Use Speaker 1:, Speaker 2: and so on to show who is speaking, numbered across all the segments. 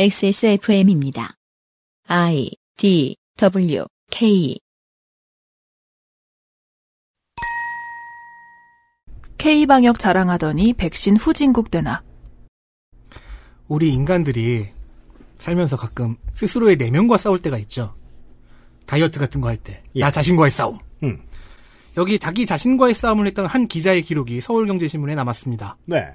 Speaker 1: XSFM입니다. I D W K
Speaker 2: K방역 자랑하더니 백신 후진국 되나.
Speaker 3: 우리 인간들이 살면서 가끔 스스로의 내면과 싸울 때가 있죠. 다이어트 같은 거 할 때.
Speaker 4: 예.
Speaker 3: 나 자신과의 싸움.
Speaker 4: 음.
Speaker 3: 여기 자기 자신과의 싸움을 했던 한 기자의 기록이 서울경제신문에 남았습니다.
Speaker 4: 네.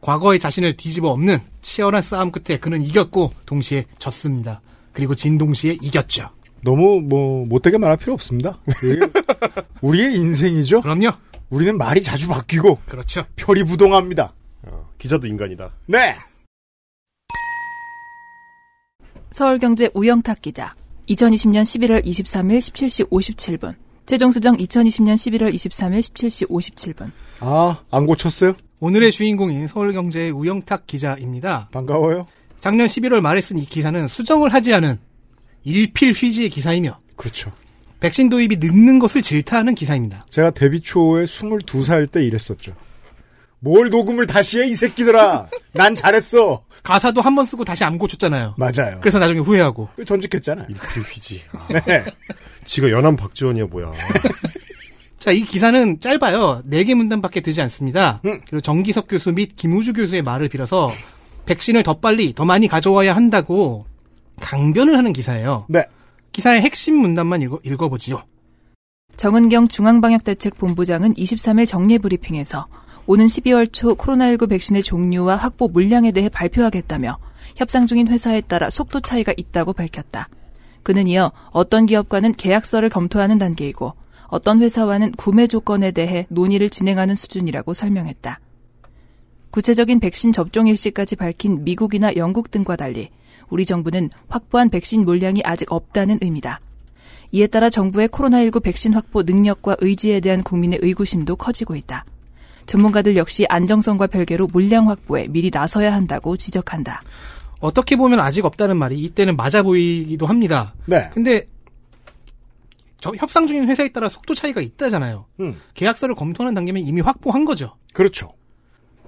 Speaker 3: 과거의 자신을 뒤집어 엎는 치열한 싸움 끝에 그는 이겼고 동시에 졌습니다. 그리고 진 동시에 이겼죠.
Speaker 4: 너무 뭐 못되게 말할 필요 없습니다. 이게 우리의 인생이죠.
Speaker 3: 그럼요.
Speaker 4: 우리는 말이 자주 바뀌고
Speaker 3: 그렇죠.
Speaker 4: 표리부동합니다.
Speaker 5: 어, 기자도 인간이다.
Speaker 4: 네.
Speaker 2: 서울경제 우영탁 기자. 2020년 11월 23일 17시 57분. 최종수정 2020년 11월 23일 17시 57분.
Speaker 4: 아, 안 고쳤어요?
Speaker 3: 오늘의 주인공인 서울경제의 우영탁 기자입니다.
Speaker 4: 반가워요.
Speaker 3: 작년 11월 말에 쓴 이 기사는 수정을 하지 않은 일필휘지의 기사이며
Speaker 4: 그렇죠.
Speaker 3: 백신 도입이 늦는 것을 질타하는 기사입니다.
Speaker 4: 제가 데뷔 초에 22살 때 이랬었죠. 뭘 녹음을 다시 해, 이 새끼들아! 난 잘했어!
Speaker 3: 가사도 한 번 쓰고 다시 안 고쳤잖아요.
Speaker 4: 맞아요.
Speaker 3: 그래서 나중에 후회하고
Speaker 4: 전직했잖아요.
Speaker 5: 일필 휘지. 아,
Speaker 4: 네.
Speaker 5: 지가 연암 박지원이야 뭐야.
Speaker 3: 자, 이 기사는 짧아요. 네 개 문단밖에 되지 않습니다.
Speaker 4: 음.
Speaker 3: 그리고 정기석 교수 및 김우주 교수의 말을 빌어서 백신을 더 빨리, 더 많이 가져와야 한다고 강변을 하는 기사예요.
Speaker 4: 네.
Speaker 3: 기사의 핵심 문단만 읽어, 읽어보지요.
Speaker 2: 정은경 중앙방역대책본부장은 23일 정례 브리핑에서 오는 12월 초 코로나19 백신의 종류와 확보 물량에 대해 발표하겠다며 협상 중인 회사에 따라 속도 차이가 있다고 밝혔다. 그는 이어 어떤 기업과는 계약서를 검토하는 단계이고 어떤 회사와는 구매 조건에 대해 논의를 진행하는 수준이라고 설명했다. 구체적인 백신 접종 일시까지 밝힌 미국이나 영국 등과 달리 우리 정부는 확보한 백신 물량이 아직 없다는 의미다. 이에 따라 정부의 코로나19 백신 확보 능력과 의지에 대한 국민의 의구심도 커지고 있다. 전문가들 역시 안정성과 별개로 물량 확보에 미리 나서야 한다고 지적한다.
Speaker 3: 어떻게 보면 아직 없다는 말이 이때는 맞아 보이기도 합니다.
Speaker 4: 네.
Speaker 3: 근데 저 협상 중인 회사에 따라 속도 차이가 있다잖아요.
Speaker 4: 음.
Speaker 3: 계약서를 검토하는 단계면 이미 확보한 거죠.
Speaker 4: 그렇죠.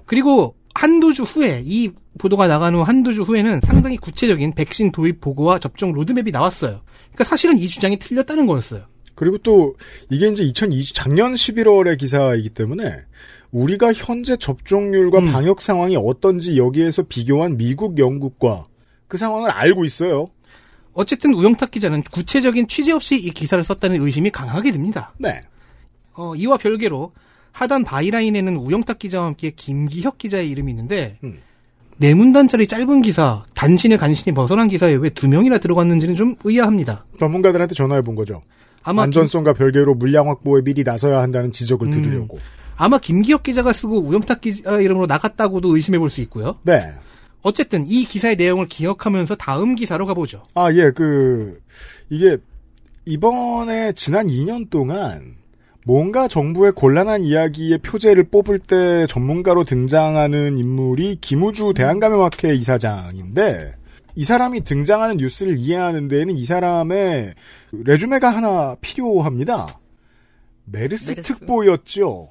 Speaker 3: 그리고 한두 주 후에 이 보도가 나간 후 한두 주 후에는 상당히 구체적인 백신 도입 보고와 접종 로드맵이 나왔어요. 그러니까 사실은 이 주장이 틀렸다는 거였어요.
Speaker 4: 그리고 또 이게 이제 2020 작년 11월의 기사이기 때문에 우리가 현재 접종률과
Speaker 3: 음.
Speaker 4: 방역 상황이 어떤지 여기에서 비교한 미국, 영국과 그 상황을 알고 있어요.
Speaker 3: 어쨌든 우영탁 기자는 구체적인 취재 없이 이 기사를 썼다는 의심이 강하게 듭니다.
Speaker 4: 네.
Speaker 3: 어, 이와 별개로 하단 바이라인에는 우영탁 기자와 함께 김기혁 기자의 이름이 있는데
Speaker 4: 음.
Speaker 3: 네 문단짜리 짧은 기사, 단신을 간신히 벗어난 기사에 왜 두 명이나 들어갔는지는 좀 의아합니다.
Speaker 4: 전문가들한테 전화해 본 거죠.
Speaker 3: 아마 음. 김-
Speaker 4: 안전성과 별개로 물량 확보에 미리 나서야 한다는 지적을 들으려고.
Speaker 3: 아마 김기혁 기자가 쓰고 우영탁 기자 이름으로 나갔다고도 의심해 볼 수 있고요.
Speaker 4: 네.
Speaker 3: 어쨌든 이 기사의 내용을 기억하면서 다음 기사로 가보죠.
Speaker 4: 아, 예, 그, 이게, 이번에 지난 2년 동안 뭔가 정부의 곤란한 이야기의 표제를 뽑을 때 전문가로 등장하는 인물이 김우주 대한감염학회 이사장인데, 이 사람이 등장하는 뉴스를 이해하는 데에는 이 사람의 레주메가 하나 필요합니다. 메르스,
Speaker 2: 메르스.
Speaker 4: 특보였죠.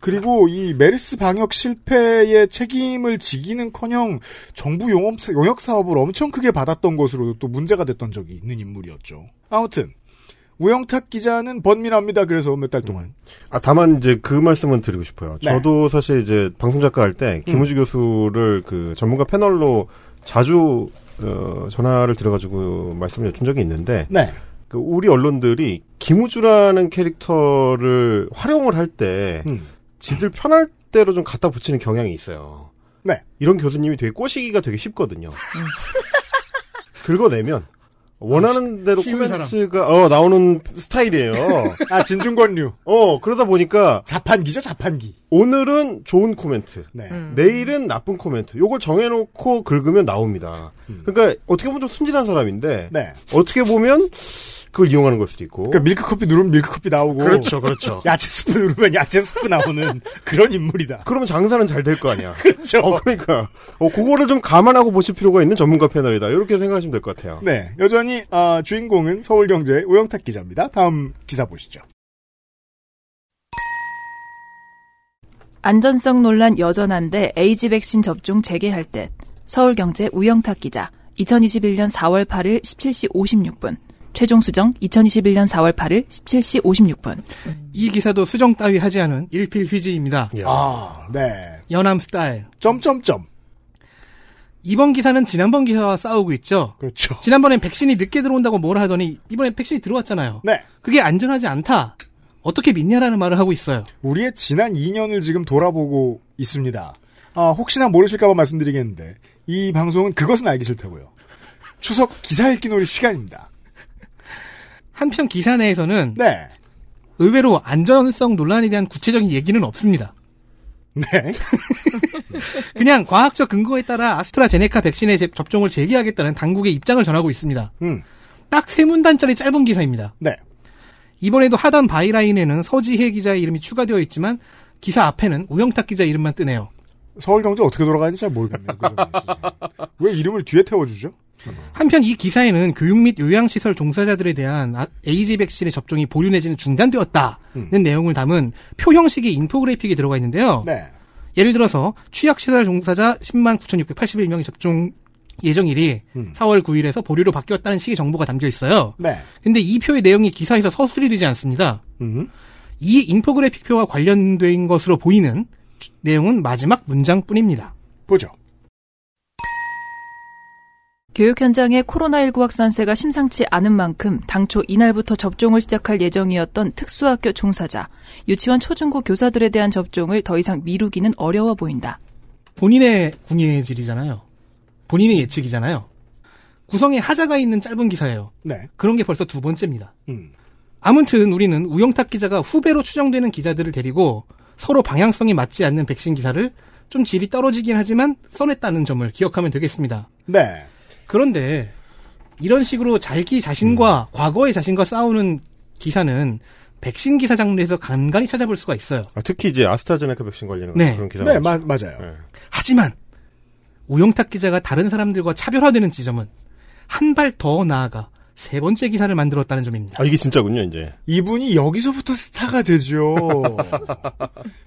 Speaker 4: 그리고 이 메르스 방역 실패의 책임을 지기는커녕 정부 용업, 용역 사업을 엄청 크게 받았던 것으로 또 문제가 됐던 적이 있는 인물이었죠. 아무튼 우영탁 기자는 번민합니다. 그래서 몇 달 동안
Speaker 5: 아 다만 이제 그 말씀은 드리고 싶어요.
Speaker 4: 네. 음.
Speaker 5: 저도 사실 이제 방송 작가 할 때 김우주 교수를 그 전문가 패널로 자주 어, 전화를 들어가지고 말씀을 여쭌 적이 있는데
Speaker 4: 네,
Speaker 5: 그 우리 언론들이 김우주라는 캐릭터를 활용을 할 때
Speaker 4: 음.
Speaker 5: 지들 편할 대로 좀 갖다 붙이는 경향이 있어요.
Speaker 4: 네. 음.
Speaker 5: 이런 교수님이 되게 꼬시기가 되게 쉽거든요. 긁어내면
Speaker 4: 아,
Speaker 5: 원하는 대로
Speaker 3: 쉬운 사람.
Speaker 5: 코멘트가 어, 나오는 스타일이에요.
Speaker 4: 아 진중권류
Speaker 5: 어 그러다 보니까
Speaker 4: 자판기죠 자판기.
Speaker 5: 오늘은 좋은 코멘트,
Speaker 4: 네,
Speaker 5: 내일은 나쁜 코멘트. 요걸 정해놓고 긁으면 나옵니다.
Speaker 4: 음.
Speaker 5: 그러니까 어떻게 보면 좀 순진한 사람인데
Speaker 4: 네.
Speaker 5: 어떻게 보면 그걸 이용하는 걸 수도 있고.
Speaker 4: 그러니까 밀크 커피 누르면 밀크 커피 나오고
Speaker 5: 그렇죠, 그렇죠.
Speaker 4: 야채 스프 누르면 야채 스프 나오는 그런 인물이다.
Speaker 5: 그러면 장사는 잘 될 거 아니야.
Speaker 4: 그렇죠.
Speaker 5: 어, 그러니까. 어, 그거를 좀 감안하고 보실 필요가 있는 전문가 패널이다. 이렇게 생각하시면 될 것 같아요.
Speaker 4: 네, 여전히 아, 주인공은 서울경제 우영탁 기자입니다. 다음 기사 보시죠.
Speaker 2: 안전성 논란 여전한데 에이즈 백신 접종 재개할 때 서울경제 우영탁 기자 2021년 4월 8일 17시 56분 최종 수정 2021년 4월 8일 17시 56분
Speaker 3: 이 기사도 수정 따위 하지 않은 일필휘지입니다.
Speaker 4: 아, 네.
Speaker 3: 연암 스타일.
Speaker 4: 점점점.
Speaker 3: 이번 기사는 지난번 기사와 싸우고 있죠.
Speaker 4: 그렇죠.
Speaker 3: 지난번엔 백신이 늦게 들어온다고 뭐라 하더니 이번엔 백신이 들어왔잖아요.
Speaker 4: 네.
Speaker 3: 그게 안전하지 않다. 어떻게 믿냐라는 말을 하고 있어요.
Speaker 4: 우리의 지난 2년을 지금 돌아보고 있습니다. 아, 혹시나 모르실까봐 말씀드리겠는데, 이 방송은 그것은 알기 싫다고요. 추석 기사 읽기 놀이 시간입니다.
Speaker 3: 한편 기사 내에서는
Speaker 4: 네.
Speaker 3: 의외로 안전성 논란에 대한 구체적인 얘기는 없습니다.
Speaker 4: 네.
Speaker 3: 그냥 과학적 근거에 따라 아스트라제네카 백신의 제- 접종을 재개하겠다는 당국의 입장을 전하고 있습니다.
Speaker 4: 음.
Speaker 3: 딱 세 문단짜리 짧은 기사입니다.
Speaker 4: 네.
Speaker 3: 이번에도 하단 바이라인에는 서지혜 기자의 이름이 추가되어 있지만 기사 앞에는 우영탁 기자 이름만 뜨네요.
Speaker 4: 서울경제 어떻게 돌아가는지 잘 모르겠네요. 그 점은. 왜 이름을 뒤에 태워주죠?
Speaker 3: 한편 이 기사에는 교육 및 요양시설 종사자들에 대한 아- 에이즈 백신의 접종이 보류 내지는 중단되었다는
Speaker 4: 음.
Speaker 3: 내용을 담은 표 형식의 인포그래픽이 들어가 있는데요.
Speaker 4: 네.
Speaker 3: 예를 들어서 취약시설 종사자 10만 9,681명이 접종 예정일이
Speaker 4: 음.
Speaker 3: 4월 9일에서 보류로 바뀌었다는 식의 정보가 담겨 있어요.
Speaker 4: 네.
Speaker 3: 근데 이 표의 내용이 기사에서 서술이 되지 않습니다.
Speaker 4: 음.
Speaker 3: 이 인포그래픽 표와 관련된 것으로 보이는 주- 내용은 마지막 문장뿐입니다.
Speaker 4: 보죠.
Speaker 2: 교육 현장의 코로나19 확산세가 심상치 않은 만큼 당초 이날부터 접종을 시작할 예정이었던 특수학교 종사자, 유치원 초중고 교사들에 대한 접종을 더 이상 미루기는 어려워 보인다.
Speaker 3: 본인의 궁예질이잖아요. 본인의 예측이잖아요. 구성에 하자가 있는 짧은 기사예요.
Speaker 4: 네.
Speaker 3: 그런 게 벌써 두 번째입니다.
Speaker 4: 음.
Speaker 3: 아무튼 우리는 우영탁 기자가 후배로 추정되는 기자들을 데리고 서로 방향성이 맞지 않는 백신 기사를 좀 질이 떨어지긴 하지만 써냈다는 점을 기억하면 되겠습니다.
Speaker 4: 네.
Speaker 3: 그런데 이런 식으로 자기 자신과 과거의 자신과 싸우는 기사는 백신 기사 장르에서 간간히 찾아볼 수가 있어요.
Speaker 5: 아, 특히 이제 아스트라제네카 백신 관련한
Speaker 3: 네.
Speaker 5: 그런 기사가
Speaker 4: 네,
Speaker 5: 있죠.
Speaker 4: 마- 맞아요.
Speaker 5: 네.
Speaker 3: 하지만 우영탁 기자가 다른 사람들과 차별화되는 지점은 한 발 더 나아가 세 번째 기사를 만들었다는 점입니다.
Speaker 5: 아 이게 진짜군요 이제.
Speaker 4: 이분이 여기서부터 스타가 되죠.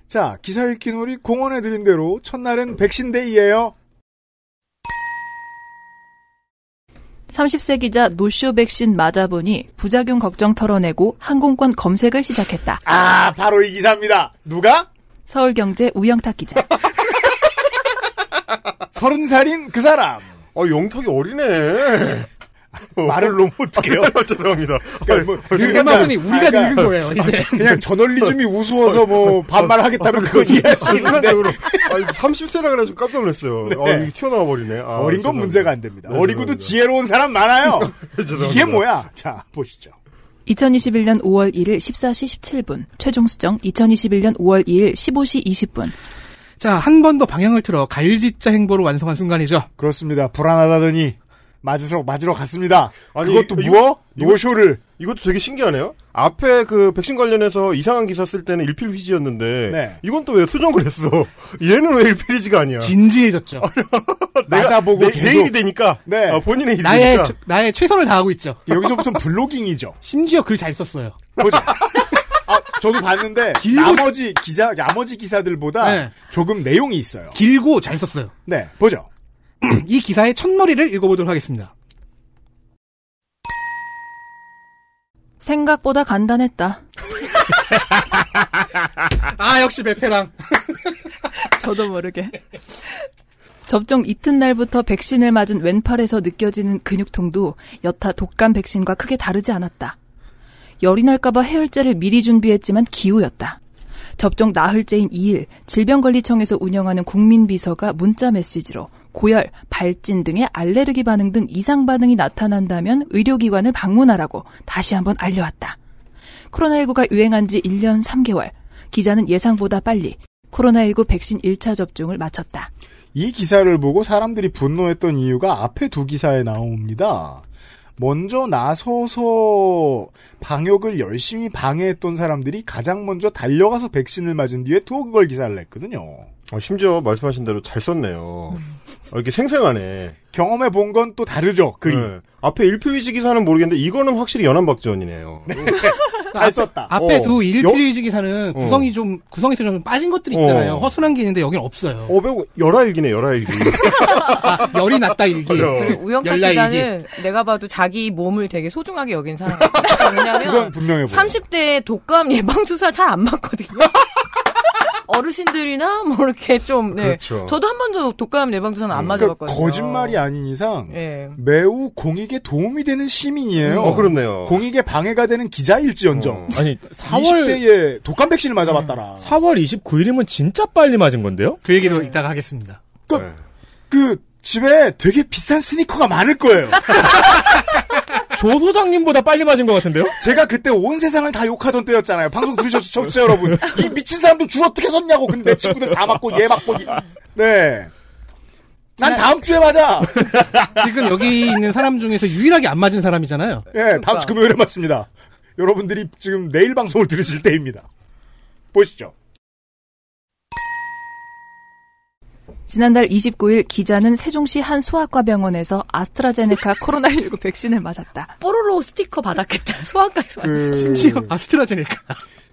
Speaker 4: 자, 기사 읽기 놀이 공언해드린 대로 첫날은 백신데이예요
Speaker 2: 30세 기자 노쇼 백신 맞아보니 부작용 걱정 털어내고 항공권 검색을 시작했다.
Speaker 4: 아, 바로 이 기사입니다. 누가?
Speaker 2: 서울경제 우영탁 기자.
Speaker 4: 서른 살인 그 사람.
Speaker 5: 아 영탁이 어리네.
Speaker 4: 말을 너무 어떡해요.
Speaker 5: 죄송합니다.
Speaker 4: 그러니까 뭐
Speaker 3: 늙은 맛은 우리가 늙은 거예요, 이제.
Speaker 4: 그냥 저널리즘이 우스워서 뭐 반말하겠다면 그건 이해할 수 있는데
Speaker 5: 순간적으로 아, 30세라 그래서 깜짝 놀랐어요. 아,
Speaker 4: 네.
Speaker 5: 이게 튀어나와 버리네. 아,
Speaker 4: 어린 건
Speaker 5: 죄송합니다.
Speaker 4: 문제가 안 됩니다.
Speaker 5: 네,
Speaker 4: 어리고도
Speaker 5: 죄송합니다. 네,
Speaker 4: 지혜로운 사람 많아요. 이게
Speaker 5: 죄송합니다.
Speaker 4: 뭐야? 자, 보시죠.
Speaker 2: 2021년 5월 1일 14시 17분, 최종 수정 2021년 5월 2일 15시 20분.
Speaker 3: 자, 한 번 더 방향을 틀어 갈짓자 행보를 완성한 순간이죠.
Speaker 4: 그렇습니다. 불안하다더니 맞으러 맞으러 갔습니다.
Speaker 5: 아니,
Speaker 4: 그것도
Speaker 5: 이거-
Speaker 4: 무어?
Speaker 5: 이거-
Speaker 4: 노쇼를.
Speaker 5: 이것도 되게 신기하네요. 앞에 그 백신 관련해서 이상한 기사 쓸 때는 일필 휘지였는데
Speaker 4: 네.
Speaker 5: 이건 또 왜 수정을 했어? 얘는 왜 일필 휘지가 아니야?
Speaker 3: 진지해졌죠.
Speaker 4: 맞아보고
Speaker 5: 내, 내
Speaker 4: 계속.
Speaker 5: 일이 되니까.
Speaker 4: 네.
Speaker 5: 아, 본인의 일이
Speaker 3: 나의,
Speaker 5: 되니까.
Speaker 3: 최- 나의 최선을 다하고 있죠.
Speaker 4: 여기서부터는 블로깅이죠.
Speaker 3: 심지어 글 잘 썼어요.
Speaker 4: 보죠. 아, 저도 봤는데
Speaker 3: 길고-
Speaker 4: 나머지 기자 나머지 기사들보다
Speaker 3: 네.
Speaker 4: 조금 내용이 있어요.
Speaker 3: 길고 잘 썼어요.
Speaker 4: 네, 보죠.
Speaker 3: 이 기사의 첫머리를 읽어보도록 하겠습니다.
Speaker 2: 생각보다 간단했다.
Speaker 3: 아, 역시 베테랑.
Speaker 2: 저도 모르게. 접종 이튿날부터 백신을 맞은 왼팔에서 느껴지는 근육통도 여타 독감 백신과 크게 다르지 않았다. 열이 날까봐 해열제를 미리 준비했지만 기우였다. 접종 나흘째인 2일 질병관리청에서 운영하는 국민비서가 문자 메시지로 고열, 발진 등의 알레르기 반응 등 이상 반응이 나타난다면 의료기관을 방문하라고 다시 한번 알려왔다. 코로나19가 유행한 지 1년 3개월. 기자는 예상보다 빨리 코로나19 백신 1차 접종을 마쳤다.
Speaker 4: 이 기사를 보고 사람들이 분노했던 이유가 앞에 두 기사에 나옵니다. 먼저 나서서 방역을 열심히 방해했던 사람들이 가장 먼저 달려가서 백신을 맞은 뒤에 또 그걸 기사를 냈거든요.
Speaker 5: 어, 심지어 말씀하신 대로 잘 썼네요.
Speaker 4: 음.
Speaker 5: 어, 이게 생생하네.
Speaker 4: 경험해 본 건 또 다르죠, 글이.
Speaker 5: 네. 앞에 일필 휘지 기사는 모르겠는데 이거는 확실히 연안박지원이네요.
Speaker 4: 잘 썼다.
Speaker 3: 앞에
Speaker 5: 어.
Speaker 3: 두
Speaker 5: 여-
Speaker 3: 일필리지 기사는 구성이 좀 구성에서 좀 빠진 것들이 있잖아요.
Speaker 5: 어.
Speaker 3: 허술한 게 있는데 여긴 없어요.
Speaker 5: 어배우 열아일기네 열아일기.
Speaker 3: 아, 열이 났다 일기.
Speaker 5: 어.
Speaker 6: 우영탁
Speaker 3: 열라
Speaker 6: 기자는 내가 봐도 자기 몸을 되게 소중하게 여긴 사람
Speaker 4: 그건
Speaker 6: 같아요. 왜냐면
Speaker 4: 분명해 보여.
Speaker 6: 30대에 독감 예방주사 잘 안 맞거든요. 어르신들이나 뭐 이렇게 좀 네.
Speaker 5: 그렇죠.
Speaker 6: 저도 한 번도 독감 예방주사는 안
Speaker 4: 그러니까
Speaker 6: 맞아봤거든요.
Speaker 4: 거짓말이 아닌 이상
Speaker 6: 예.
Speaker 4: 매우 공익에 도움이 되는 시민이에요.
Speaker 5: 어 그렇네요.
Speaker 4: 공익에 방해가 되는 기자일지언정.
Speaker 5: 어.
Speaker 7: 음. 아니 4월
Speaker 4: 20대에 독감 백신을 맞아봤더라.
Speaker 7: 4월 29일이면 진짜 빨리 맞은 건데요?
Speaker 3: 그 얘기도 이따가 하겠습니다.
Speaker 5: 네.
Speaker 4: 그- 그 집에 되게 비싼 스니커가 많을 거예요.
Speaker 7: 조 소장님보다 빨리 맞은 것 같은데요?
Speaker 4: 제가 그때 온 세상을 다 욕하던 때였잖아요. 방송 들으셨죠, 청취자 여러분. 이 미친 사람도 줄 어떻게 섰냐고. 근데 내 친구들 다 맞고 얘 맞고. 이- 네. 난 다음 주에 맞아. 네,
Speaker 3: 지금 여기 있는 사람 중에서 유일하게 안 맞은 사람이잖아요.
Speaker 4: 예, 다음 주 금요일에 맞습니다. 여러분들이 지금 내일 방송을 들으실 때입니다. 보시죠.
Speaker 2: 지난달 29일 기자는 세종시 한 소아과병원에서 아스트라제네카 코로나19 백신을 맞았다.
Speaker 6: 뽀로로 스티커 받았겠다. 소아과에서.
Speaker 4: 그
Speaker 5: 음.
Speaker 3: 심지어 아스트라제네카.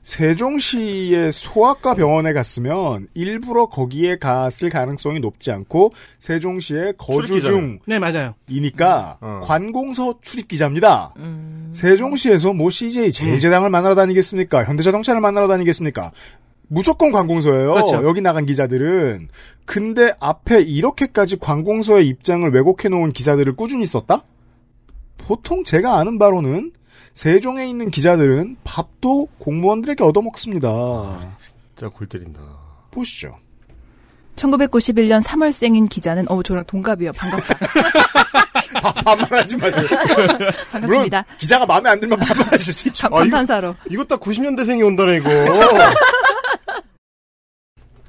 Speaker 4: 세종시의 소아과 병원에 갔으면 일부러 거기에 갔을 가능성이 높지 않고 세종시에 거주
Speaker 5: 출입기자예요.
Speaker 3: 네 맞아요.
Speaker 4: 중이니까
Speaker 3: 어.
Speaker 5: 음.
Speaker 4: 관공서 출입 기자입니다.
Speaker 6: 음.
Speaker 4: 세종시에서 뭐 CJ 제일제당을 만나러 다니겠습니까? 현대자동차를 만나러 다니겠습니까? 무조건 관공서예요.
Speaker 3: 그렇죠.
Speaker 4: 여기 나간 기자들은 근데 앞에 이렇게까지 관공서의 입장을 왜곡해 놓은 기사들을 꾸준히 썼다? 보통 제가 아는 바로는 세종에 있는 기자들은 밥도 공무원들에게 얻어먹습니다.
Speaker 5: 진짜 골 때린다.
Speaker 4: 보시죠.
Speaker 2: 1991년 3월생인 기자는 어머 저랑 동갑이요. 반갑다.
Speaker 4: 아, 반말하지 마세요. 물론
Speaker 5: 뭐?
Speaker 2: 반갑습니다. 아,
Speaker 4: 기자가 마음에 안 들면 반말하실 수 있죠. 아,
Speaker 2: 감탄사로.
Speaker 5: 이거 딱 90년대생이 온다네 이거.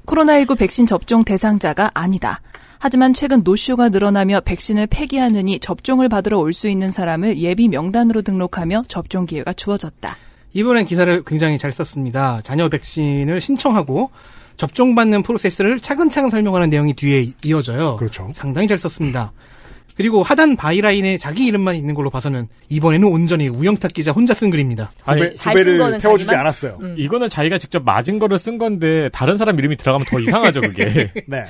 Speaker 2: 코로나19 백신 접종 대상자가 아니다. 하지만 최근 노쇼가 늘어나며 백신을 폐기하느니 접종을 받으러 올 수 있는 사람을 예비 명단으로 등록하며 접종 기회가 주어졌다.
Speaker 3: 이번엔 기사를 굉장히 잘 썼습니다. 자녀 백신을 신청하고 접종받는 프로세스를 차근차근 설명하는 내용이 뒤에 이어져요.
Speaker 4: 그렇죠.
Speaker 3: 상당히 잘 썼습니다. 그리고 하단 바이라인에 자기 이름만 있는 걸로 봐서는 이번에는 온전히 우영탁 기자 혼자 쓴 글입니다.
Speaker 7: 아니
Speaker 4: 후배,
Speaker 6: 잘쓴
Speaker 4: 후배를
Speaker 6: 거는
Speaker 4: 태워주지
Speaker 6: 자기만?
Speaker 4: 않았어요.
Speaker 7: 이거는 자기가 직접 맞은 거를 쓴 건데 다른 사람 이름이 들어가면 더 이상하죠 그게.
Speaker 4: 네.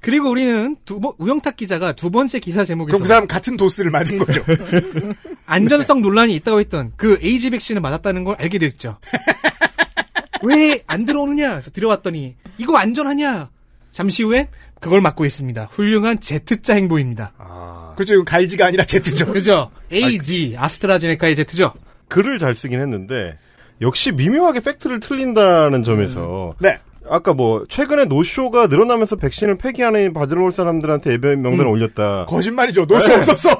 Speaker 3: 그리고 우리는 두 번, 우영탁 기자가 두 번째 기사 제목에서
Speaker 4: 그럼 그 사람 같은 도스를 맞은 거죠.
Speaker 3: 안전성 논란이 있다고 했던 그 에이즈 백신을 맞았다는 걸 알게 됐죠. 왜 안 들어오느냐? 그래서 들어왔더니 이거 안전하냐? 잠시 후엔 그걸 맞고 있습니다. 훌륭한 Z자 행보입니다.
Speaker 5: 아
Speaker 4: 그렇죠. 이건 갈지가 아니라 제트죠.
Speaker 3: 그죠? AG 아스트라제네카의 Z죠.
Speaker 5: 글을 잘 쓰긴 했는데 역시 미묘하게 팩트를 틀린다는 점에서
Speaker 4: 네.
Speaker 5: 아까 뭐 최근에 노쇼가 늘어나면서 백신을 폐기하는 받으러 올 사람들한테 예배 명단을
Speaker 4: 음.
Speaker 5: 올렸다.
Speaker 4: 거짓말이죠.
Speaker 3: 네.
Speaker 4: 노쇼 없었어.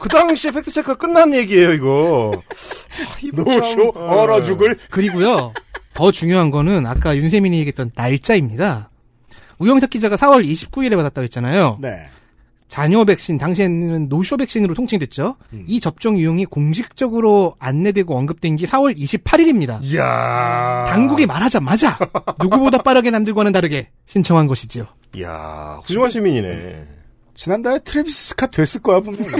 Speaker 5: 그 당시에 팩트 체크가 끝난 얘기예요 이거. 아, 이거 참,
Speaker 4: 노쇼
Speaker 5: 어.
Speaker 4: 얼어 죽을.
Speaker 3: 그리고요. 더 중요한 거는 아까 윤세민이 얘기했던 날짜입니다. 우영탁 기자가 4월 29일에 받았다고 했잖아요.
Speaker 4: 네.
Speaker 3: 잔여 백신 당시에는 노쇼 백신으로 통칭됐죠.
Speaker 4: 음.
Speaker 3: 이 접종 유형이 공식적으로 안내되고 언급된 게 4월 28일입니다.
Speaker 5: 이야.
Speaker 3: 당국이 말하자마자 누구보다 빠르게 남들과는 다르게 신청한 것이지요.
Speaker 5: 이야 훌륭한 시민이네.
Speaker 4: 지난달에 트래비스 스캇 됐을 거야 분명히.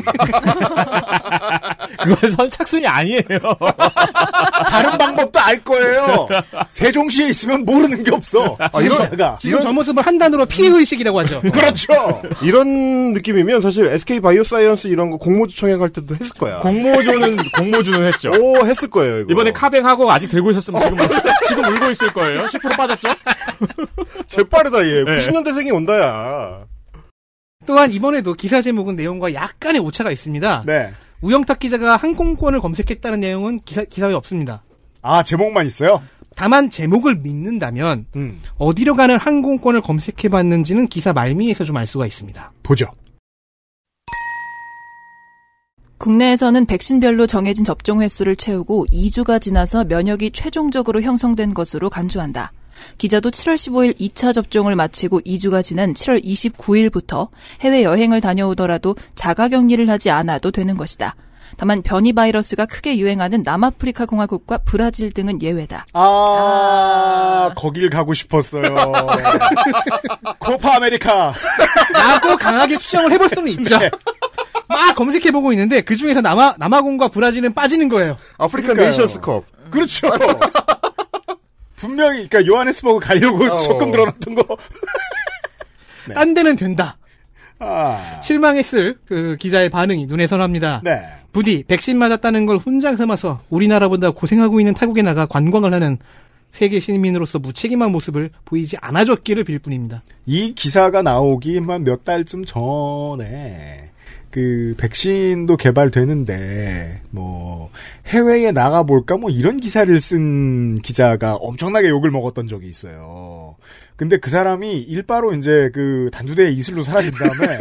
Speaker 7: 그건 선착순이 아니에요.
Speaker 4: 다른 방법도 알 거예요. 세종시에 있으면 모르는 게 없어. 기자가.
Speaker 3: 지금 저 모습을 한 단어로 피해 의식이라고 하죠.
Speaker 4: 아, 그렇죠.
Speaker 5: 이런 느낌이면 사실 SK 바이오사이언스 이런 거 공모주청에 갈 때도 했을 거야.
Speaker 7: 아, 공모주는 공모주는 했죠.
Speaker 5: 오 했을 거예요 이거.
Speaker 7: 이번에 카뱅하고 아직 들고 있었으면 지금 지금 울고 있을 거예요. 10% 빠졌죠?
Speaker 5: 재빠르다 얘.
Speaker 7: 네.
Speaker 5: 90년대생이 온다야.
Speaker 3: 또한 이번에도 기사 제목은 내용과 약간의 오차가 있습니다.
Speaker 4: 네.
Speaker 3: 우영탁 기자가 항공권을 검색했다는 내용은 기사 기사에 없습니다.
Speaker 4: 아 제목만 있어요.
Speaker 3: 다만 제목을 믿는다면
Speaker 4: 음.
Speaker 3: 어디로 가는 항공권을 검색해봤는지는 기사 말미에서 좀 알 수가 있습니다.
Speaker 4: 보죠.
Speaker 2: 국내에서는 백신별로 정해진 접종 횟수를 채우고 2주가 지나서 면역이 최종적으로 형성된 것으로 간주한다. 기자도 7월 15일 2차 접종을 마치고 2주가 지난 7월 29일부터 해외 여행을 다녀오더라도 자가 격리를 하지 않아도 되는 것이다. 다만 변이 바이러스가 크게 유행하는 남아프리카 공화국과 브라질 등은 예외다.
Speaker 4: 아, 거길 가고 싶었어요. 코파 아메리카.
Speaker 3: 라고 강하게 추정을 해볼 수는 있죠.
Speaker 4: 네.
Speaker 3: 막 검색해보고 있는데 그 중에서 남아 남아공과 브라질은 빠지는 거예요.
Speaker 5: 아프리카
Speaker 4: 그러니까요.
Speaker 5: 네이션스컵.
Speaker 4: 그렇죠. 분명히 그러니까 요하네스버그 가려고
Speaker 8: 어.
Speaker 4: 조금 늘어났던 거. 네.
Speaker 3: 딴 데는 된다.
Speaker 4: 아,
Speaker 3: 실망했을 그 기자의 반응이 눈에 선합니다.
Speaker 4: 네.
Speaker 3: 부디 백신 맞았다는 걸 훈장 삼아서 우리나라보다 고생하고 있는 타국에 나가 관광을 하는 세계 시민으로서 무책임한 모습을 보이지 않아줬기를 빌 뿐입니다.
Speaker 4: 이 기사가 나오기만 몇 달쯤 전에 그 백신도 개발되는데 뭐 해외에 나가 볼까 뭐 이런 기사를 쓴 기자가 엄청나게 욕을 먹었던 적이 있어요. 근데 그 사람이 일바로 이제 그 단두대에 이슬로 사라진 다음에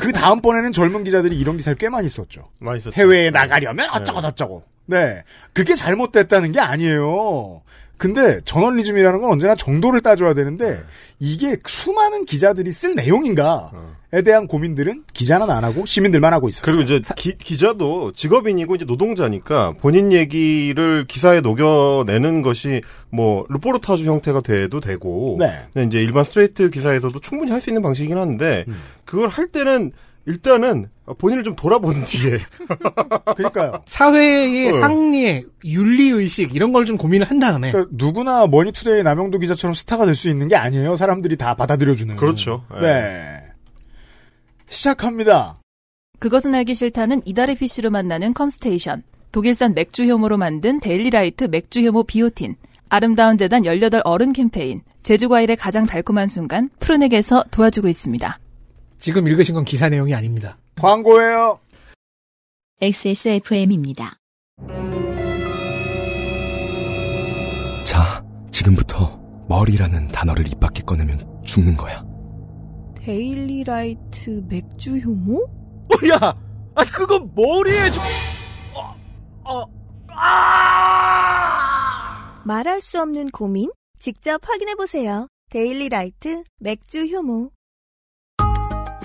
Speaker 4: 그 다음번에는 젊은 기자들이 이런 기사를 꽤 많이 썼죠.
Speaker 5: 많이 썼죠. 네.
Speaker 4: 해외에 나가려면 어쩌고 저쩌고. 그렇죠. 네. 그게 잘못됐다는 게 아니에요. 근데 저널리즘이라는 건 언제나 정도를 따져야 되는데 이게 수많은 기자들이 쓸 내용인가에 대한 고민들은 기자는 안 하고 시민들만 하고 있었어요.
Speaker 5: 그리고 이제 기, 기자도 직업인이고 이제 노동자니까 본인 얘기를 기사에 녹여내는 것이 뭐 르포르타주 형태가 돼도 되고
Speaker 4: 네.
Speaker 5: 그냥 이제 일반 스트레이트 기사에서도 충분히 할 수 있는 방식이긴 한데 그걸 할 때는 일단은 본인을 좀 돌아본 뒤에
Speaker 4: 그러니까요.
Speaker 3: 사회의
Speaker 5: 어.
Speaker 3: 상리의 윤리의식 이런 걸 좀 고민을 한 다음에
Speaker 4: 그러니까 누구나 머니투데이 남영도 기자처럼 스타가 될 수 있는 게 아니에요. 사람들이 다 받아들여주는.
Speaker 5: 그렇죠. 예.
Speaker 4: 네. 시작합니다.
Speaker 2: 그것은 알기 싫다는 이달의 PC로 만나는 컴스테이션. 독일산 맥주 효모로 만든 데일리라이트 맥주 효모 비오틴. 아름다운 재단 18 어른 캠페인. 제주과일의 가장 달콤한 순간 푸른에게서 도와주고 있습니다.
Speaker 3: 지금 읽으신 건 기사 내용이 아닙니다.
Speaker 4: 광고예요.
Speaker 1: XSFM입니다.
Speaker 9: 자, 지금부터 머리라는 단어를 입 밖에 꺼내면 죽는 거야.
Speaker 10: 데일리라이트 맥주 효모?
Speaker 8: 뭐야? 아 그건 머리에 좀 어, 아!
Speaker 10: 말할 수 없는 고민? 직접 확인해보세요. 데일리라이트 맥주 효모.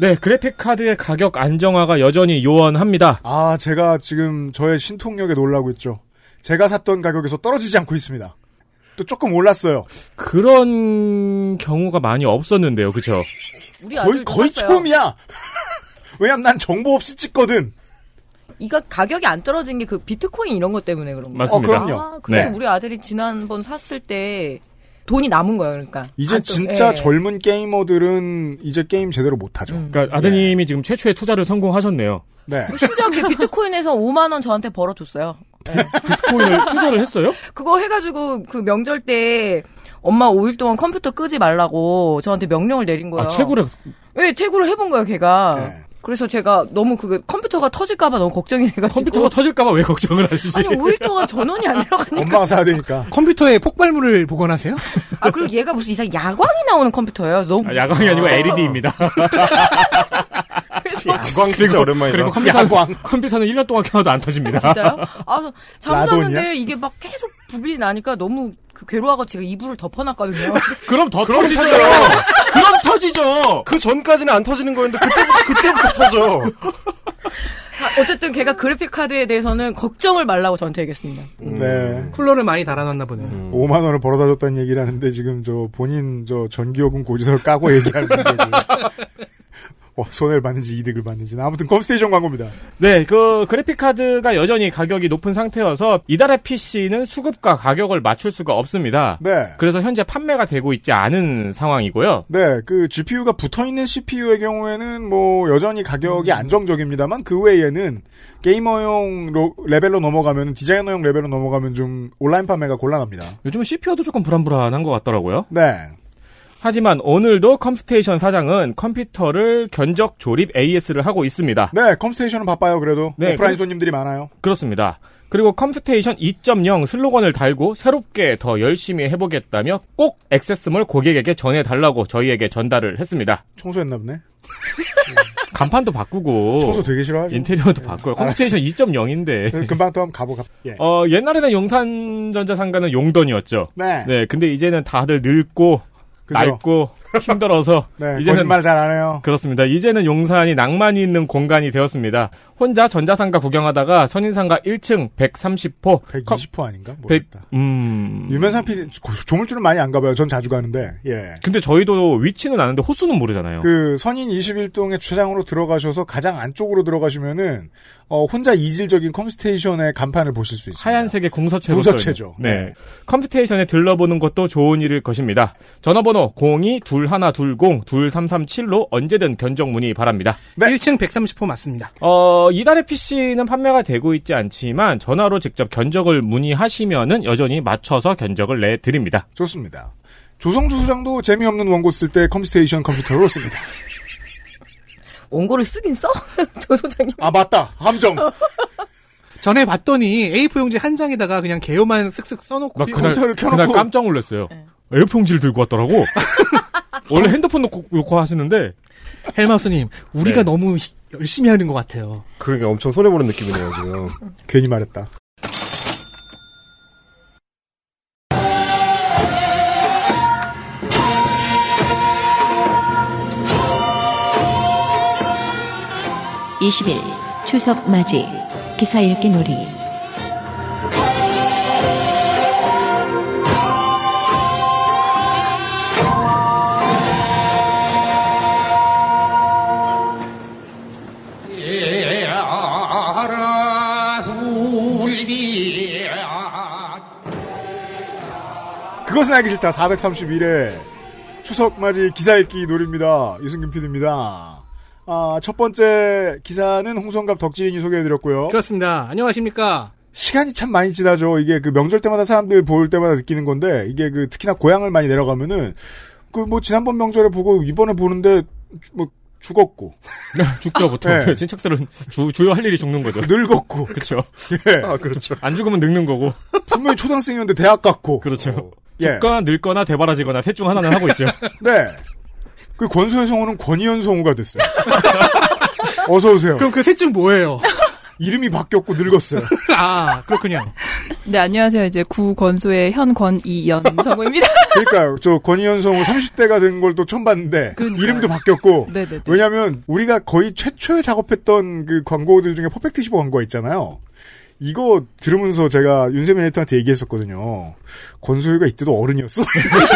Speaker 7: 네, 그래픽 카드의 가격 안정화가 여전히 요원합니다.
Speaker 4: 아, 제가 지금 저의 신통력에 놀라고 있죠. 제가 샀던 가격에서 떨어지지 않고 있습니다. 또 조금 올랐어요.
Speaker 7: 그런 경우가 많이 없었는데요, 그쵸?
Speaker 6: 우리
Speaker 4: 거의,
Speaker 6: 아들
Speaker 4: 거의
Speaker 6: 놀랐어요.
Speaker 4: 처음이야! 왜냐면 난 정보 없이 찍거든. 어,
Speaker 6: 이거 가격이 안 떨어진 게 그 비트코인 이런 것 때문에 그런 거.
Speaker 7: 맞습니다.
Speaker 4: 어, 그럼요.
Speaker 6: 아, 그래서
Speaker 7: 네.
Speaker 6: 우리 아들이 지난번 샀을 때 돈이 남은 거예요, 그러니까.
Speaker 4: 이제
Speaker 6: 아, 또,
Speaker 4: 진짜
Speaker 6: 예.
Speaker 4: 젊은 게이머들은 이제 게임 제대로 못하죠.
Speaker 6: 음.
Speaker 7: 그러니까 아드님이 지금 최초의 투자를 성공하셨네요.
Speaker 4: 네.
Speaker 6: 심지어 그 비트코인에서 5만 원 저한테 벌어줬어요.
Speaker 7: 비트코인을 투자를 했어요?
Speaker 6: 그거 해가지고 그 명절 때 엄마 5일 동안 컴퓨터 끄지 말라고 저한테 명령을 내린 거예요.
Speaker 7: 아, 최고로
Speaker 6: 네, 채굴을 해본 거예요, 걔가.
Speaker 4: 네.
Speaker 6: 그래서 제가 너무 그게 컴퓨터가 터질까봐 너무 걱정이 돼가지고.
Speaker 7: 컴퓨터가 터질까봐 왜 걱정을 하시지?
Speaker 6: 아니, 5일 동안 전원이 안 들어가니까.
Speaker 4: 엄마가 사야 되니까.
Speaker 3: 컴퓨터에 폭발물을 보관하세요?
Speaker 6: 아, 그리고 얘가 무슨 이상 야광이 나오는 컴퓨터예요. 너무.
Speaker 7: 아, 야광이 아니고 LED입니다.
Speaker 6: 그래서
Speaker 5: 야광 진짜 오랜만이다.
Speaker 7: 그리고 컴퓨터는,
Speaker 4: 야광.
Speaker 7: 컴퓨터는 1년 동안 켜놔도 안 터집니다.
Speaker 6: 진짜요? 아,
Speaker 4: 라돈이야?
Speaker 6: 잠자는데 이게 막 계속 불이 나니까 너무 그 괴로워하고 제가 이불을 덮어놨거든요.
Speaker 7: 그럼 더
Speaker 5: 그럼
Speaker 7: 터지죠.
Speaker 5: 터져요.
Speaker 7: 그럼 터지죠.
Speaker 5: 그 전까지는 안 터지는 거였는데 그때부터 그때부터 터져.
Speaker 6: 아, 어쨌든 걔가 그래픽 카드에 대해서는 걱정을 말라고 저한테 얘기했습니다.
Speaker 5: 음.
Speaker 4: 네.
Speaker 3: 쿨러를 많이 달아놨나 보네요.
Speaker 4: 5만 원을 벌어다 줬다는 얘기를 하는데 지금 저 본인 저 전기요금 고지서를 까고 얘기하는 문제고. 어, 손해를 받는지 이득을 받는지. 아무튼 컴스테이션 광고입니다.
Speaker 7: 네, 그 그래픽 카드가 여전히 가격이 높은 상태여서 이달의 PC는 수급과 가격을 맞출 수가 없습니다.
Speaker 4: 네.
Speaker 7: 그래서 현재 판매가 되고 있지 않은 상황이고요.
Speaker 4: 네, 그 GPU가 붙어 있는 CPU의 경우에는 뭐 여전히
Speaker 7: 음.
Speaker 4: 가격이 안정적입니다만 그 외에는 게이머용 로- 레벨로 넘어가면 디자이너용 레벨로 넘어가면 좀 온라인 판매가 곤란합니다.
Speaker 7: 요즘은 CPU도 조금 불안불안한 것 같더라고요.
Speaker 4: 네,
Speaker 7: 하지만 오늘도 컴스테이션 사장은 컴퓨터를 견적 조립 AS를 하고 있습니다.
Speaker 4: 네, 컴스테이션은 바빠요 그래도
Speaker 7: 네,
Speaker 4: 오프라인
Speaker 7: 그-
Speaker 4: 손님들이 많아요.
Speaker 7: 그렇습니다. 그리고 컴스테이션 2.0 슬로건을 달고 새롭게 더 열심히 해보겠다며 꼭 액세스몰 고객에게 전해달라고 저희에게 전달을 했습니다.
Speaker 4: 청소했나 보네.
Speaker 7: 어, 간판도 바꾸고
Speaker 4: 청소 되게 싫어하죠. 네,
Speaker 7: 인테리어도
Speaker 4: 아,
Speaker 7: 바꿔요. 컴스테이션 2.0인데
Speaker 4: 금방 또 한번 가보가. 예.
Speaker 7: 어, 옛날에는 용산전자 상가는 용돈이었죠.
Speaker 4: 네.
Speaker 7: 근데 이제는 다들 늙고
Speaker 4: 그죠.
Speaker 7: 낡고 힘들어서
Speaker 4: 네, 거짓말 잘 안 해요.
Speaker 7: 그렇습니다. 이제는 용산이 낭만이 있는 공간이 되었습니다. 혼자 전자상가 구경하다가 선인상가 1층 130호
Speaker 4: 120호 아닌가? 뭐.
Speaker 7: 100, 음.
Speaker 4: 유면상 PD 조물주는 많이 안 가봐요. 전 자주 가는데. 예.
Speaker 7: 근데 저희도 위치는 아는데 호수는 모르잖아요.
Speaker 4: 그 선인 21동의 주차장으로 들어가셔서 가장 안쪽으로 들어가시면은 어, 혼자 이질적인 컴스테이션의 간판을 보실 수 있습니다.
Speaker 7: 하얀색의 궁서체로
Speaker 4: 궁서체죠.
Speaker 7: 써있는. 네. 컴스테이션에 들러보는 것도 좋은 일일 것입니다. 전화번호 02-2120-2337로 언제든 견적 문의 바랍니다.
Speaker 4: 네.
Speaker 3: 1층 130호 맞습니다.
Speaker 7: 어, 이달의 PC는 판매가 되고 있지 않지만 전화로 직접 견적을 문의하시면은 여전히 맞춰서 견적을 내 드립니다.
Speaker 4: 좋습니다. 조성주 소장도 재미없는 원고 쓸 때 컴스테이션 컴퓨터로 씁니다.
Speaker 6: 원고를 쓰긴 써? 조 소장님.
Speaker 4: 아 맞다. 함정.
Speaker 3: 전에 봤더니 A4 용지 한 장에다가 그냥 개요만 쓱쓱 써놓고
Speaker 7: 나 그날,
Speaker 3: 컴퓨터를 켜놓고
Speaker 7: 그날 깜짝 놀랐어요. 에어폰지를 들고 왔더라고. 원래 핸드폰 놓고, 놓고 하시는데
Speaker 3: 헬마우스님 우리가 너무 히- 열심히 하는 것 같아요.
Speaker 5: 그러니까 엄청 손해보는 느낌이네요, 지금.
Speaker 4: 괜히 말했다.
Speaker 1: 이십일 추석 맞이 기사 읽기 놀이
Speaker 4: 그것은 알기 싫다. 431회 추석 맞이 기사 읽기 놀입니다. 유승균 PD입니다. 아, 첫 번째 기사는 홍성갑 덕질인이 소개해드렸고요.
Speaker 3: 그렇습니다. 안녕하십니까?
Speaker 4: 시간이 참 많이 지나죠. 이게 그 명절 때마다 사람들 볼 때마다 느끼는 건데 이게 그 특히나 고향을 많이 내려가면은 그 뭐 지난번 명절에 보고 이번에 보는데 주- 뭐 죽었고
Speaker 7: 죽죠 보통
Speaker 4: 네.
Speaker 7: 친척들은 주, 주요 할 일이 죽는 거죠.
Speaker 4: 늙었고
Speaker 7: 그렇죠.
Speaker 4: 예.
Speaker 5: 아, 그렇죠.
Speaker 7: 안 죽으면 늙는 거고.
Speaker 4: 분명히 초등학생이었는데 대학 갔고
Speaker 7: 그렇죠.
Speaker 4: 예.
Speaker 7: 죽거나 늙거나 대바라지거나 셋 중 하나는 하고 있죠.
Speaker 4: 네. 그 권소의 성우는 권희연 성우가 됐어요. 어서 오세요.
Speaker 3: 그럼 그 셋 중 뭐예요?
Speaker 4: 이름이 바뀌었고 늙었어요.
Speaker 3: 아 그렇군요.
Speaker 2: 네, 안녕하세요. 이제 구건소의 현권이연 성우입니다.
Speaker 4: 그러니까요. 저 권희연 성우 30대가 된 걸 또 처음 봤는데
Speaker 2: 그러니까요.
Speaker 4: 이름도 바뀌었고
Speaker 2: 네네네.
Speaker 4: 왜냐하면 우리가 거의 최초에 작업했던 그 광고들 중에 퍼펙트 15 광고 있잖아요. 이거 들으면서 제가 윤세민 에디터한테 얘기했었거든요. 권소희가 이때도 어른이었어.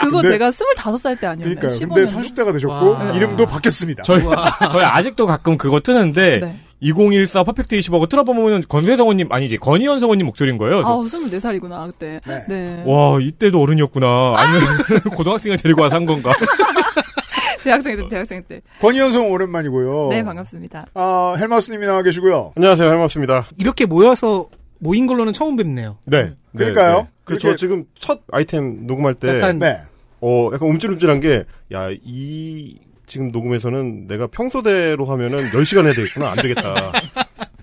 Speaker 2: 그거
Speaker 4: 근데-
Speaker 2: 제가 25살 때 아니었나요?
Speaker 4: 그러니까요. 근데
Speaker 2: 15년?
Speaker 4: 30대가 되셨고
Speaker 3: 와.
Speaker 4: 이름도 바뀌었습니다.
Speaker 7: 저희, 저희 아직도 가끔 그거 뜨는데,
Speaker 2: 네.
Speaker 7: 2014 퍼펙트 25가 틀어보면 권세 성우님, 아니지, 권희연 성우님 목소리인 거예요. 그래서
Speaker 2: 아우, 24살이구나, 그때.
Speaker 4: 네.
Speaker 2: 네.
Speaker 7: 와, 이때도 어른이었구나. 아니면 고등학생을 데리고 와서 한 건가?
Speaker 2: 대학생 때, 대학생 때.
Speaker 4: 권희연 성우 오랜만이고요.
Speaker 2: 네, 반갑습니다.
Speaker 4: 아, 헬마우스님이 나와 계시고요.
Speaker 5: 안녕하세요, 할머니입니다.
Speaker 3: 이렇게 모여서 모인 걸로는 처음 뵙네요.
Speaker 5: 네. 네,
Speaker 4: 그러니까요.
Speaker 5: 네. 그리고
Speaker 4: 그렇게-
Speaker 5: 저 지금 첫 아이템 녹음할 때,
Speaker 3: 약간-
Speaker 4: 네.
Speaker 5: 어, 약간 움찔움찔한 게, 야, 이, 지금 녹음에서는 내가 평소대로 하면은 10시간 해야 되겠구나. 안 되겠다.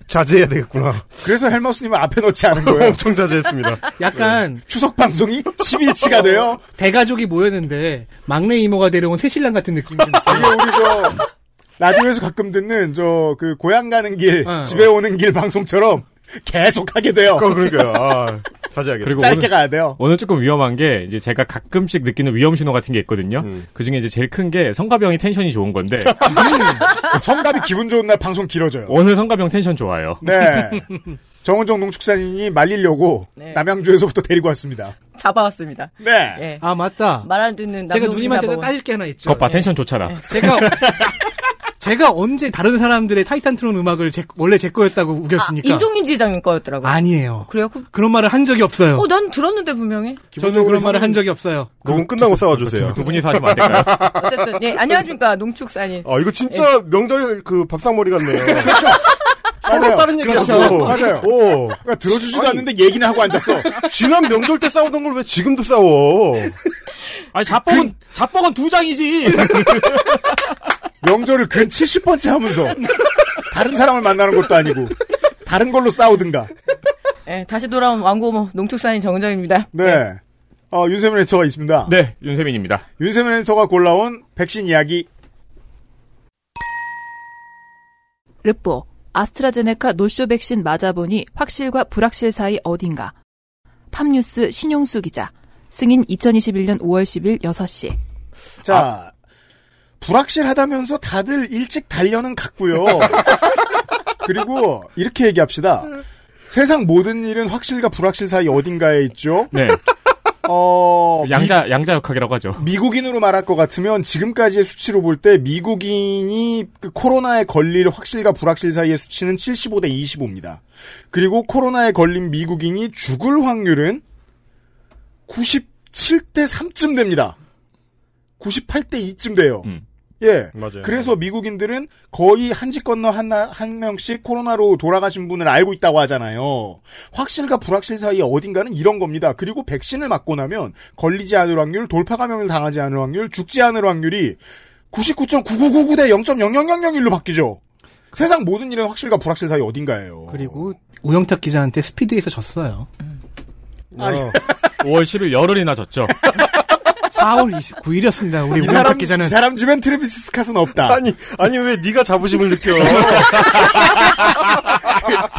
Speaker 5: 자제해야 되겠구나.
Speaker 4: 그래서 헬마우스님을 앞에 넣지 않은 거예요.
Speaker 5: 엄청 자제했습니다.
Speaker 3: 약간
Speaker 4: 추석 방송이 10일치가 돼요.
Speaker 3: 대가족이 모였는데 막내 이모가 데려온 새신랑 같은 느낌이 좀
Speaker 4: 이게
Speaker 3: 있어요.
Speaker 4: 우리 저 라디오에서 가끔 듣는 저 그 고향 가는 길,
Speaker 3: 어.
Speaker 4: 집에 오는 길 방송처럼 계속 하게 돼요.
Speaker 5: 어, 그러니까요. 아, 자제하겠다.
Speaker 7: 그리고
Speaker 4: 짧게
Speaker 7: 오늘,
Speaker 4: 가야 돼요.
Speaker 7: 오늘 조금 위험한 게, 이제 제가 가끔씩 느끼는 위험 신호 같은 게 있거든요.
Speaker 5: 음.
Speaker 7: 그 중에 이제 제일 큰 게, 성가병이 텐션이 좋은 건데,
Speaker 4: 성갑이 기분 좋은 날 방송 길어져요.
Speaker 7: 오늘 성가병 텐션 좋아요.
Speaker 4: 네. 정은정 농축산인이 말리려고
Speaker 6: 네.
Speaker 4: 남양주에서부터 데리고 왔습니다.
Speaker 6: 잡아왔습니다.
Speaker 4: 네.
Speaker 6: 예.
Speaker 3: 아 맞다.
Speaker 6: 말 안 듣는
Speaker 3: 제가
Speaker 6: 남동생
Speaker 3: 누님한테
Speaker 6: 잡아온.
Speaker 3: 따질 게 하나 있죠.
Speaker 7: 겉봐,
Speaker 2: 네.
Speaker 7: 텐션 좋잖아.
Speaker 3: 제가 어, 제가 언제 다른 사람들의 타이탄 트론 음악을 제- 원래 제 거였다고 우겼습니까?
Speaker 6: 임종민 지장님 거였더라고요.
Speaker 3: 아니에요.
Speaker 6: 그래요? 그,
Speaker 3: 그런 말을 한 적이 없어요.
Speaker 6: 어, 난 들었는데 분명히.
Speaker 3: 저는 그런 말을 한 적이 없어요.
Speaker 5: 녹음 끝나고 싸워주세요.
Speaker 7: 두 분이서 하시면 안 될까요?
Speaker 6: 어쨌든 예, 안녕하십니까 농축산인.
Speaker 5: 아, 이거 진짜
Speaker 4: 예.
Speaker 5: 명절 그 밥상머리 같네요. 그렇죠.
Speaker 4: 맞아요.
Speaker 5: 서로 다른 얘기
Speaker 4: 그렇죠.
Speaker 5: 하고.
Speaker 4: 맞아요.
Speaker 5: 오.
Speaker 4: 그러니까 들어주지도
Speaker 5: 아니.
Speaker 4: 않는데 얘기는 하고 앉았어.
Speaker 5: 지난 명절 때 싸우던 걸 왜 지금도 싸워?
Speaker 7: 아니, 자뻑은, 자뻑은 두 장이지!
Speaker 4: 그 명절을 근 70번째 하면서 다른 사람을 만나는 것도 아니고 다른 걸로 싸우든가.
Speaker 6: 네, 다시 돌아온 왕고모 농축산인 정은정입니다.
Speaker 4: 네. 어, 윤세민 에디터가 있습니다.
Speaker 7: 네, 윤세민입니다.
Speaker 4: 윤세민 에디터가 골라온 백신 이야기.
Speaker 2: 르뽀 아스트라제네카 노쇼 백신 맞아보니 확실과 불확실 사이 어딘가. 팝뉴스 신용수 기자 승인 2021년 5월 10일 6시.
Speaker 4: 자, 불확실하다면서 다들 일찍 달려는 갔고요. 그리고 이렇게 얘기합시다. 세상 모든 일은 확실과 불확실 사이 어딘가에 있죠.
Speaker 7: 네.
Speaker 4: 어,
Speaker 7: 그 양자 양자 역학이라고 하죠.
Speaker 4: 미국인으로 말할 것 같으면 지금까지의 수치로 볼 때 미국인이 그 코로나에 걸릴 확실과 불확실 사이의 수치는 75대 25입니다. 그리고 코로나에 걸린 미국인이 죽을 확률은 97대 3쯤 됩니다. 98대 2쯤 돼요.
Speaker 3: 음.
Speaker 4: 예.
Speaker 5: 맞아요.
Speaker 4: 그래서 미국인들은 거의 한 집 건너 하나, 한 명씩 코로나로 돌아가신 분을 알고 있다고 하잖아요. 확실과 불확실 사이 어딘가는 이런 겁니다. 그리고 백신을 맞고 나면 걸리지 않을 확률, 돌파 감염을 당하지 않을 확률, 죽지 않을 확률이 99.9999 대 0.0001로 바뀌죠. 세상 모든 일은 확실과 불확실 사이 어딘가예요.
Speaker 3: 그리고 우영탁 기자한테 스피드에서 졌어요.
Speaker 4: 아니.
Speaker 7: 5월 10일 열흘이나 졌죠.
Speaker 3: 4월 29일이었습니다. 우리
Speaker 4: 이
Speaker 3: 우영탁
Speaker 4: 사람
Speaker 3: 기자는
Speaker 4: 이 사람 집엔 트래비스 스캇은 없다.
Speaker 5: 아니 아니 왜 네가 자부심을 느껴?
Speaker 4: 아,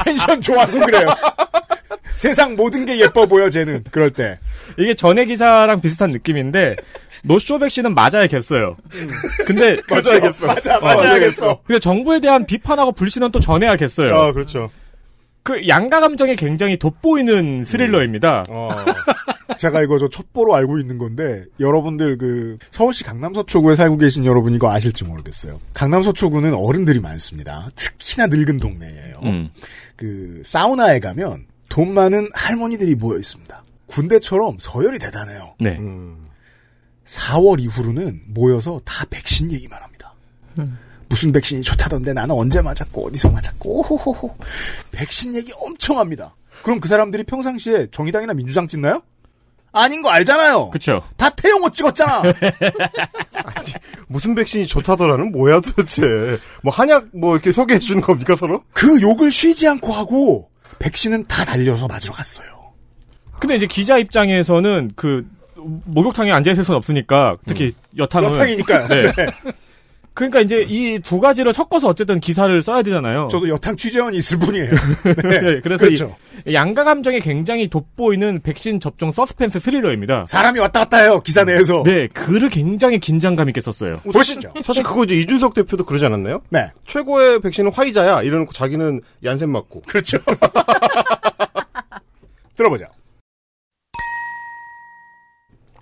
Speaker 4: 텐션 좋아서 그래요. 세상 모든 게 예뻐 보여 쟤는 그럴 때.
Speaker 7: 이게 전에 기사랑 비슷한 느낌인데 노쇼 백신은 맞아야겠어요. 근데
Speaker 5: 맞아야겠어.
Speaker 4: 맞아
Speaker 7: 어,
Speaker 4: 맞아야겠어.
Speaker 7: 근데 정부에 대한 비판하고 불신은 또 전해야겠어요.
Speaker 5: 아 그렇죠.
Speaker 7: 그 양가 감정이 굉장히 돋보이는 스릴러입니다.
Speaker 5: 어.
Speaker 4: 제가 이거 저 첩보로 알고 있는 건데 여러분들 그 서울시 강남서초구에 살고 계신 여러분 이거 아실지 모르겠어요. 강남서초구는 어른들이 많습니다. 특히나 늙은 동네예요.
Speaker 7: 음.
Speaker 4: 그 사우나에 가면 돈 많은 할머니들이 모여 있습니다. 군대처럼 서열이 대단해요.
Speaker 7: 네.
Speaker 5: 음.
Speaker 4: 4월 이후로는 모여서 다 백신 얘기만 합니다. 무슨 백신이 좋다던데 나는 언제 맞았고 어디서 맞았고 호호호 백신 얘기 엄청 합니다. 그럼 그 사람들이 평상시에 정의당이나 민주당 찍나요? 아닌 거 알잖아요.
Speaker 7: 그쵸.
Speaker 4: 다 태용호 찍었잖아.
Speaker 5: 무슨 백신이 좋다더라는 뭐야 도대체? 뭐 한약 뭐 이렇게 소개해 주는 겁니까 서로?
Speaker 4: 그 욕을 쉬지 않고 하고 백신은 다 달려서 맞으러 갔어요.
Speaker 7: 근데 이제 기자 입장에서는 그 목욕탕에 앉아 있을 수는 없으니까 특히 음. 여탕은
Speaker 4: 여탕이니까요.
Speaker 7: 네.
Speaker 4: 네.
Speaker 7: 그러니까 이제 이 두 가지를 섞어서 어쨌든 기사를 써야 되잖아요.
Speaker 4: 저도 여탕 취재원이 있을 뿐이에요. 네.
Speaker 7: 어. 네, 그래서
Speaker 4: 그렇죠.
Speaker 7: 이 양가 감정이 굉장히 돋보이는 백신 접종 서스펜스 스릴러입니다.
Speaker 4: 사람이 왔다 갔다 해요 기사 내에서.
Speaker 7: 네, 글을 굉장히 긴장감 있게 썼어요.
Speaker 4: 보시죠.
Speaker 5: 사실 그거 이제 이준석 대표도 그러지 않았나요?
Speaker 4: 네.
Speaker 5: 최고의 백신은 화이자야 이러놓고 자기는 얀센 맞고.
Speaker 4: 그렇죠. 들어보자.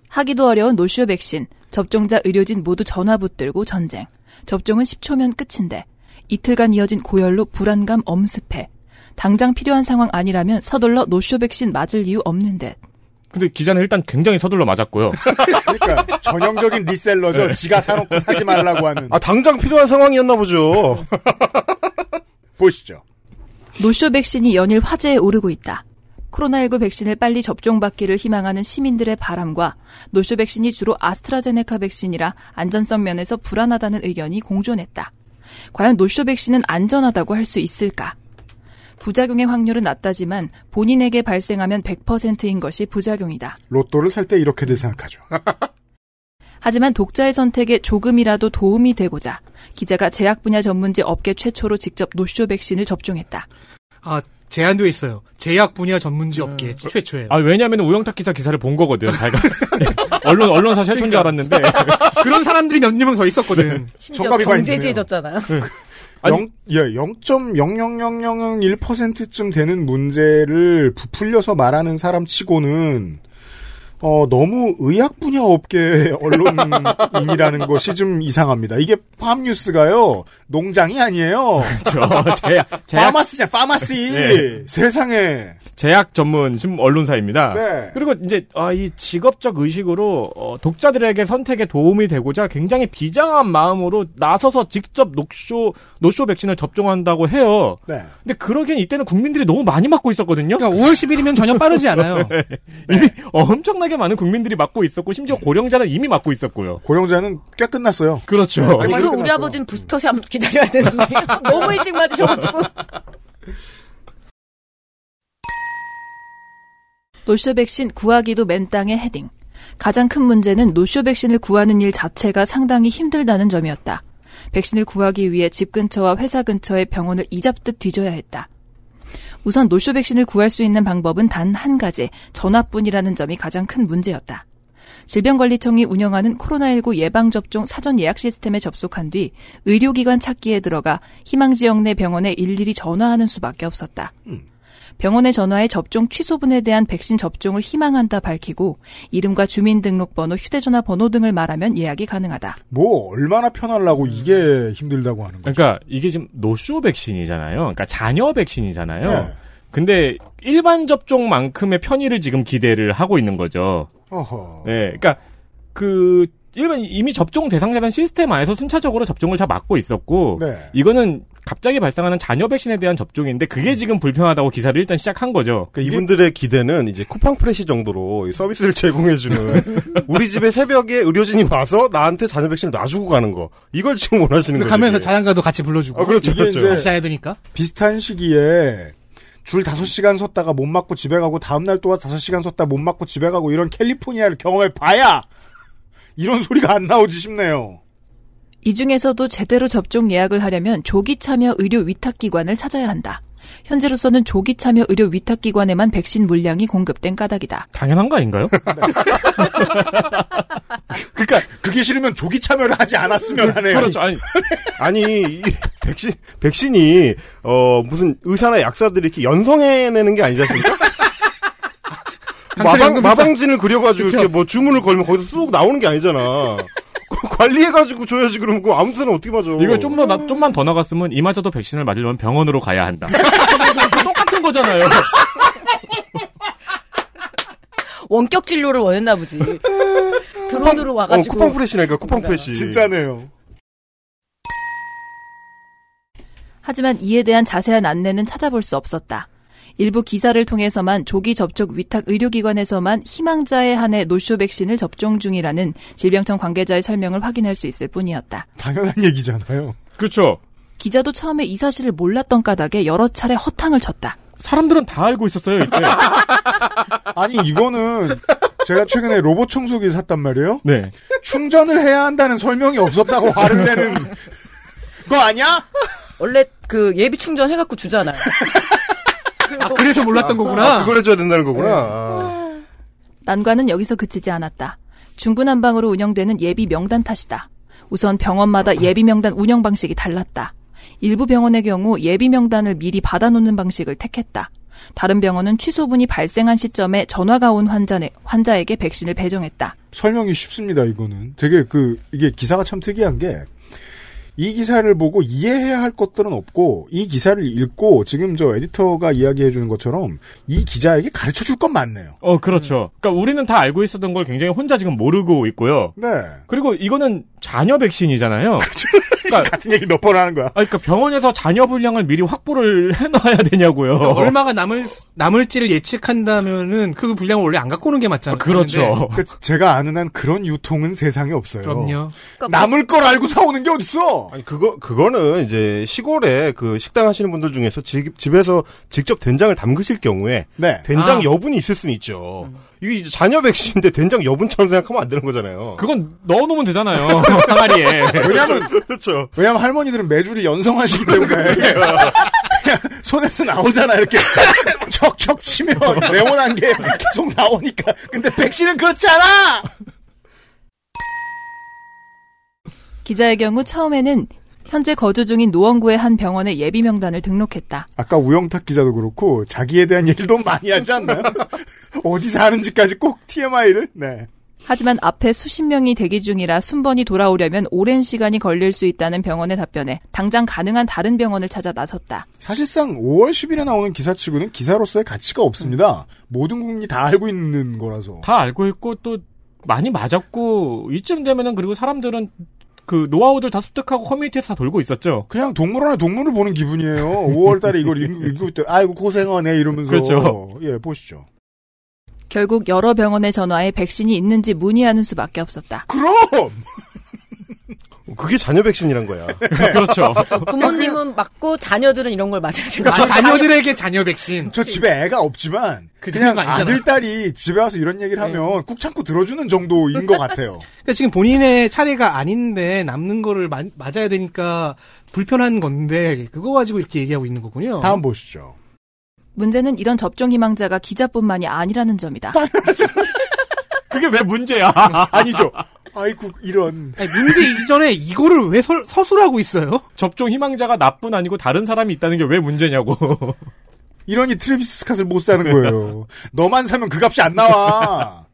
Speaker 2: 하기도 어려운 노쇼 백신 접종자 의료진 모두 전화 붙들고 전쟁. 접종은 10초면 끝인데 이틀간 이어진 고열로 불안감 엄습해. 당장 필요한 상황 아니라면 서둘러 노쇼 백신 맞을 이유 없는 듯.
Speaker 7: 근데 기자는 일단 굉장히 서둘러 맞았고요.
Speaker 4: 그러니까 전형적인 리셀러죠.
Speaker 7: 네.
Speaker 4: 지가 사놓고 사지 말라고 하는.
Speaker 5: 아 당장 필요한 상황이었나 보죠. 그러니까
Speaker 4: 보시죠.
Speaker 2: 노쇼 백신이 연일 화제에 오르고 있다. 코로나19 백신을 빨리 접종받기를 희망하는 시민들의 바람과 노쇼 백신이 주로 아스트라제네카 백신이라 안전성 면에서 불안하다는 의견이 공존했다. 과연 노쇼 백신은 안전하다고 할 수 있을까? 부작용의 확률은 낮다지만 본인에게 발생하면 100%인 것이 부작용이다.
Speaker 4: 로또를 살 때 이렇게들 생각하죠.
Speaker 7: 아,
Speaker 2: 하지만 독자의 선택에 조금이라도 도움이 되고자 기자가 제약 분야 전문지 업계 최초로 직접 노쇼 백신을 접종했다.
Speaker 3: 아 제한도 있어요. 제약 분야 전문지 업계 최초예요.
Speaker 7: 아, 왜냐면 우영탁 기사 기사를 본 거거든, 자기가. 네, 언론, 언론사 최초인 줄
Speaker 3: 그러니까.
Speaker 7: 알았는데.
Speaker 3: 그런 사람들이 몇 명은 더 있었거든.
Speaker 6: 심지어
Speaker 4: 정갑이 많이
Speaker 6: 경제지해졌잖아요.
Speaker 7: 아니-
Speaker 4: 영, 예, 0.00001%쯤 되는 문제를 부풀려서 말하는 사람 치고는, 어, 너무 의학 분야 업계 언론인이라는 것이 좀 이상합니다. 이게 팜뉴스가요, 농장이 아니에요.
Speaker 7: 그렇죠. 제약, 제약,
Speaker 4: 파마스냐, 파마시!
Speaker 7: 네.
Speaker 4: 세상에.
Speaker 7: 제약 전문 신 언론사입니다.
Speaker 4: 네.
Speaker 7: 그리고 이제, 아, 이 직업적 의식으로, 어, 독자들에게 선택에 도움이 되고자 굉장히 비장한 마음으로 나서서 직접 녹쇼, 노쇼 백신을 접종한다고 해요.
Speaker 4: 네.
Speaker 7: 근데 그러기엔 이때는 국민들이 너무 많이 맞고 있었거든요?
Speaker 3: 그러니까 5월 10일이면 전혀 빠르지 않아요.
Speaker 7: 이미 엄청나게 많은 국민들이 맞고 있었고, 심지어 고령자는 이미 맞고 있었고요.
Speaker 4: 고령자는 꽤 끝났어요.
Speaker 7: 그렇죠.
Speaker 4: 아니,
Speaker 6: 지금 우리
Speaker 4: 끝났어.
Speaker 6: 아버지는 부스터샷 기다려야 되는데 너무 일찍 맞으셔가지고
Speaker 2: 노쇼 백신 구하기도 맨 땅의 헤딩. 가장 큰 문제는 노쇼 백신을 구하는 일 자체가 상당히 힘들다는 점이었다. 백신을 구하기 위해 집 근처와 회사 근처의 병원을 이잡듯 뒤져야 했다. 우선 노쇼 백신을 구할 수 있는 방법은 단 한 가지, 전화뿐이라는 점이 가장 큰 문제였다. 질병관리청이 운영하는 코로나19 예방접종 사전 예약 시스템에 접속한 뒤 의료기관 찾기에 들어가 희망지역 내 병원에 일일이 전화하는 수밖에 없었다. 병원에 전화해 접종 취소분에 대한 백신 접종을 희망한다 밝히고 이름과 주민등록번호, 휴대전화 번호 등을 말하면 예약이 가능하다.
Speaker 4: 뭐 얼마나 편하려고 이게 힘들다고 하는 거죠.
Speaker 7: 그러니까 이게 지금 노쇼 백신이잖아요. 그러니까 잔여 백신이잖아요.
Speaker 4: 네.
Speaker 7: 근데 일반 접종만큼의 편의를 지금 기대를 하고 있는 거죠.
Speaker 4: 어허.
Speaker 7: 네, 그러니까 그 일반 이미 접종 대상자단 시스템 안에서 순차적으로 접종을 다 막고 있었고
Speaker 4: 네.
Speaker 7: 이거는 갑자기 발생하는 잔여 백신에 대한 접종인데
Speaker 4: 음.
Speaker 7: 그게 지금 불편하다고 기사를 일단 시작한 거죠.
Speaker 5: 이분들의 기대는 이제 쿠팡 프레시 정도로 이 서비스를 제공해주는 우리 집에 새벽에 의료진이 와서 나한테 잔여 백신을 놔주고 가는 거 이걸 지금 원하시는 거죠.
Speaker 3: 그러니까 가면서
Speaker 5: 이게.
Speaker 3: 자장가도 같이 불러주고.
Speaker 5: 아, 그렇죠,
Speaker 4: 이게
Speaker 5: 그렇죠.
Speaker 4: 이제
Speaker 3: 다시 자야 되니까.
Speaker 4: 비슷한 시기에 줄 5시간 섰다가 못 맞고 집에 가고 다음날 또 와서 5시간 섰다 못 맞고 집에 가고 이런 캘리포니아를 경험해 봐야 이런 소리가 안 나오지 싶네요.
Speaker 2: 이 중에서도 제대로 접종 예약을 하려면 조기 참여 의료 위탁기관을 찾아야 한다. 현재로서는 조기 참여 의료 위탁기관에만 백신 물량이 공급된 까닭이다.
Speaker 7: 당연한 거 아닌가요?
Speaker 4: 그러니까 그게 싫으면 조기 참여를 하지 않았으면 하네요.
Speaker 5: 그렇죠. 아니, 아니 이 백신 백신이 어 무슨 의사나 약사들이 이렇게 연성해내는 게 아니지 않습니까?
Speaker 3: 강철이
Speaker 5: 마방,
Speaker 3: 연금 비슷한-
Speaker 5: 마방진을 그려가지고
Speaker 3: 그쵸.
Speaker 5: 이렇게 뭐 주문을 걸면 거기서 쑥 나오는 게 아니잖아. 그거 관리해가지고 줘야지 그러면 그 아무 데나 어떻게 맞아?
Speaker 7: 이거 좀만 나- 좀만 더 나갔으면 이마저도 백신을 맞으려면 병원으로 가야 한다. 똑같은 거잖아요.
Speaker 6: 원격 진료를 원했나 보지. 드론으로
Speaker 5: 어,
Speaker 6: 와가지고. 네.
Speaker 5: 쿠팡 프레시라니까 쿠팡 프레시.
Speaker 4: 진짜네요.
Speaker 2: 하지만 이에 대한 자세한 안내는 찾아볼 수 없었다. 일부 기사를 통해서만 조기 접촉 위탁 의료기관에서만 희망자에 한해 노쇼 백신을 접종 중이라는 질병청 관계자의 설명을 확인할 수 있을 뿐이었다.
Speaker 4: 당연한 얘기잖아요.
Speaker 7: 그렇죠.
Speaker 2: 기자도 처음에 이 사실을 몰랐던 까닭에 여러 차례 허탕을 쳤다.
Speaker 7: 사람들은 다 알고 있었어요 이때.
Speaker 4: 아니 이거는 제가 최근에 로봇 청소기 를 샀단 말이에요.
Speaker 7: 네.
Speaker 4: 충전을 해야 한다는 설명이 없었다고 화를 내는 거 아니야?
Speaker 6: 원래 그 예비 충전 해갖고 주잖아요. 그리고
Speaker 3: 그래서 몰랐던
Speaker 5: 아,
Speaker 3: 거구나.
Speaker 5: 그걸 해줘야 된다는 거구나.
Speaker 2: 난관은 여기서 그치지 않았다. 중구난방으로 운영되는 예비 명단 탓이다. 우선 병원마다 예비 명단 운영 방식이 달랐다. 일부 병원의 경우 예비 명단을 미리 받아놓는 방식을 택했다. 다른 병원은 취소분이 발생한 시점에 전화가 온 환자네, 환자에게 백신을 배정했다.
Speaker 4: 설명이 쉽습니다, 이거는. 되게 그, 이게 기사가 참 특이한 게, 이 기사를 보고 네. 이해해야 할 것들은 없고, 이 기사를 읽고, 지금 저 에디터가 이야기해주는 것처럼, 이 기자에게 가르쳐 줄 건 많네요.
Speaker 7: 어 그렇죠. 그러니까 우리는 다 알고 있었던 걸 굉장히 혼자 지금 모르고 있고요.
Speaker 4: 네.
Speaker 7: 그리고 이거는 잔여 백신이잖아요. 그러니까,
Speaker 4: 같은 얘기 몇 번 하는 거야.
Speaker 7: 아니, 그러니까 병원에서 잔여 분량을 미리 확보를 해놔야 되냐고요.
Speaker 3: 어. 얼마가 남을 남을지를 예측한다면은 그 분량을 원래 안 갖고 오는 게 맞잖아요. 네.
Speaker 7: 그렇죠.
Speaker 4: 그 제가 아는 한 그런 유통은 세상에 없어요.
Speaker 3: 그럼요.
Speaker 4: 남을 걸 알고 사오는 게 어딨어!
Speaker 5: 아니 그거 그거는 이제 시골에 그 식당 하시는 분들 중에서 집, 집에서 직접 된장을 담그실 경우에
Speaker 4: 네. 음.
Speaker 5: 된장
Speaker 3: 아.
Speaker 5: 여분이 있을 수는 있죠. 이게 이제 잔여 백신인데 된장 여분처럼 생각하면 안 되는 거잖아요.
Speaker 7: 그건 넣어놓으면 되잖아요. 항아리에.
Speaker 4: 왜냐면,
Speaker 5: 그렇죠.
Speaker 4: 왜냐면 할머니들은 매주를 연성하시기 때문에. 손에서 나오잖아, 이렇게. 척척 치면, 네모난 게 계속 나오니까. 근데 백신은 그렇지 않아!
Speaker 2: 기자의 경우 처음에는 현재 거주 중인 노원구의 한 병원의 예비 명단을 등록했다.
Speaker 4: 아까 우영탁 기자도 그렇고 자기에 대한 얘기를 너무 많이 하지 않나요? 어디 사는지까지 꼭 TMI를 네.
Speaker 2: 하지만 앞에 수십 명이 대기 중이라 순번이 돌아오려면 오랜 시간이 걸릴 수 있다는 병원의 답변에 당장 가능한 다른 병원을 찾아 나섰다.
Speaker 4: 사실상 5월 10일에 나오는 기사치고는 기사로서의 가치가 없습니다. 모든 국민이 다 알고 있는 거라서.
Speaker 7: 다 알고 있고 또 많이 맞았고 이쯤 되면은 그리고 사람들은 그 노하우들 다 습득하고 커뮤니티에서 다 돌고 있었죠.
Speaker 4: 그냥 동물원에 동물을 보는 기분이에요. 5월 달에 이걸 읽- 읽을 때 아이고 고생하네 이러면서
Speaker 7: 그렇죠.
Speaker 4: 예, 보시죠.
Speaker 2: 결국 여러 병원에 전화해 백신이 있는지 문의하는 수밖에 없었다.
Speaker 4: 그럼
Speaker 5: 그게 자녀 백신이란 거야.
Speaker 7: 그렇죠.
Speaker 11: 부모님은 맞고 자녀들은 이런 걸 맞아야 되는
Speaker 3: 그러니까 저
Speaker 11: 거죠.
Speaker 3: 자녀들에게 자녀 백신.
Speaker 4: 저 집에 애가 없지만
Speaker 3: 그
Speaker 4: 그냥
Speaker 3: 정도는 아니잖아.
Speaker 4: 아들 딸이 집에 와서 이런 얘기를
Speaker 5: 네.
Speaker 4: 하면 꾹 참고 들어주는 정도인 것 같아요.
Speaker 3: 그러니까 지금 본인의 차례가 아닌데 남는 거를 마- 맞아야 되니까 불편한 건데 그거 가지고 이렇게 얘기하고 있는 거군요.
Speaker 4: 다음 보시죠.
Speaker 2: 문제는 이런 접종 희망자가 기자뿐만이 아니라는 점이다.
Speaker 7: 그게 왜 문제야?
Speaker 4: 아니죠. 아이고 이런.
Speaker 3: 문제 이전에 이거를 왜 서, 서술하고 있어요?
Speaker 7: 접종 희망자가 나뿐 아니고 다른 사람이 있다는 게 왜 문제냐고.
Speaker 4: 이러니 트래비스 스캇을 못 사는 거예요. 너만 사면 그 값이 안 나와.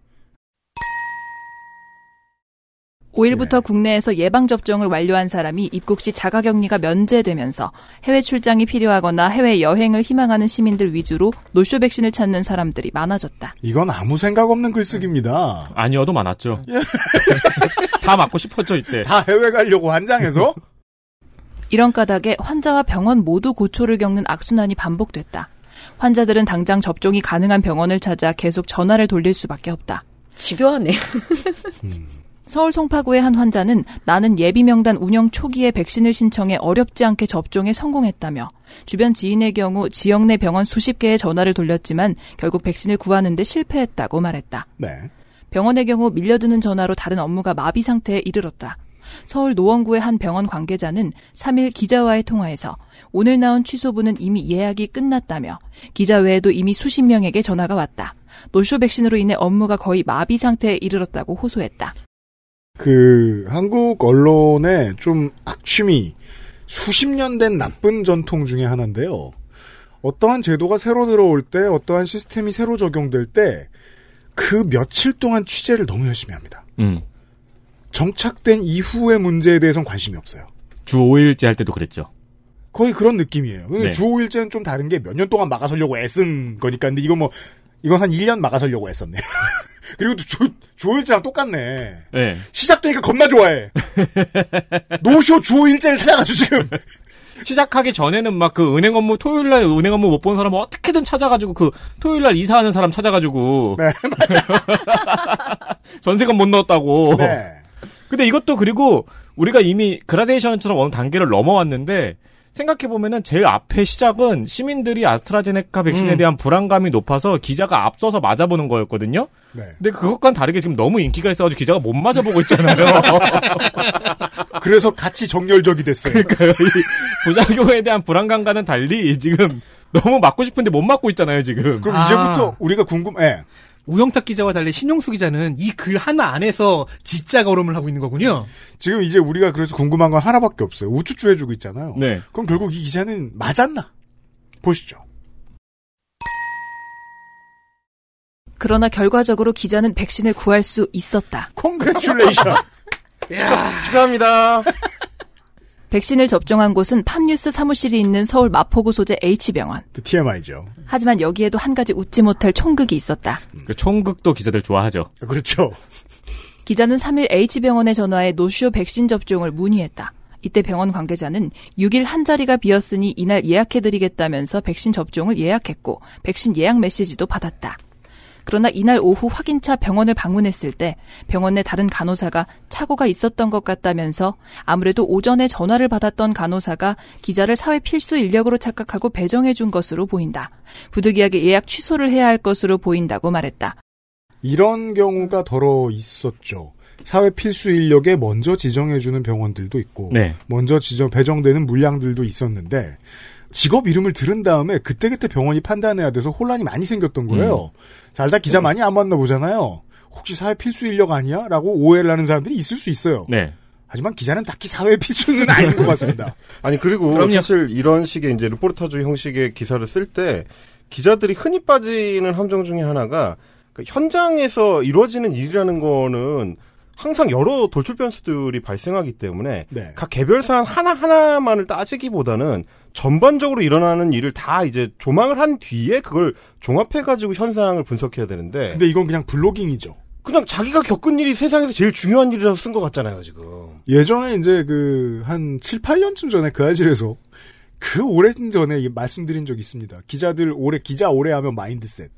Speaker 2: 5일부터 국내에서 예방접종을 완료한 사람이 입국 시 자가격리가 면제되면서 해외 출장이 필요하거나 해외 여행을 희망하는 시민들 위주로 노쇼 백신을 찾는 사람들이 많아졌다.
Speaker 4: 이건 아무 생각 없는 글쓰기입니다.
Speaker 7: 아니어도 많았죠. 다 맞고 싶었죠, 이때.
Speaker 4: 다 해외 가려고 한장에서
Speaker 2: 이런 까닭에 환자와 병원 모두 고초를 겪는 악순환이 반복됐다. 환자들은 당장 접종이 가능한 병원을 찾아 계속 전화를 돌릴 수밖에 없다.
Speaker 11: 집요하네.
Speaker 2: 서울 송파구의 한 환자는 나는 예비명단 운영 초기에 백신을 신청해 어렵지 않게 접종에 성공했다며 주변 지인의 경우 지역 내 병원 수십 개의 전화를 돌렸지만 결국 백신을 구하는데 실패했다고 말했다.
Speaker 4: 네.
Speaker 2: 병원의 경우 밀려드는 전화로 다른 업무가 마비 상태에 이르렀다. 서울 노원구의 한 병원 관계자는 3일 기자와의 통화에서 오늘 나온 취소분은 이미 예약이 끝났다며 기자 외에도 이미 수십 명에게 전화가 왔다. 노쇼 백신으로 인해 업무가 거의 마비 상태에 이르렀다고 호소했다.
Speaker 4: 그 한국 언론의 좀 악취미 수십 년 된 나쁜 전통 중에 하나인데요. 어떠한 제도가 새로 들어올 때, 어떠한 시스템이 새로 적용될 때, 그 며칠 동안 취재를 너무 열심히 합니다.
Speaker 7: 음.
Speaker 4: 정착된 이후의 문제에 대해선 관심이 없어요.
Speaker 7: 주 5일째 할 때도 그랬죠.
Speaker 4: 거의 그런 느낌이에요. 근데
Speaker 7: 네.
Speaker 4: 주 5일째는 좀 다른 게 몇 년 동안 막아서려고 애쓴 거니까. 근데 이거 뭐, 이건 한 1년 막아서려고 애썼네. 그리고 또 주, 주 5일째랑 똑같네.
Speaker 7: 예.
Speaker 4: 시작되니까 겁나 좋아해. 노쇼 주 5일째를 찾아가지고 지금.
Speaker 7: 시작하기 전에는 막 그 은행 업무 토요일 날 은행 업무 못 본 사람 어떻게든 찾아가지고 그 토요일 날 이사하는 사람 찾아가지고 네 맞아 전세금 못 넣었다고
Speaker 5: 어.
Speaker 4: 네.
Speaker 7: 근데 이것도 그리고 우리가 이미 그라데이션처럼 어느 단계를 넘어왔는데 생각해 보면은 제일 앞에 시작은 시민들이 아스트라제네카 백신에
Speaker 5: 음.
Speaker 7: 대한 불안감이 높아서 기자가 앞서서 맞아보는 거였거든요.
Speaker 4: 네.
Speaker 7: 근데 그것과는 다르게 지금 너무 인기가 있어가지고 기자가 못 맞아보고 있잖아요.
Speaker 4: 그래서 같이 정열적이 됐어요.
Speaker 7: 그러니까요. 이 부작용에 대한 불안감과는 달리 지금 너무 맞고 싶은데 못 맞고 있잖아요, 지금.
Speaker 4: 그럼 이제부터 우리가 궁금해. 예.
Speaker 3: 우영탁 기자와 달리 신용수 기자는 이 글 하나 안에서 진짜 걸음을 하고 있는 거군요.
Speaker 4: 지금 이제 우리가 그래서 궁금한 건 하나밖에 없어요. 우쭈쭈 해주고 있잖아요.
Speaker 7: 네.
Speaker 4: 그럼 결국 이 기자는 맞았나? 보시죠.
Speaker 2: 그러나 결과적으로 기자는 백신을 구할 수 있었다.
Speaker 4: 콩그레츄레이션.
Speaker 5: 축하합니다.
Speaker 2: 백신을 접종한 곳은 팝뉴스 사무실이 있는 서울 마포구 소재 H병원.
Speaker 4: TMI죠.
Speaker 2: 하지만 여기에도 한 가지 웃지 못할 총극이 있었다.
Speaker 7: 그 총극도 기자들 좋아하죠.
Speaker 4: 그렇죠.
Speaker 2: 기자는 3일 H병원에 전화해 노쇼 백신 접종을 문의했다. 이때 병원 관계자는 6일 한 자리가 비었으니 이날 예약해드리겠다면서 백신 접종을 예약했고 백신 예약 메시지도 받았다. 그러나 이날 오후 확인차 병원을 방문했을 때 병원 내 다른 간호사가 착오가 있었던 것 같다면서 아무래도 오전에 전화를 받았던 간호사가 기자를 사회 필수 인력으로 착각하고 배정해 준 것으로 보인다. 부득이하게 예약 취소를 해야 할 것으로 보인다고 말했다.
Speaker 4: 이런 경우가 덜어 있었죠. 사회 필수 인력에 먼저 지정해주는 병원들도 있고,
Speaker 7: 네.
Speaker 4: 먼저 지정 배정되는 물량들도 있었는데 직업 이름을 들은 다음에 그때그때 병원이 판단해야 돼서 혼란이 많이
Speaker 7: 음.
Speaker 4: 생겼던 거예요. 잘다
Speaker 7: 네.
Speaker 4: 기자 많이 안 만나 보잖아요. 혹시 사회 필수 인력 아니야?라고 오해를 하는 사람들이 있을 수 있어요.
Speaker 7: 네.
Speaker 4: 하지만 기자는 딱히 사회 필수는 아닌 것 같습니다.
Speaker 5: 아니 그리고
Speaker 4: 그럼요.
Speaker 5: 사실 이런 식의 이제 르포르타주 형식의 기사를 쓸 때 기자들이 흔히 빠지는 함정 중에 하나가 그 현장에서 이루어지는 일이라는 거는 항상 여러 돌출 변수들이 발생하기 때문에
Speaker 4: 네.
Speaker 5: 각 개별 사안 하나 하나만을 따지기보다는 전반적으로 일어나는 일을 다 이제 조망을 한 뒤에 그걸 종합해 가지고 현상을 분석해야
Speaker 7: 네.
Speaker 5: 되는데
Speaker 4: 근데 이건 그냥 블로깅이죠.
Speaker 5: 그냥 자기가 겪은 일이 세상에서 제일 중요한 일이라서 쓴 것 같잖아요 지금.
Speaker 4: 예전에 이제 그 한 7, 8년쯤 전에 그 아실에서 그 오랜 전에 이- 말씀드린 적이 있습니다. 기자들 오래 기자 오래 하면 마인드셋.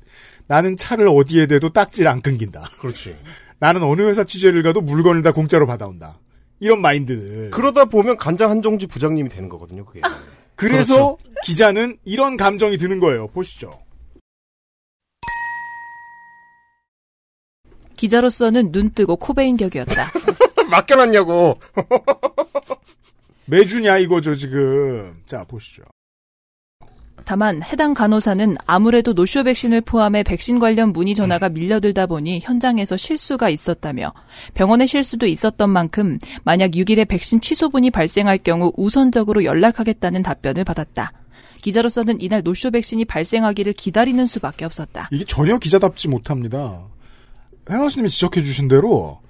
Speaker 4: 나는 차를 어디에 대도 딱지를 안 끊긴다.
Speaker 5: 그렇지.
Speaker 4: 나는 어느 회사 취재를 가도 물건을 다 공짜로 받아온다. 이런 마인드들.
Speaker 5: 그러다 보면 간장 한정지 부장님이 되는 거거든요, 그게. 그렇죠.
Speaker 4: 그래서 기자는 이런 감정이 드는 거예요. 보시죠.
Speaker 2: 기자로서는 눈 뜨고 코베인 격이었다.
Speaker 5: 맡겨놨냐고.
Speaker 4: 매주냐 이거죠 지금. 자 보시죠.
Speaker 2: 다만 해당 간호사는 아무래도 노쇼 백신을 포함해 백신 관련 문의 전화가 밀려들다 보니 현장에서 실수가 있었다며 병원의 실수도 있었던 만큼 만약 6일에 백신 취소분이 발생할 경우 우선적으로 연락하겠다는 답변을 받았다. 기자로서는 이날 노쇼 백신이 발생하기를 기다리는 수밖에 없었다.
Speaker 4: 이게 전혀 기자답지 못합니다. 해마스님이 지적해 주신 대로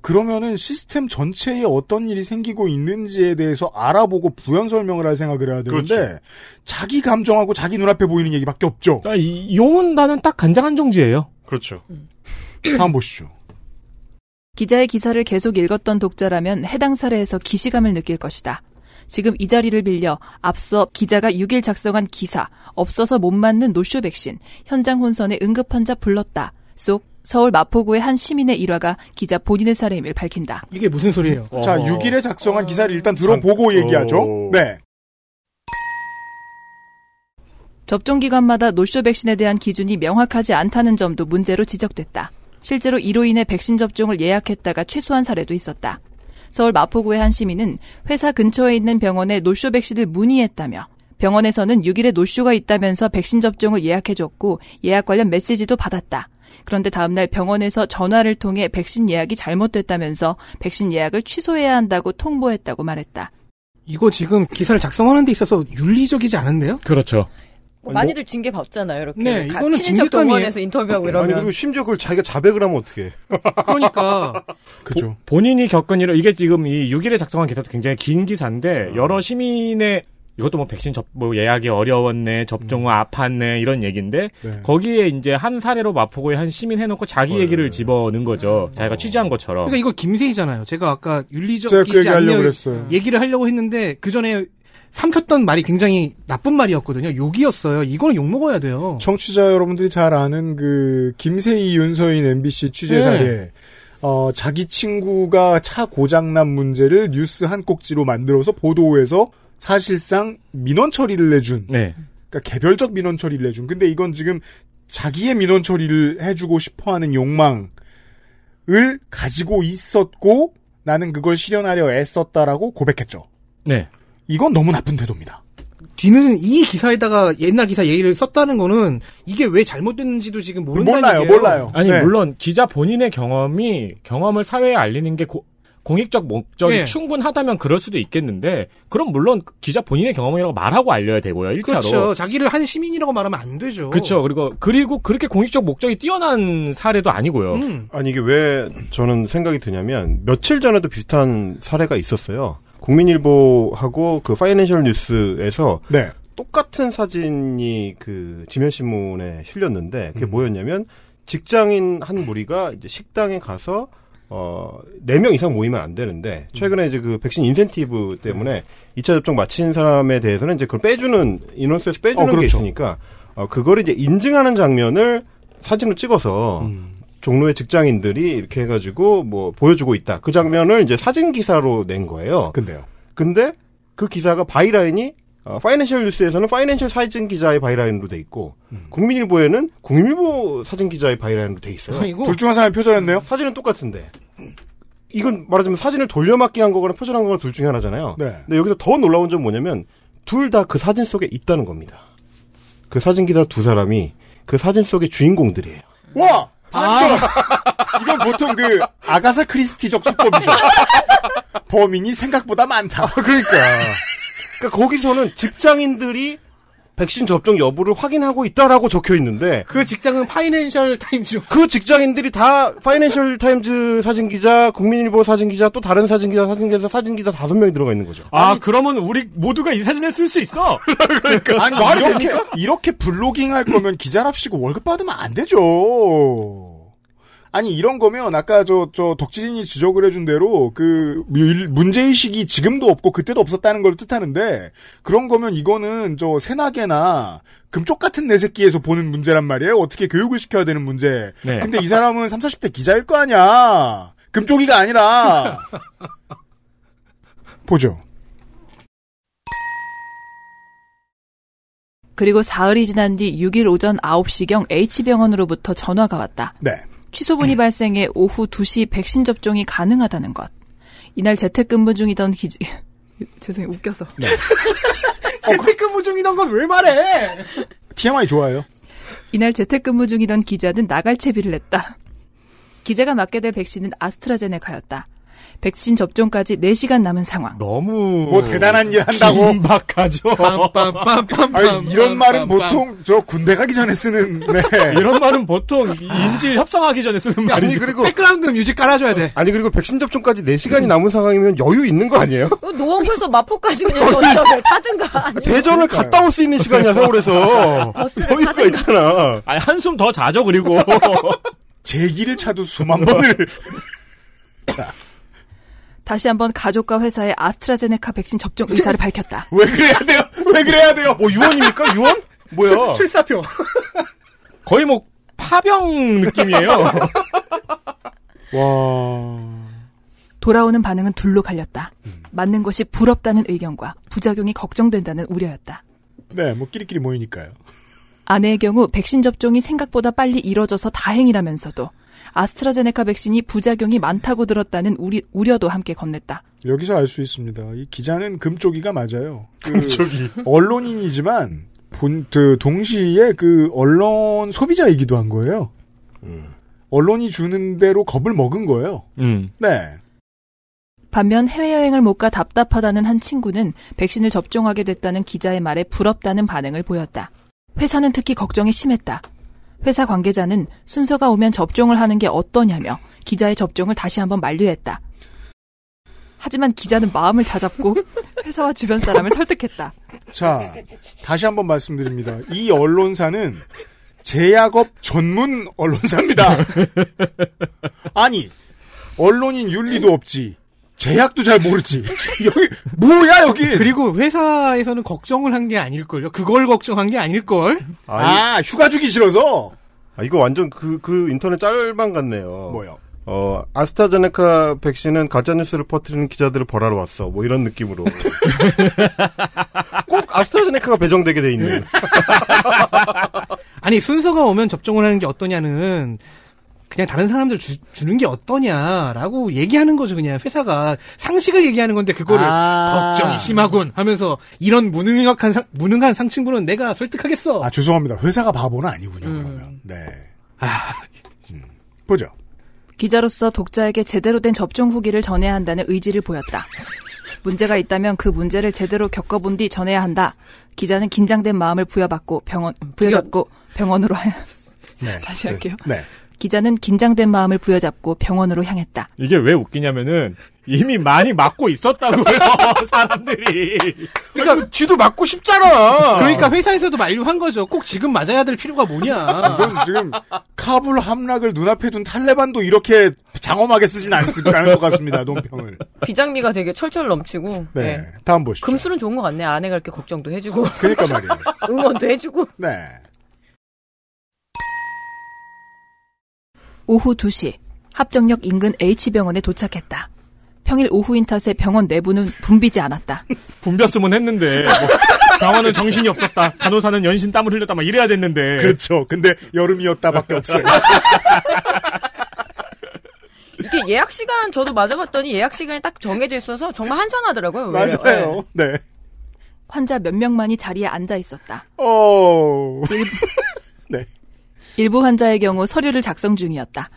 Speaker 4: 그러면은 시스템 전체에 어떤 일이 생기고 있는지에 대해서 알아보고 부연 설명을 할 생각을 해야 되는데
Speaker 9: 그렇죠.
Speaker 4: 자기 감정하고 자기 눈앞에 보이는 얘기밖에 없죠.
Speaker 7: 용은 나는 딱 간장 한정지예요.
Speaker 5: 그렇죠.
Speaker 4: 다음 보시죠.
Speaker 2: 기자의 기사를 계속 읽었던 독자라면 해당 사례에서 기시감을 느낄 것이다. 지금 이 자리를 빌려 앞서 기자가 6일 작성한 기사, 없어서 못 맞는 노쇼 백신, 현장 혼선에 응급환자 불렀다. 속 서울 마포구의 한 시민의 일화가 기자 본인의 사례임을 밝힌다.
Speaker 3: 이게 무슨 소리예요?
Speaker 4: 자, 6일에 작성한 기사를 일단 들어보고 얘기하죠. 네.
Speaker 2: 접종 기간마다 노쇼 백신에 대한 기준이 명확하지 않다는 점도 문제로 지적됐다. 실제로 이로 인해 백신 접종을 예약했다가 취소한 사례도 있었다. 서울 마포구의 한 시민은 회사 근처에 있는 병원에 노쇼 백신을 문의했다며 병원에서는 6일에 노쇼가 있다면서 백신 접종을 예약해줬고 예약 관련 메시지도 받았다. 그런데 다음날 병원에서 전화를 통해 백신 예약이 잘못됐다면서 백신 예약을 취소해야 한다고 통보했다고 말했다.
Speaker 3: 이거 지금 기사를 작성하는 데 있어서 윤리적이지 않은데요?
Speaker 7: 그렇죠.
Speaker 6: 뭐
Speaker 11: 많이들 징계 받잖아요, 이렇게.
Speaker 3: 네,
Speaker 11: 가-
Speaker 3: 이거는
Speaker 11: 친인척
Speaker 3: 징계감이에요.
Speaker 11: 동원해서 인터뷰하고
Speaker 5: 아니,
Speaker 11: 이러면.
Speaker 5: 그리고 심지어 그걸 자기가 자백을 하면 어떻게
Speaker 3: 그러니까.
Speaker 4: 그죠.
Speaker 7: 본인이 겪은 일을 이게 지금 이 6일에 작성한 기사도 굉장히 긴 기사인데 여러 시민의 이것도 뭐 백신 접, 뭐 예약이 어려웠네, 접종 후 아팠네 이런 얘기인데
Speaker 4: 네.
Speaker 7: 거기에 이제 한 사례로 마포구에 한 시민 해놓고 자기 얘기를 집어넣은 거죠. 자기가 취재한 것처럼.
Speaker 3: 그러니까 이거 김세희잖아요. 제가 아까
Speaker 7: 제가 그
Speaker 3: 윤리적이지
Speaker 7: 얘기하려고
Speaker 3: 않냐고
Speaker 7: 그랬어요.
Speaker 3: 얘기를 하려고 했는데 그 전에 삼켰던 말이 굉장히 나쁜 말이었거든요. 욕이었어요. 이거는 욕 먹어야 돼요.
Speaker 4: 청취자 여러분들이 잘 아는 그 김세희 윤서인 MBC 취재사에
Speaker 3: 네.
Speaker 4: 어, 자기 친구가 차 고장난 문제를 뉴스 한 꼭지로 만들어서 보도해서 사실상 민원 처리를 해준.
Speaker 7: 네.
Speaker 4: 그러니까 개별적 민원 처리를 해준. 근데 이건 지금 자기의 민원 처리를 해주고 싶어하는 욕망을 가지고 있었고 나는 그걸 실현하려 애썼다라고 고백했죠.
Speaker 7: 네.
Speaker 4: 이건 너무 나쁜 태도입니다.
Speaker 3: 뒤는 이 기사에다가 옛날 기사 예의를 썼다는 거는 이게 왜 잘못됐는지도 지금 모른다는 얘기예요.
Speaker 7: 아니
Speaker 4: 네.
Speaker 7: 물론 기자 본인의 경험이 경험을 사회에 알리는 게 고- 공익적 목적이
Speaker 3: 예.
Speaker 7: 충분하다면 그럴 수도 있겠는데 그럼 물론 기자 본인의 경험이라고 말하고 알려야 되고요. 일차로
Speaker 3: 그렇죠. 자기를 한 시민이라고 말하면 안 되죠.
Speaker 7: 그렇죠. 그리고 그리고 그렇게 공익적 목적이 뛰어난 사례도 아니고요.
Speaker 3: 음.
Speaker 5: 아니 이게 왜 저는 생각이 드냐면 며칠 전에도 비슷한 사례가 있었어요. 국민일보하고 그 파이낸셜 뉴스에서
Speaker 4: 네.
Speaker 5: 똑같은 사진이 그 지면신문에 실렸는데
Speaker 4: 음.
Speaker 5: 그게 뭐였냐면 직장인 한 무리가 이제 식당에 가서 어네 명 이상 모이면 안
Speaker 4: 음.
Speaker 5: 되는데 최근에 이제 그 백신 인센티브 때문에 2차 접종 마친 사람에 대해서는 이제 그걸 빼주는 인원수에서 빼주는
Speaker 4: 어, 그렇죠.
Speaker 5: 게 있으니까 어 그거를 이제 인증하는 장면을 사진으로 찍어서
Speaker 4: 음.
Speaker 5: 종로의 직장인들이 이렇게 해가지고 뭐 보여주고 있다. 그 장면을 이제 사진 기사로 낸 거예요.
Speaker 4: 근데요.
Speaker 5: 근데 그 기사가 바이라인이 어, 파이낸셜 뉴스에서는 파이낸셜 사진 기자의 바이라인으로 돼 있고
Speaker 4: 음.
Speaker 5: 국민일보에는 국민일보 사진 기자의 바이라인으로 돼 있어요.
Speaker 4: 아이고. 둘중 하나는 표절했네요.
Speaker 5: 사진은 똑같은데 이건 말하자면 사진을 돌려막기 한 거거나 표절한 거나 둘 중에 하나잖아요.
Speaker 4: 네.
Speaker 5: 근데 여기서 더 놀라운 점은 뭐냐면 둘 다 그 사진 속에 있다는 겁니다. 그 사진 기사 두 사람이 그 사진 속의 주인공들이에요.
Speaker 4: 와! 이건 보통 그 아가사 크리스티적 수법이죠. 범인이 생각보다 많다. 그러니까.
Speaker 5: 그러니까 거기서는 직장인들이 백신 접종 여부를 확인하고 있다라고 적혀 있는데
Speaker 3: 그 직장은 파이낸셜 타임즈.
Speaker 5: 그 직장인들이 다 파이낸셜 타임즈 사진 기자, 국민일보 사진 기자, 또 다른 사진 기자, 사진 기자, 사진 기자 다섯 명이 들어가 있는 거죠.
Speaker 7: 아 그러면 우리 모두가 이 사진을 쓸 수 있어.
Speaker 5: 그러니까
Speaker 4: 아니, 이렇게, 이렇게 블로깅 할 거면 기자랍시고 월급 받으면 안 되죠. 아니, 이런 거면 아까 저, 저, 덕지진이 지적을 해준 대로 그, 일- 문제의식이 지금도 없고 그때도 없었다는 걸 뜻하는데, 그런 거면 이거는 저, 새나개나 금쪽 같은 내새끼에서 보는 문제란 말이에요. 어떻게 교육을 시켜야 되는 문제.
Speaker 7: 네.
Speaker 4: 근데 이 사람은 30, 40대 기자일 거 아니야. 금쪽이가 아니라. 보죠.
Speaker 2: 그리고 사흘이 지난 뒤 6일 오전 9시경 H병원으로부터 전화가 왔다.
Speaker 4: 네.
Speaker 2: 취소분이 발생해 오후 2시 백신 접종이 가능하다는 것. 이날 재택근무 중이던 기지 죄송해요 웃겨서
Speaker 4: 네.
Speaker 3: 재택근무 중이던 건 왜 말해?
Speaker 4: TMI 좋아요.
Speaker 2: 이날 재택근무 중이던 기자는 나갈 채비를 냈다. 기자가 맞게 될 백신은 아스트라제네카였다. 백신 접종까지 4시간 남은 상황.
Speaker 7: 너무
Speaker 4: 뭐 대단한 일 한다고.
Speaker 7: 긴박하죠.
Speaker 3: 빰빰빰빰빰.
Speaker 4: 아니, 이런 말은 보통 저 군대 가기 전에 쓰는. 네.
Speaker 7: 이런 말은 보통
Speaker 3: 아.
Speaker 7: 인질 협상하기 전에 쓰는 말이죠.
Speaker 5: 아니 그리고 음.
Speaker 3: 백그라운드 뮤직 깔아줘야 돼.
Speaker 5: 아니 그리고 백신 접종까지 4시간이 남은 상황이면 여유 있는 거 아니에요?
Speaker 11: 노원구에서 마포까지 그냥 전철을 타든가 아니면
Speaker 5: 대전을 갔다 올 수 있는 시간이야 서울에서.
Speaker 11: 버스를 타든가.
Speaker 5: 여유가 그러니까. 있잖아.
Speaker 7: 아니 한숨 더 자죠 그리고.
Speaker 4: 제기를 차도 수만 번을. 자,
Speaker 2: 다시 한번 가족과 회사에 아스트라제네카 백신 접종 의사를 밝혔다.
Speaker 4: 왜 그래야 돼요? 왜 그래야 돼요?
Speaker 5: 뭐 유언입니까? 유언? 뭐야?
Speaker 3: 출, 사표
Speaker 7: 거의 뭐 파병 느낌이에요.
Speaker 4: 와.
Speaker 2: 돌아오는 반응은 둘로 갈렸다.
Speaker 4: 음.
Speaker 2: 맞는 것이 부럽다는 의견과 부작용이 걱정된다는 우려였다.
Speaker 4: 네, 뭐 끼리끼리 모이니까요.
Speaker 2: 아내의 경우 백신 접종이 생각보다 빨리 이뤄져서 다행이라면서도 아스트라제네카 백신이 부작용이 많다고 들었다는 우리, 우려도 함께 건넸다.
Speaker 4: 여기서 알 수 있습니다. 이 기자는 금쪽이가 맞아요. 그
Speaker 5: 금쪽이.
Speaker 4: 언론인이지만 본, 그 동시에 그 언론 소비자이기도 한 거예요. 음. 언론이 주는 대로 겁을 먹은 거예요.
Speaker 7: 음.
Speaker 4: 네.
Speaker 2: 반면 해외여행을 못 가 답답하다는 한 친구는 백신을 접종하게 됐다는 기자의 말에 부럽다는 반응을 보였다. 회사는 특히 걱정이 심했다. 회사 관계자는 순서가 오면 접종을 하는 게 어떠냐며 기자의 접종을 다시 한번 만류했다. 하지만 기자는 마음을 다잡고 회사와 주변 사람을 설득했다.
Speaker 4: 자, 다시 한번 말씀드립니다. 이 언론사는 제약업 전문 언론사입니다. 아니, 언론인 윤리도 없지. 제약도 잘 모르지. 여기, 뭐야, 여기!
Speaker 3: 그리고 회사에서는 걱정을 한 게 아닐걸요. 그걸 걱정한 게 아닐걸.
Speaker 5: 아,
Speaker 4: 아, 휴가 주기 싫어서?
Speaker 5: 아, 이거 완전 그, 그 인터넷 짤방 같네요.
Speaker 4: 뭐요?
Speaker 5: 어, 아스트라제네카 백신은 가짜뉴스를 퍼뜨리는 기자들을 벌하러 왔어. 뭐 이런 느낌으로. 꼭 아스트라제네카가 배정되게 돼 있는.
Speaker 3: 아니 순서가 오면 접종을 하는 게 어떠냐는 그냥 다른 사람들 주, 주는 게 어떠냐라고 얘기하는 거죠 그냥 회사가 상식을 얘기하는 건데 그거를
Speaker 7: 아.
Speaker 3: 걱정이 심하군 하면서 이런 무능력한 상, 무능한 상층부는 내가 설득하겠어
Speaker 4: 아, 죄송합니다. 회사가 바보는 아니군요, 그러면. 네. 음, 보죠.
Speaker 2: 기자로서 독자에게 제대로 된 접종 후기를 전해야 한다는 의지를 보였다. 문제가 있다면 그 문제를 제대로 겪어본 뒤 전해야 한다. 기자는 긴장된 마음을 부여받고 병원 부여잡고 병원으로 하-
Speaker 4: 네.
Speaker 2: 다시 할게요.
Speaker 4: 네.
Speaker 2: 기자는 긴장된 마음을 부여잡고 병원으로 향했다.
Speaker 7: 이게 왜 웃기냐면은 이미 많이 맞고 있었다고요 사람들이.
Speaker 4: 뭐
Speaker 5: 그러니까 쥐도 맞고 싶잖아.
Speaker 3: 그러니까 회사에서도 만류한 거죠 꼭 지금 맞아야 될 필요가 뭐냐
Speaker 4: 이건 지금 카불 함락을 눈앞에 둔 탈레반도 이렇게 장엄하게 쓰진 않을 것 같습니다, 논평을.
Speaker 11: 비장미가 되게 철철 넘치고
Speaker 4: 네.
Speaker 11: 네.
Speaker 4: 다음 보시죠.
Speaker 11: 금수는 좋은 것 같네. 아내가 이렇게 걱정도 해주고
Speaker 4: 그러니까 말이에요.
Speaker 11: 응원도 해주고
Speaker 4: 네.
Speaker 2: 오후 2시 합정역 인근 H병원에 도착했다. 평일 오후인 탓에 병원 내부는 붐비지 않았다.
Speaker 7: 분볐으면 했는데 뭐 병원은 정신이 없었다. 간호사는 연신 땀을 흘렸다. 막 이래야 됐는데.
Speaker 4: 그렇죠. 근데 여름이었다밖에 없어요.
Speaker 6: 이게 예약 시간 저도 맞아봤더니 예약 시간이 딱 정해져 있어서 정말 한산하더라고요. 오히려. 네.
Speaker 4: 맞아요. 네.
Speaker 2: 환자 몇 명만이 자리에 앉아 있었다.
Speaker 4: 어. 네.
Speaker 2: 일부 환자의 경우 서류를 작성 중이었다.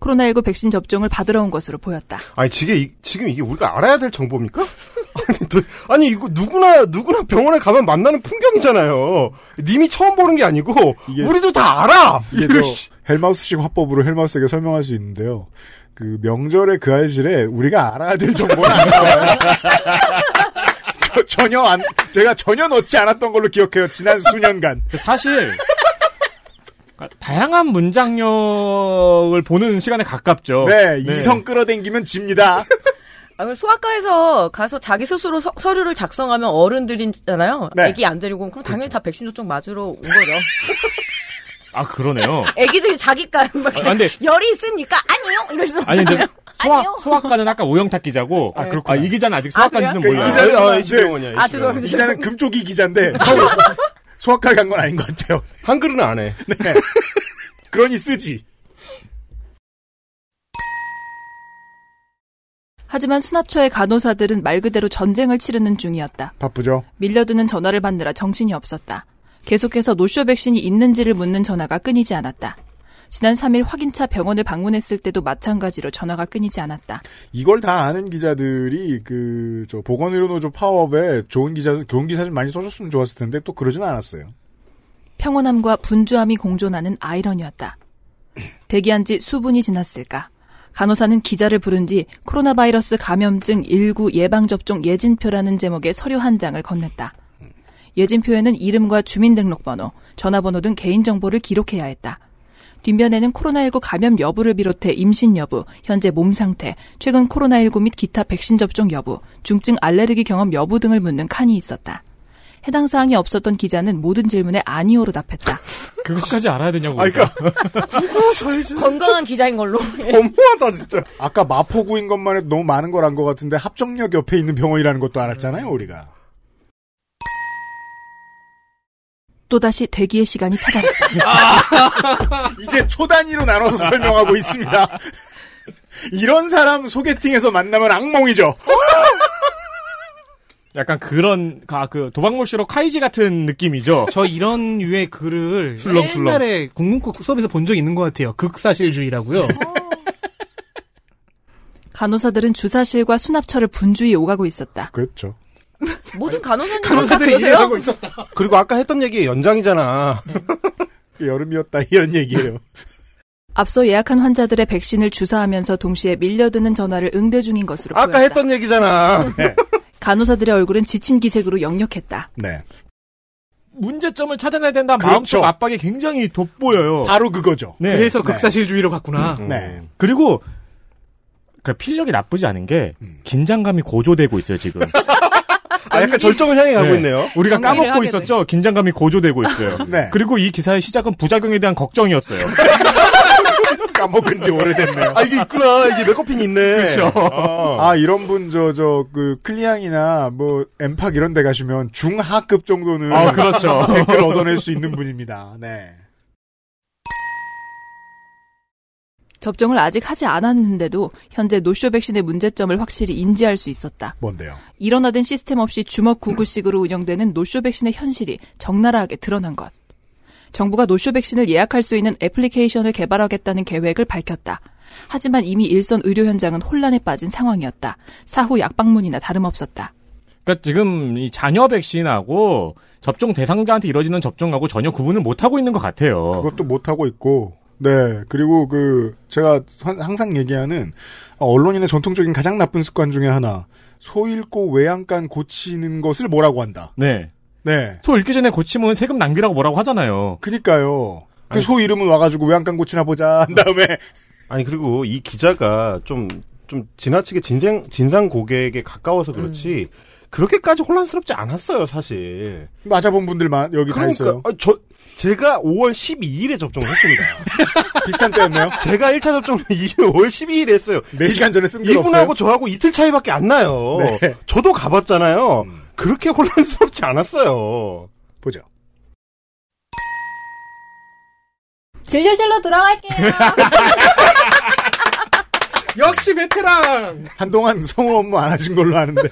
Speaker 2: 코로나19 백신 접종을 받으러 온 것으로 보였다.
Speaker 5: 아니, 지게, 이- 지금 이게 우리가 알아야 될 정보입니까? 아니, 도- 아니, 이거 누구나, 누구나 병원에 가면 만나는 풍경이잖아요. 님이 처음 보는 게 아니고,
Speaker 4: 이게-
Speaker 5: 우리도 다 알아!
Speaker 4: 이게
Speaker 5: 이거
Speaker 4: 저
Speaker 5: 씨.
Speaker 4: 헬마우스식 화법으로 헬마우스에게 설명할 수 있는데요. 그 명절에 그 알실에 우리가 알아야 될 정보는 안 나와요. 저- 전혀 안 제가 전혀 넣지 않았던 걸로 기억해요. 지난 수년간.
Speaker 7: 사실 다양한 문장력을 보는 시간에 가깝죠.
Speaker 4: 네, 이성 끌어당기면 집니다.
Speaker 6: 아, 그럼 소아과에서 가서 자기 스스로 서, 류를 작성하면 어른들이잖아요.
Speaker 4: 네.
Speaker 6: 애기 안 데리고 그럼 당연히 다 백신 접종 맞으러 온 거죠.
Speaker 7: 아 그러네요.
Speaker 11: 애기들이 자기가 막
Speaker 7: 아, 근데-
Speaker 11: 열이 있습니까? 아니요. 이러시면
Speaker 7: 아니 근데 소아
Speaker 11: 아니요.
Speaker 7: 소아과는 아까 오영탁 기자고 아
Speaker 4: 그렇구나.
Speaker 7: 이 기자는 아직
Speaker 4: 아,
Speaker 7: 소아과인지는
Speaker 4: 그래요?
Speaker 7: 몰라요.
Speaker 4: 그 기자는, 어, 이주영원이야,
Speaker 11: 아, 죄송합니다.
Speaker 4: 기자는 금쪽이 기자인데 서울 소학과에 간 건 아닌 것 같아요.
Speaker 5: 한글은 안 해.
Speaker 4: 네. 그러니 쓰지.
Speaker 2: 하지만 수납처의 간호사들은 말 그대로 전쟁을 치르는 중이었다.
Speaker 4: 바쁘죠.
Speaker 2: 밀려드는 전화를 받느라 정신이 없었다. 계속해서 노쇼 백신이 있는지를 묻는 전화가 끊이지 않았다. 지난 3일 확인차 병원을 방문했을 때도 마찬가지로 전화가 끊이지 않았다.
Speaker 4: 이걸 다 아는 기자들이 그 저 보건의료노조 파업에 좋은 기자 좋은 기사 좀 많이 써줬으면 좋았을 텐데 또 그러진 않았어요.
Speaker 2: 평온함과 분주함이 공존하는 아이러니였다. 대기한 지 수분이 지났을까. 간호사는 기자를 부른 뒤 코로나 바이러스 감염증 19 예방접종 예진표라는 제목의 서류 한 장을 건넸다. 예진표에는 이름과 주민등록번호, 전화번호 등 개인정보를 기록해야 했다. 뒷면에는 코로나19 감염 여부를 비롯해 임신 여부, 현재 몸 상태, 최근 코로나19 및 기타 백신 접종 여부, 중증 알레르기 경험 여부 등을 묻는 칸이 있었다. 해당 사항이 없었던 기자는 모든 질문에 아니오로 답했다.
Speaker 7: 그것까지 알아야 되냐고.
Speaker 4: 그러니까 그
Speaker 11: 건강한 기자인 걸로. 예.
Speaker 4: 너무하다 진짜. 아까 마포구인 것만 해도 너무 많은 걸 안 것 같은데 합정역 옆에 있는 병원이라는 것도 알았잖아요 우리가.
Speaker 2: 또다시 대기의 시간이 찾아왔다.
Speaker 4: 이제 초단위로 나눠서 설명하고 있습니다. 이런 사람 소개팅에서 만나면 악몽이죠.
Speaker 7: 약간 그런 아, 그 도박물시로 카이지 같은 느낌이죠.
Speaker 3: 저 이런 유의 글을
Speaker 7: 술렁술렁.
Speaker 3: 옛날에 국문국 수업에서 본 적 있는 것 같아요. 극사실주의라고요.
Speaker 2: 간호사들은 주사실과 수납처를 분주히 오가고 있었다.
Speaker 4: 그렇죠.
Speaker 11: 모든 간호사님
Speaker 3: 간호사들이
Speaker 11: 다 그러세요?
Speaker 4: 있었다.
Speaker 5: 그리고 아까 했던 얘기 연장이잖아.
Speaker 4: 네. 여름이었다 이런 얘기예요.
Speaker 2: 앞서 예약한 환자들의 백신을 주사하면서 동시에 밀려드는 전화를 응대 중인 것으로 보였다.
Speaker 5: 아까 했던 얘기잖아.
Speaker 2: 간호사들의 얼굴은 지친 기색으로 역력했다.
Speaker 4: 네.
Speaker 7: 문제점을 찾아내야 된다. 마음속 압박이 굉장히 돋보여요.
Speaker 4: 바로 그거죠.
Speaker 7: 네.
Speaker 3: 그래서 극사실주의로 갔구나.
Speaker 5: 음.
Speaker 4: 네.
Speaker 7: 그리고 그 필력이 나쁘지 않은 게
Speaker 3: 음.
Speaker 7: 긴장감이 고조되고 있어요 지금.
Speaker 5: 아, 약간 절정을 향해 가고 있네요.
Speaker 7: 우리가
Speaker 5: 정리를
Speaker 7: 까먹고
Speaker 5: 하게
Speaker 7: 있었죠. 긴장감이 고조되고 있어요.
Speaker 5: 네.
Speaker 7: 그리고 이 기사의 시작은 부작용에 대한 걱정이었어요.
Speaker 4: 까먹은 지 오래됐네요.
Speaker 5: 아, 이게 있구나. 이게 메커핀이 있네.
Speaker 7: 그렇죠.
Speaker 5: 어.
Speaker 4: 아 이런 분 저 저 그 클리앙이나 뭐 엠팍 이런 데 가시면 중하급 정도는
Speaker 7: 아, 그렇죠.
Speaker 4: 댓글 얻어낼 수 있는 분입니다. 네.
Speaker 2: 접종을 아직 하지 않았는데도 현재 노쇼 백신의 문제점을 확실히 인지할 수 있었다.
Speaker 4: 뭔데요?
Speaker 2: 일어나던 시스템 없이 주먹 구구식으로 운영되는 노쇼 백신의 현실이 적나라하게 드러난 것. 정부가 노쇼 백신을 예약할 수 있는 애플리케이션을 개발하겠다는 계획을 밝혔다. 하지만 이미 일선 의료 현장은 혼란에 빠진 상황이었다. 사후 약방문이나 다름없었다.
Speaker 7: 그러니까 지금 이 자녀 백신하고 접종 대상자한테 이루어지는 접종하고 전혀 구분을 못 하고 있는 것 같아요.
Speaker 4: 어. 그것도 못 하고 있고 네 그리고 그 제가 한- 항상 얘기하는 언론인의 전통적인 가장 나쁜 습관 중에 하나 소잃고 외양간 고치는 것을 뭐라고 한다.
Speaker 7: 네.
Speaker 4: 네.
Speaker 7: 소 읽기 전에 고치면 세금 낭비라고 뭐라고 하잖아요.
Speaker 4: 그니까요. 그 소 이름은 와가지고 외양간 고치나 보자 한 다음에
Speaker 5: 아니 그리고 이 기자가 좀 좀 지나치게 진상 진상 고객에 가까워서 그렇지 그렇게까지 혼란스럽지 않았어요 사실.
Speaker 4: 맞아본 분들만 여기 다 있어요.
Speaker 5: 아, 저 제가 5월 12일에 접종을 했습니다.
Speaker 4: 비슷한 때였나요?
Speaker 5: 제가 1차 접종을 5월 12일에 했어요.
Speaker 4: 네 시간 전에 쓴글
Speaker 5: 이분하고
Speaker 4: 없어요?
Speaker 5: 저하고 이틀 차이밖에 안 나요.
Speaker 4: 네. 음.
Speaker 5: 저도 가봤잖아요. 그렇게 혼란스럽지 않았어요.
Speaker 4: 보죠.
Speaker 11: 진료실로 들어갈게요.
Speaker 3: 역시 베테랑.
Speaker 4: 한동안 성우 업무 안 하신 걸로 아는데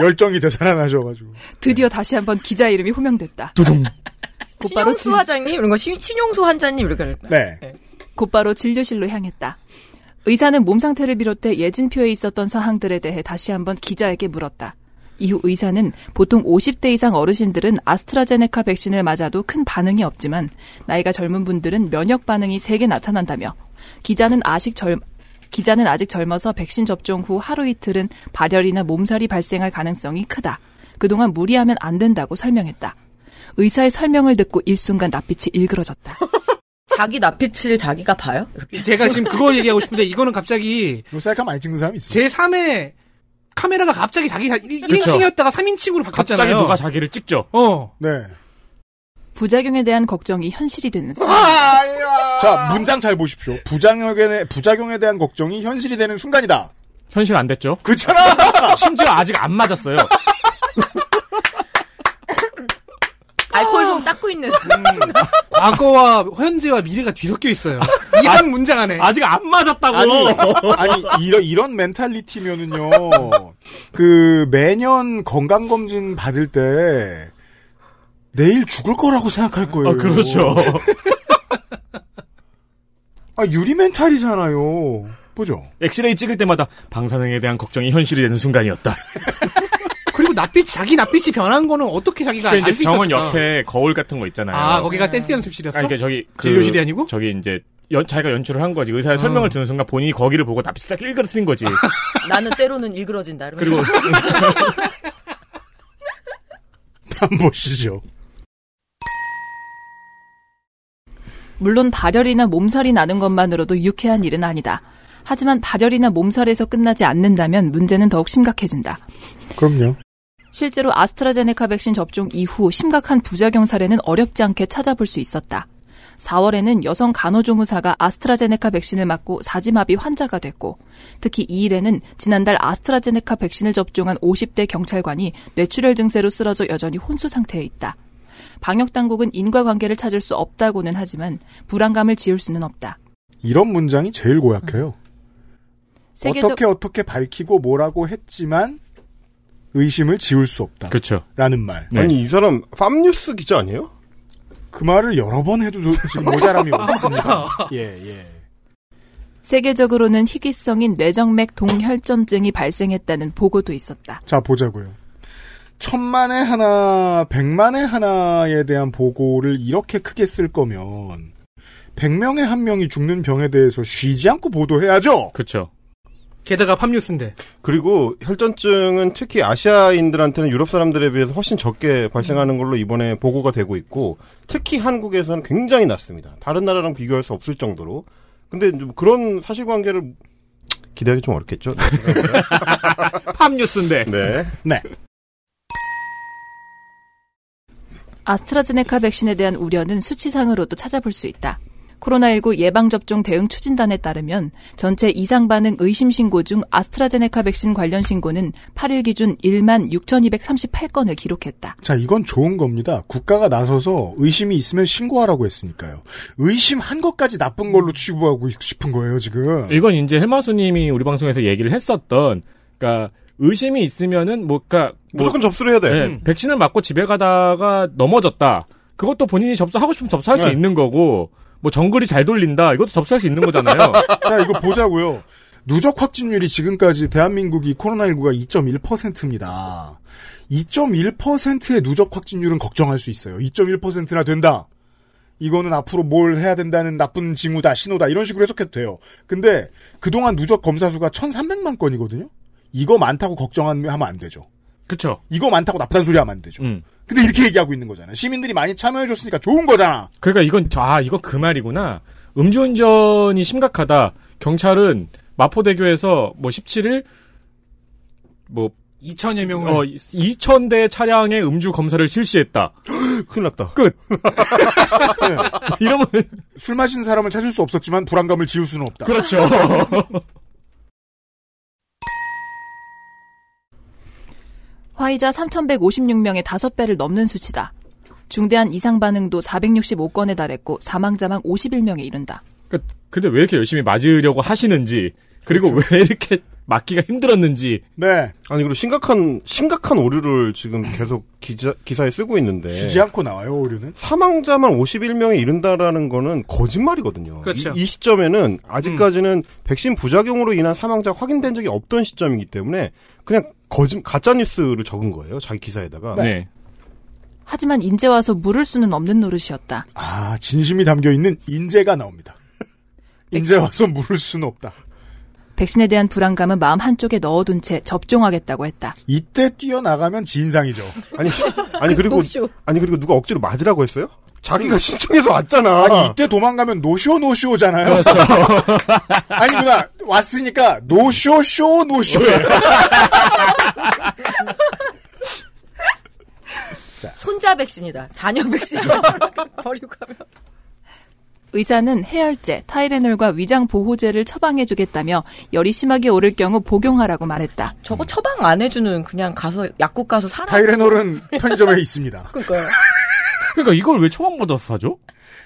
Speaker 4: 열정이 되살아나셔가지고
Speaker 2: 드디어 다시 한번 기자 이름이 호명됐다.
Speaker 4: 두둥.
Speaker 2: 곧바로
Speaker 11: 신용수 화장님 이런 거 신, 신용수 환자님 이렇게 할까요?
Speaker 4: 네.
Speaker 2: 곧바로 진료실로 향했다. 의사는 몸 상태를 비롯해 예진표에 있었던 사항들에 대해 다시 한번 기자에게 물었다. 이후 의사는 보통 50대 이상 어르신들은 아스트라제네카 백신을 맞아도 큰 반응이 없지만 나이가 젊은 분들은 면역 반응이 세게 나타난다며 기자는 아직 젊 기자는 아직 젊어서 백신 접종 후 하루 이틀은 발열이나 몸살이 발생할 가능성이 크다. 그동안 무리하면 안 된다고 설명했다. 의사의 설명을 듣고 일순간 낯빛이 일그러졌다.
Speaker 11: 자기 낯빛을 자기가 봐요?
Speaker 3: 제가 지금 그걸 얘기하고 싶은데 이거는 갑자기
Speaker 4: 요새 약간 뭐 많이 찍는 사람이 있어요.
Speaker 3: 제 3의 카메라가 갑자기 자기 1인칭이었다가 3인칭으로 바뀌었잖아요.
Speaker 7: 갑자기 누가 자기를 찍죠.
Speaker 3: 어.
Speaker 4: 네.
Speaker 2: 부작용에 대한 걱정이 현실이 되는
Speaker 5: 아,
Speaker 2: 순간.
Speaker 4: 자, 문장 잘 보십시오. 부작용에, 부작용에 대한 걱정이 현실이 되는 순간이다.
Speaker 7: 현실 안 됐죠?
Speaker 4: 그렇잖아!
Speaker 7: 심지어 아직 안 맞았어요.
Speaker 11: 알코올 솜 닦고 있는.
Speaker 3: 과거와 현재와 미래가 뒤섞여 있어요. 이 한 문장 안에.
Speaker 7: 아직 안 맞았다고.
Speaker 4: 아니, 아니, 이런, 이런 멘탈리티면은요, 그, 매년 건강검진 받을 때, 내일 죽을 거라고 생각할 거예요.
Speaker 7: 아, 그렇죠.
Speaker 4: 아, 유리 멘탈이잖아요. 보죠.
Speaker 7: 엑스레이 찍을 때마다 방사능에 대한 걱정이 현실이 되는 순간이었다.
Speaker 3: 아, 그리고 낯빛 자기 낯빛이 변한 거는 어떻게 자기가
Speaker 7: 근데
Speaker 3: 알수
Speaker 7: 이제
Speaker 3: 있었을까?
Speaker 7: 병원 옆에 거울 같은 거 있잖아요.
Speaker 3: 아 거기가 댄스 연습실이었어?
Speaker 7: 아니, 그러니까 저기 그-
Speaker 3: 진료실이 아니고?
Speaker 7: 저기 이제 연, 자기가 연출을 한 거지. 그 의사의
Speaker 3: 어.
Speaker 7: 설명을 주는 순간 본인이 거기를 보고 납치딱 일그러 쓴 거지.
Speaker 11: 나는 때로는 일그러진다.
Speaker 7: 그리고
Speaker 11: 이러면서.
Speaker 4: 한 보시죠.
Speaker 2: 물론 발열이나 몸살이 나는 것만으로도 유쾌한 일은 아니다. 하지만 발열이나 몸살에서 끝나지 않는다면 문제는 더욱 심각해진다.
Speaker 4: 그럼요.
Speaker 2: 실제로 아스트라제네카 백신 접종 이후 심각한 부작용 사례는 어렵지 않게 찾아볼 수 있었다. 4월에는 여성 간호조무사가 아스트라제네카 백신을 맞고 사지마비 환자가 됐고 특히 이 일에는 지난달 아스트라제네카 백신을 접종한 50대 경찰관이 뇌출혈 증세로 쓰러져 여전히 혼수 상태에 있다. 방역 당국은 인과관계를 찾을 수 없다고는 하지만 불안감을 지울 수는 없다.
Speaker 4: 이런 문장이 제일 고약해요.
Speaker 2: 음. 세계적-
Speaker 4: 어떻게 어떻게 밝히고 뭐라고 했지만, 의심을 지울 수 없다.
Speaker 7: 그렇죠.
Speaker 4: 라는 말.
Speaker 5: 아니 이 사람 팜뉴스 기자 아니에요?
Speaker 4: 그 말을 여러 번 해도 저- 지금 모자람이 없습니다. 예, 예.
Speaker 2: 세계적으로는 희귀성인 뇌정맥 동혈전증이 발생했다는 보고도 있었다.
Speaker 4: 자, 보자고요. 천만에 하나, 백만에 하나에 대한 보고를 이렇게 크게 쓸 거면, 백명에 한 명이 죽는 병에 대해서 쉬지 않고 보도해야죠!
Speaker 7: 그쵸.
Speaker 3: 게다가 팝뉴스인데.
Speaker 5: 그리고 혈전증은 특히 아시아인들한테는 유럽 사람들에 비해서 훨씬 적게 발생하는 걸로 이번에 보고가 되고 있고 특히 한국에서는 굉장히 낮습니다. 다른 나라랑 비교할 수 없을 정도로. 근데 이제 뭐 그런 사실관계를 기대하기 좀 어렵겠죠.
Speaker 7: 팝뉴스인데.
Speaker 5: 네.
Speaker 4: 네.
Speaker 2: 아스트라제네카 백신에 대한 우려는 수치상으로도 찾아볼 수 있다. 코로나19 예방접종 대응 추진단에 따르면 전체 이상 반응 의심 신고 중 아스트라제네카 백신 관련 신고는 8일 기준 1만 6,238건을 기록했다.
Speaker 4: 자, 이건 좋은 겁니다. 국가가 나서서 의심이 있으면 신고하라고 했으니까요. 의심한 것까지 나쁜 걸로 취부하고 싶은 거예요, 지금.
Speaker 7: 이건 이제 헬마수님이 우리 방송에서 얘기를 했었던, 그러니까 의심이 있으면은 뭐, 그러니까 뭐-
Speaker 5: 무조건 접수를 해야 돼.
Speaker 7: 네,
Speaker 5: 음.
Speaker 7: 백신을 맞고 집에 가다가 넘어졌다. 그것도 본인이 접수하고 싶으면 접수할 수
Speaker 5: 네.
Speaker 7: 있는 거고, 뭐 정글이 잘 돌린다. 이것도 접수할 수 있는 거잖아요.
Speaker 4: 자, 이거 보자고요. 누적 확진율이 지금까지 대한민국이 코로나19가 2.1%입니다. 2.1%의 누적 확진율은 걱정할 수 있어요. 2.1%나 된다. 이거는 앞으로 뭘 해야 된다는 나쁜 징후다, 신호다, 이런 식으로 해석해도 돼요. 근데 그동안 누적 검사 수가 1,300만 건이거든요? 이거 많다고 걱정하면 안 되죠.
Speaker 7: 그쵸.
Speaker 4: 이거 많다고 나쁘다는 소리 하면 안 되죠.
Speaker 7: 음.
Speaker 4: 근데 이렇게 얘기하고 있는 거잖아요. 시민들이 많이 참여해줬으니까 좋은 거잖아.
Speaker 7: 그러니까 이건 저- 아 이건 그 말이구나. 음주운전이 심각하다. 경찰은 마포대교에서 뭐 17일 뭐
Speaker 3: 2천여 명을
Speaker 7: 어 2천 대 차량의 음주 검사를 실시했다.
Speaker 5: 큰일 났다.
Speaker 7: 끝.
Speaker 4: 이러면 술 마신 사람을 찾을 수 없었지만 불안감을 지울 수는 없다.
Speaker 7: 그렇죠.
Speaker 2: 화이자 3,156명의 5배를 넘는 수치다. 중대한 이상 반응도 465건에 달했고 사망자만 51명에 이른다.
Speaker 7: 그러니까 근데 왜 이렇게 열심히 맞으려고 하시는지 그리고
Speaker 5: 그렇죠.
Speaker 7: 왜 이렇게 맞기가 힘들었는지.
Speaker 4: 네.
Speaker 5: 아니 그리고 심각한 심각한 오류를 지금 계속 기자, 기사에 쓰고 있는데
Speaker 4: 쉬지 않고 나와요, 오류는.
Speaker 5: 사망자만 51명에 이른다라는 거는 거짓말이거든요.
Speaker 4: 그렇죠. 음.
Speaker 5: 이, 이 시점에는 아직까지는 백신 부작용으로 인한 사망자 확인된 적이 없던 시점이기 때문에 그냥 거짓 가짜 뉴스를 적은 거예요. 자기 기사에다가.
Speaker 7: 네.
Speaker 2: 하지만 인제 와서 물을 수는 없는 노릇이었다.
Speaker 4: 아, 진심이 담겨 있는 인재가 나옵니다. 인재 와서 물을 수는 없다.
Speaker 2: 백신에 대한 불안감은 마음 한쪽에 넣어둔 채 접종하겠다고 했다.
Speaker 4: 이때 뛰어나가면 진상이죠.
Speaker 5: 아니 아니 그리고 아니 그리고 누가 억지로 맞으라고 했어요? 자기가 신청해서 음. 왔잖아. 어.
Speaker 4: 아니, 이때 도망가면 노쇼 노쇼잖아요. 아니, 누나, 왔으니까 노쇼 쇼 노쇼예요.
Speaker 11: 손잡이 백신이다. 자녀 백신. 버리고 가면.
Speaker 2: 의사는 해열제, 타이레놀과 위장 보호제를 처방해 주겠다며 열이 심하게 오를 경우 복용하라고 말했다.
Speaker 11: 저거 처방 안 해주는 그냥 가서 약국 가서 사라.
Speaker 4: 타이레놀은 편의점에 있습니다.
Speaker 11: 그러니까요.
Speaker 7: 그러니까 이걸 왜 처방받아서 사죠?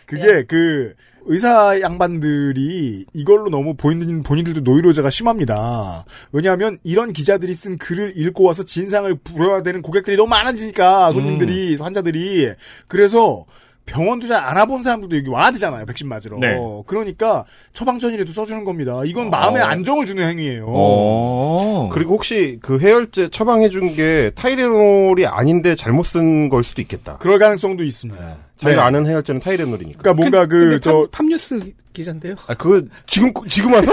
Speaker 4: 그게 그 의사 양반들이 이걸로 너무 본인, 본인들도 노이로제가 심합니다. 왜냐하면 이런 기자들이 쓴 글을 읽고 와서 진상을 부려야 되는 고객들이 너무 많아지니까 손님들이 환자들이 그래서 병원도 잘 안 와본 사람들도 여기 와야 되잖아요 백신 맞으러
Speaker 7: 네.
Speaker 4: 그러니까 처방전이라도 써주는 겁니다 이건 마음에
Speaker 5: 어.
Speaker 4: 안정을 주는 행위예요
Speaker 7: 어.
Speaker 5: 그리고 혹시 그 해열제 처방해준 게 타이레놀이 아닌데 잘못 쓴 걸 수도 있겠다.
Speaker 4: 그럴 가능성도 있습니다. 네.
Speaker 5: 자기가 아는 해열제는 타이레놀이니까.
Speaker 4: 그러니까 뭔가
Speaker 3: 근데
Speaker 4: 그저
Speaker 3: 팝- 팝뉴스 기자인데요.
Speaker 5: 아, 그 지금 지금 와서?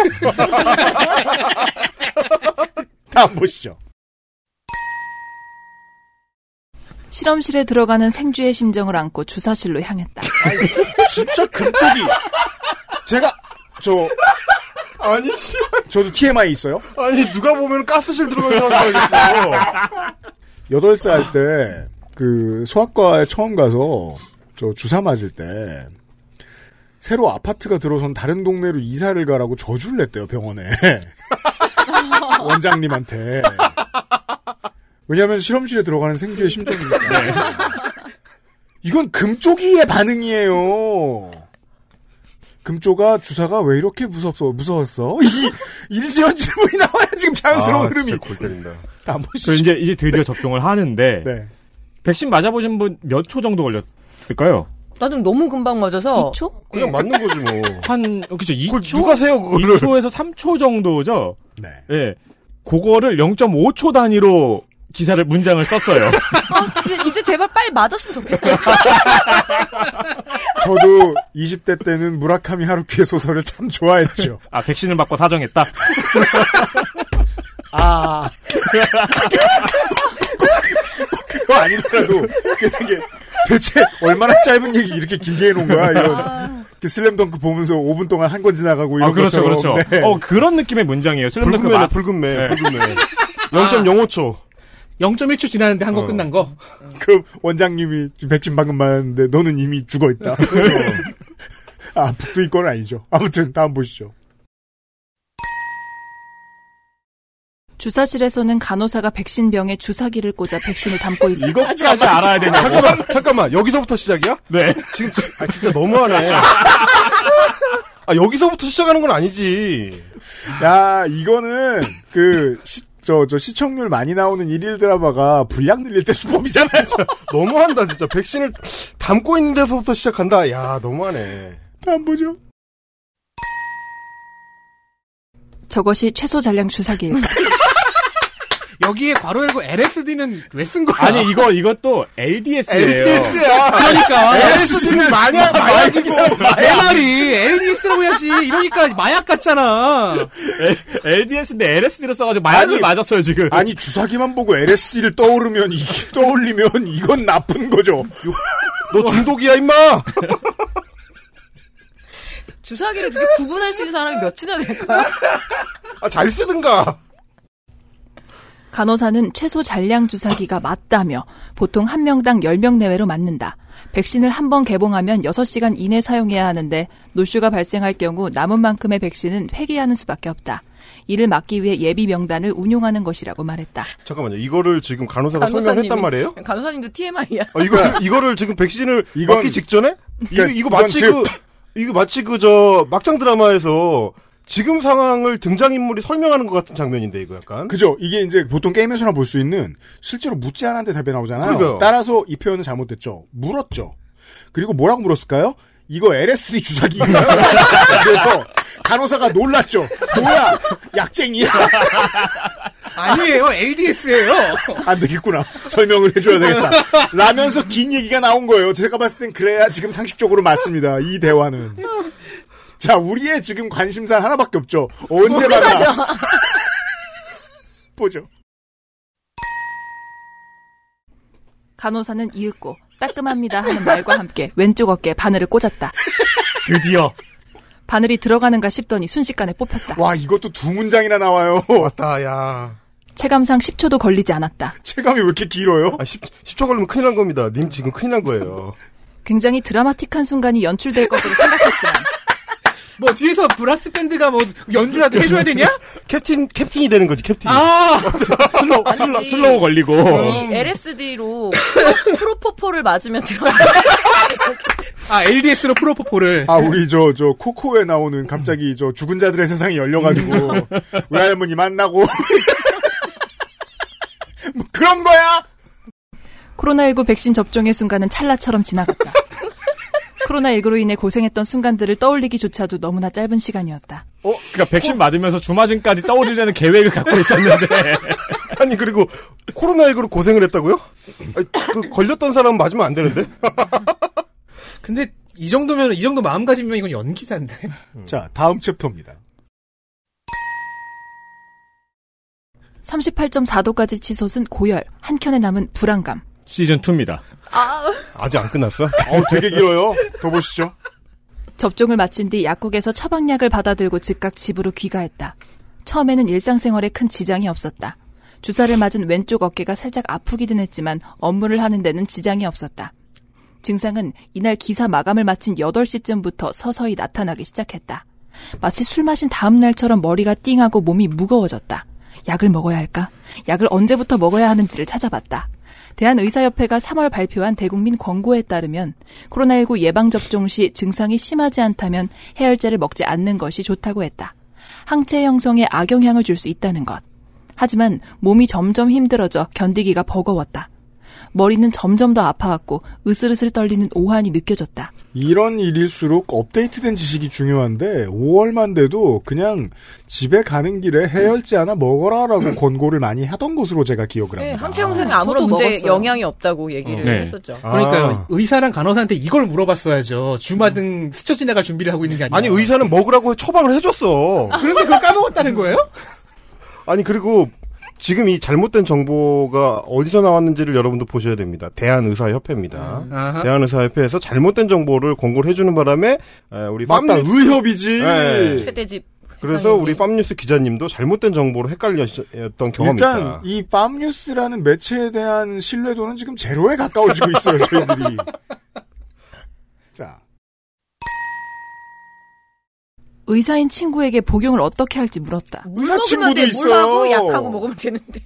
Speaker 4: 다음 보시죠.
Speaker 2: 실험실에 들어가는 생쥐의 심정을 안고 주사실로 향했다.
Speaker 4: 진짜 갑자기 제가 저 아니 씨 저도 TMI 있어요.
Speaker 5: 아니 누가 보면 가스실 들어간 사람 알겠어.
Speaker 4: 8살 때 그 소아과에 처음 가서 저 주사 맞을 때 새로 아파트가 들어선 다른 동네로 이사를 가라고 저주를 냈대요 병원에 원장님한테 왜냐하면 실험실에 들어가는 생쥐의 심정이니까
Speaker 7: 네.
Speaker 4: 이건 금쪽이의 반응이에요 금쪽아 주사가 왜 이렇게 무섭소 무서웠어 이 일지연 질문이 나와야 지금 자연스러운
Speaker 7: 아, 진짜
Speaker 4: 흐름이
Speaker 5: 골 때린다.
Speaker 4: 안
Speaker 7: 그
Speaker 4: 보시죠
Speaker 7: 이제 이제 드디어 접종을 하는데
Speaker 5: 네.
Speaker 4: 네.
Speaker 7: 백신 맞아보신 분 몇 초 정도 걸렸을까요?
Speaker 11: 나는 너무 금방 맞아서.
Speaker 2: 2초?
Speaker 5: 그냥 맞는 거지 뭐.
Speaker 7: 한 어, 그죠 2초
Speaker 5: 누가 세요, 그거를?
Speaker 7: 2초에서 3초 정도죠.
Speaker 4: 네.
Speaker 7: 예. 그거를 0.5초 단위로 기사를 문장을 썼어요.
Speaker 11: 아, 이제, 이제 제발 빨리 맞았으면 좋겠다.
Speaker 4: 저도 20대 때는 무라카미 하루키의 소설을 참 좋아했죠.
Speaker 7: 아, 백신을 맞고 사정했다?
Speaker 4: 아. 그거 아니더라도, 그 되게, 대체 얼마나 짧은 얘기 이렇게 길게 해놓은 거야, 이런. 그 슬램덩크 보면서 5분 동안 한 권 지나가고 이런
Speaker 7: 아, 그렇죠,
Speaker 4: 것처럼.
Speaker 7: 그렇죠.
Speaker 4: 네.
Speaker 7: 어, 그런 느낌의 문장이에요. 슬램덩크
Speaker 5: 붉은 매네, 아.
Speaker 7: 맛.
Speaker 5: 붉은 매,
Speaker 7: 네.
Speaker 5: 붉은 매. 0.05초.
Speaker 3: 0.1초 지나는데 한 거
Speaker 4: 어.
Speaker 3: 끝난 거.
Speaker 4: 그럼 원장님이 지금 백신 방금 맞았는데 너는 이미 죽어있다. 그렇죠. 아, 북도 이건 아니죠. 아무튼 다음 보시죠.
Speaker 2: 주사실에서는 간호사가 백신병에 주사기를 꽂아 백신을 담고 있었다.
Speaker 7: 이것까지 알아야 되냐고.
Speaker 5: 잠깐만, 잠깐만. 여기서부터 시작이야?
Speaker 7: 네.
Speaker 5: 지금 지- 아, 진짜 너무하네. 아 여기서부터 시작하는 건 아니지.
Speaker 4: 야, 이거는 그 시, 저, 저 시청률 많이 나오는 일일 드라마가 분량 늘릴 때 수법이잖아요.
Speaker 5: 너무한다 진짜. 백신을 담고 있는 데서부터 시작한다. 야 너무하네.
Speaker 4: 다음 보죠.
Speaker 2: 저것이 최소 잔량 주사기였다.
Speaker 3: 여기에 괄호 열고 LSD는 왜 쓴 거야?
Speaker 7: 아니, 이거, 이것도 LDS예요.
Speaker 3: LDS야. 그러니까.
Speaker 5: LSD는 마약, 마약이고.
Speaker 3: MR이 LDS라고 해야지. 이러니까 마약 같잖아.
Speaker 7: LDS인데 LSD로 써가지고 마약을
Speaker 4: 아니,
Speaker 7: 맞았어요, 지금.
Speaker 4: 아니 주사기만 보고 LSD를 떠오르면 이, 떠올리면 이건 나쁜 거죠.
Speaker 5: 너 중독이야 임마.
Speaker 11: 주사기를 그렇게 구분할 수 있는 사람이 몇이나 될까?
Speaker 5: 아, 잘 쓰든가.
Speaker 2: 간호사는 최소 잔량 주사기가 맞다며 보통 한 명당 10명 내외로 맞는다. 백신을 한 번 개봉하면 6시간 이내 사용해야 하는데 노쇼가 발생할 경우 남은 만큼의 백신은 폐기하는 수밖에 없다. 이를 막기 위해 예비 명단을 운용하는 것이라고 말했다.
Speaker 5: 잠깐만요. 이거를 지금 간호사가 어, 설명을 했단 말이에요?
Speaker 11: 간호사님도 TMI야.
Speaker 5: 아, 이거 이거를 지금 백신을
Speaker 4: 이건-
Speaker 5: 맞기 직전에 이거
Speaker 4: 그러니까
Speaker 5: 이거
Speaker 4: 이건
Speaker 5: 마치
Speaker 4: 즉-
Speaker 5: 그 이거 마치 그 저 막장 드라마에서 지금 상황을 등장 인물이 설명하는 것 같은 장면인데 이거 약간.
Speaker 4: 그죠? 이게 이제 보통 게임에서나 볼 수 있는 실제로 묻지 않았는데 답이 나오잖아요.
Speaker 5: 그러게요.
Speaker 4: 따라서 이 표현은 잘못됐죠. 물었죠. 그리고 뭐라고 물었을까요? 이거 LSD 주사기인가요? 그래서 간호사가 놀랐죠. 뭐야? 약쟁이야.
Speaker 3: 아니에요. LDS예요.
Speaker 4: 안 되겠구나. 설명을 해줘야 되겠다. 라면서 긴 얘기가 나온 거예요. 제가 봤을 땐 그래야 지금 상식적으로 맞습니다. 이 대화는. 자, 우리의 지금 관심사는 하나밖에 없죠. 언제 만나? 보죠.
Speaker 2: 간호사는 이윽고 따끔합니다 하는 말과 함께 왼쪽 어깨에 바늘을 꽂았다.
Speaker 7: 드디어.
Speaker 2: 바늘이 들어가는가 싶더니 순식간에 뽑혔다.
Speaker 4: 와, 이것도 두 문장이나 나와요.
Speaker 5: 맞다, 야.
Speaker 2: 체감상 10초도 걸리지 않았다.
Speaker 4: 체감이 왜 이렇게 길어요?
Speaker 5: 아, 10, 10초 걸리면 큰일 난 겁니다. 님 지금 큰일 난 거예요.
Speaker 2: 굉장히 드라마틱한 순간이 연출될 것으로 생각했지만
Speaker 3: 뭐 뒤에서 브라스 밴드가 뭐 연주라도 해줘야 되냐?
Speaker 5: 캡틴 캡틴이 되는 거지 캡틴.
Speaker 3: 아
Speaker 5: 슬로 슬로
Speaker 6: 아니지.
Speaker 5: 슬로우 걸리고.
Speaker 6: 이 LSD로 프로포폴을 맞으면 들어가.
Speaker 3: 아, LDS로 프로포폴을.
Speaker 4: 아, 우리 저, 저, 코코에 나오는 갑자기 저 죽은 자들의 세상이 열려가지고, 외할머니 만나고. 뭐 그런 거야!
Speaker 2: 코로나19 백신 접종의 순간은 찰나처럼 지나갔다. 코로나19로 인해 고생했던 순간들을 떠올리기조차도 너무나 짧은 시간이었다.
Speaker 7: 어, 그러니까 백신 맞으면서 주마진까지 떠오르려는 계획을 갖고 있었는데
Speaker 5: 아니 그리고 코로나19로 고생을 했다고요? 아니, 그 걸렸던 사람 은 맞으면 안 되는데.
Speaker 3: 근데 이 정도면 이 정도 마음가짐이면 이건 연기자인데.
Speaker 4: 자, 다음 챕터입니다.
Speaker 2: 38.4도까지 치솟은 고열, 한켠에 남은 불안감.
Speaker 7: 시즌 2입니다.
Speaker 6: 아,
Speaker 5: 아직 안 끝났어?
Speaker 4: 어, 되게 길어요. 더 보시죠.
Speaker 2: 접종을 마친 뒤 약국에서 처방약을 받아들고 즉각 집으로 귀가했다. 처음에는 일상생활에 큰 지장이 없었다. 주사를 맞은 왼쪽 어깨가 살짝 아프기는 했지만 업무를 하는 데는 지장이 없었다. 증상은 이날 기사 마감을 마친 8시쯤부터 서서히 나타나기 시작했다. 마치 술 마신 다음 날처럼 머리가 띵하고 몸이 무거워졌다. 약을 먹어야 할까? 약을 언제부터 먹어야 하는지를 찾아봤다. 대한의사협회가 3월 발표한 대국민 권고에 따르면 코로나19 예방접종 시 증상이 심하지 않다면 해열제를 먹지 않는 것이 좋다고 했다. 항체 형성에 악영향을 줄 수 있다는 것. 하지만 몸이 점점 힘들어져 견디기가 버거웠다. 머리는 점점 더 아파왔고 으슬으슬 떨리는 오한이 느껴졌다.
Speaker 4: 이런 일일수록 업데이트된 지식이 중요한데 5월만 돼도 그냥 집에 가는 길에 해열제 하나 먹어라라고 권고를 많이 하던 것으로 제가 기억을
Speaker 6: 네,
Speaker 4: 합니다.
Speaker 6: 항체 형성에 아무런 아,
Speaker 11: 저도
Speaker 6: 문제
Speaker 11: 먹었어요.
Speaker 6: 영향이 없다고 얘기를
Speaker 4: 네.
Speaker 6: 했었죠.
Speaker 5: 아.
Speaker 3: 아. 그러니까요. 의사랑 간호사한테 이걸 물어봤어야죠. 주마등 스쳐 지나갈 준비를 하고 있는 게 아니라.
Speaker 5: 아니 의사는
Speaker 4: 뭐
Speaker 5: 먹으라고 처방을 해줬어.
Speaker 3: 그런데 그걸 까먹었다는 거예요?
Speaker 5: 아니 그리고 지금 이 잘못된 정보가 어디서 나왔는지를 여러분도 보셔야 됩니다. 대한의사협회입니다.
Speaker 4: 아하.
Speaker 5: 대한의사협회에서 잘못된 정보를 권고를 해주는 바람에 에, 우리
Speaker 4: 맞다,
Speaker 5: 팜뉴스-
Speaker 4: 의협이지.
Speaker 5: 예.
Speaker 6: 최대집.
Speaker 5: 그래서 우리 팜뉴스 기자님도 잘못된 정보로 헷갈렸던 경험이
Speaker 4: 일단
Speaker 5: 있다.
Speaker 4: 이 빰뉴스라는 매체에 대한 신뢰도는 지금 제로에 가까워지고 있어요. 저희들이. 자,
Speaker 2: 의사인 친구에게 복용을 어떻게 할지 물었다.
Speaker 4: 의사
Speaker 6: 먹으면 돼. 물하고 약하고 먹으면 되는데.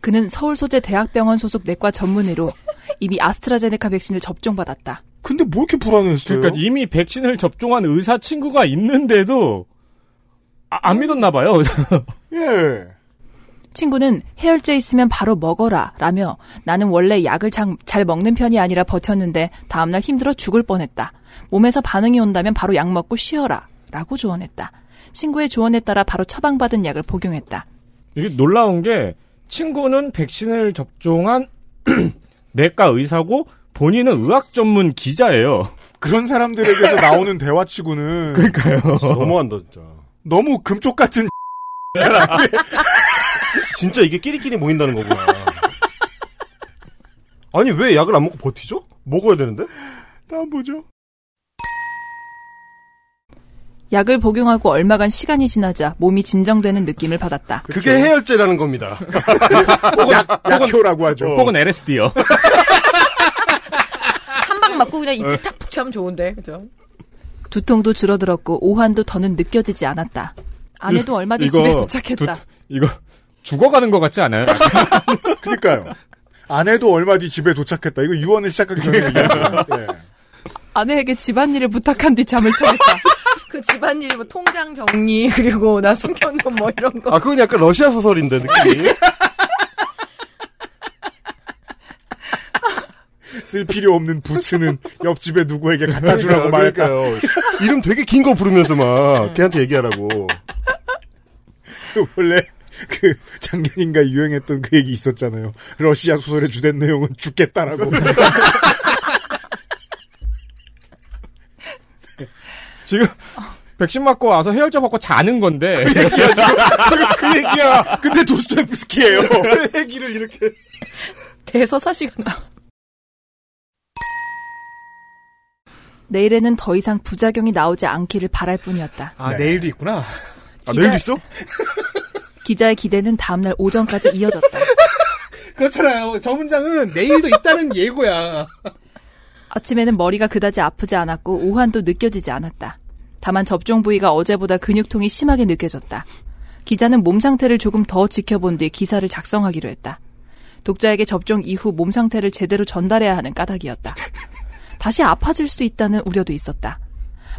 Speaker 2: 그는 서울 소재 대학병원 소속 내과 전문의로 이미 아스트라제네카 백신을 접종받았다.
Speaker 4: 근데 뭐 이렇게 불안했어요?
Speaker 7: 그러니까 이미 백신을 접종한 의사 친구가 있는데도 아, 안 믿었나 봐요.
Speaker 4: 예.
Speaker 2: 친구는 해열제 있으면 바로 먹어라 라며 나는 원래 약을 장- 잘 먹는 편이 아니라 버텼는데 다음날 힘들어 죽을 뻔했다. 몸에서 반응이 온다면 바로 약 먹고 쉬어라 라고 조언했다. 친구의 조언에 따라 바로 처방받은 약을 복용했다.
Speaker 7: 이게 놀라운 게 친구는 백신을 접종한 내과 의사고 본인은 의학 전문 기자예요.
Speaker 4: 그런 사람들에게서 나오는 대화치고는
Speaker 7: 그러니까요.
Speaker 5: 너무한다 진짜.
Speaker 4: 너무 금쪽 같은
Speaker 5: 진짜 이게 끼리끼리 모인다는 거구나. 아니 왜 약을 안 먹고 버티죠? 먹어야 되는데?
Speaker 4: 다음 보죠.
Speaker 2: 약을 복용하고 얼마간 시간이 지나자 몸이 진정되는 느낌을 받았다.
Speaker 5: 그게 해열제라는 겁니다. 어.
Speaker 4: 약효라고 하죠.
Speaker 7: 혹은 LSD요.
Speaker 6: 한 방 맞고 그냥 이틀 탁푹 자면 좋은데. 그죠?
Speaker 2: 두통도 줄어들었고 오한도 더는 느껴지지 않았다. 아내도 얼마 뒤
Speaker 7: 이거
Speaker 2: 집에 도착했다.
Speaker 7: 두- 이거 죽어가는 것 같지 않아요?
Speaker 4: 그러니까요. 아내도 얼마 뒤 집에 도착했다. 이거 유언을 시작하기 전에
Speaker 5: 네.
Speaker 4: 얘기하죠. 예.
Speaker 2: 아내에게 집안일을 부탁한 뒤 잠을 청했다.
Speaker 6: 그 집안일 뭐 통장 정리 그리고 나 숨겨놓은 뭐 이런 거.
Speaker 5: 아 그건 약간 러시아 소설인데 느낌이.
Speaker 4: 아, 쓸 필요 없는 부츠는 옆집에 누구에게
Speaker 7: 그러니까,
Speaker 4: 갖다 주라고 말할까.
Speaker 5: 말까요? 이름 되게 긴 거 부르면서 막 걔한테 얘기하라고.
Speaker 7: 그러니까.
Speaker 4: 원래 그 작년인가 유행했던 그 얘기 있었잖아요. 러시아 소설의 주된 내용은 죽겠다라고.
Speaker 7: 지금 백신 맞고 와서 해열제 먹고 자는 건데
Speaker 4: 지금 그 얘기야. 근데 도스토옙스키예요.
Speaker 5: 얘기를 이렇게
Speaker 6: 대서사시가 나.
Speaker 2: 내일에는 더 이상
Speaker 3: 네.
Speaker 2: 부작용이 나오지 않기를 바랄 뿐이었다.
Speaker 3: 아, 내일도 있구나.
Speaker 2: 기자- 내일도
Speaker 5: 있어?
Speaker 2: 기자의 기대는 다음날 오전까지 이어졌다.
Speaker 3: 그렇잖아요. 저 문장은 내일도 있다는 예고야.
Speaker 2: 아침에는 머리가 그다지 아프지 않았고 오한도 느껴지지 않았다. 다만 접종 부위가 어제보다 근육통이 심하게 느껴졌다. 기자는 몸 상태를 조금 더 지켜본 뒤 기사를 작성하기로 했다. 독자에게 접종 이후 몸 상태를 제대로 전달해야 하는 까닭이었다. 다시 아파질 수 있다는 우려도 있었다.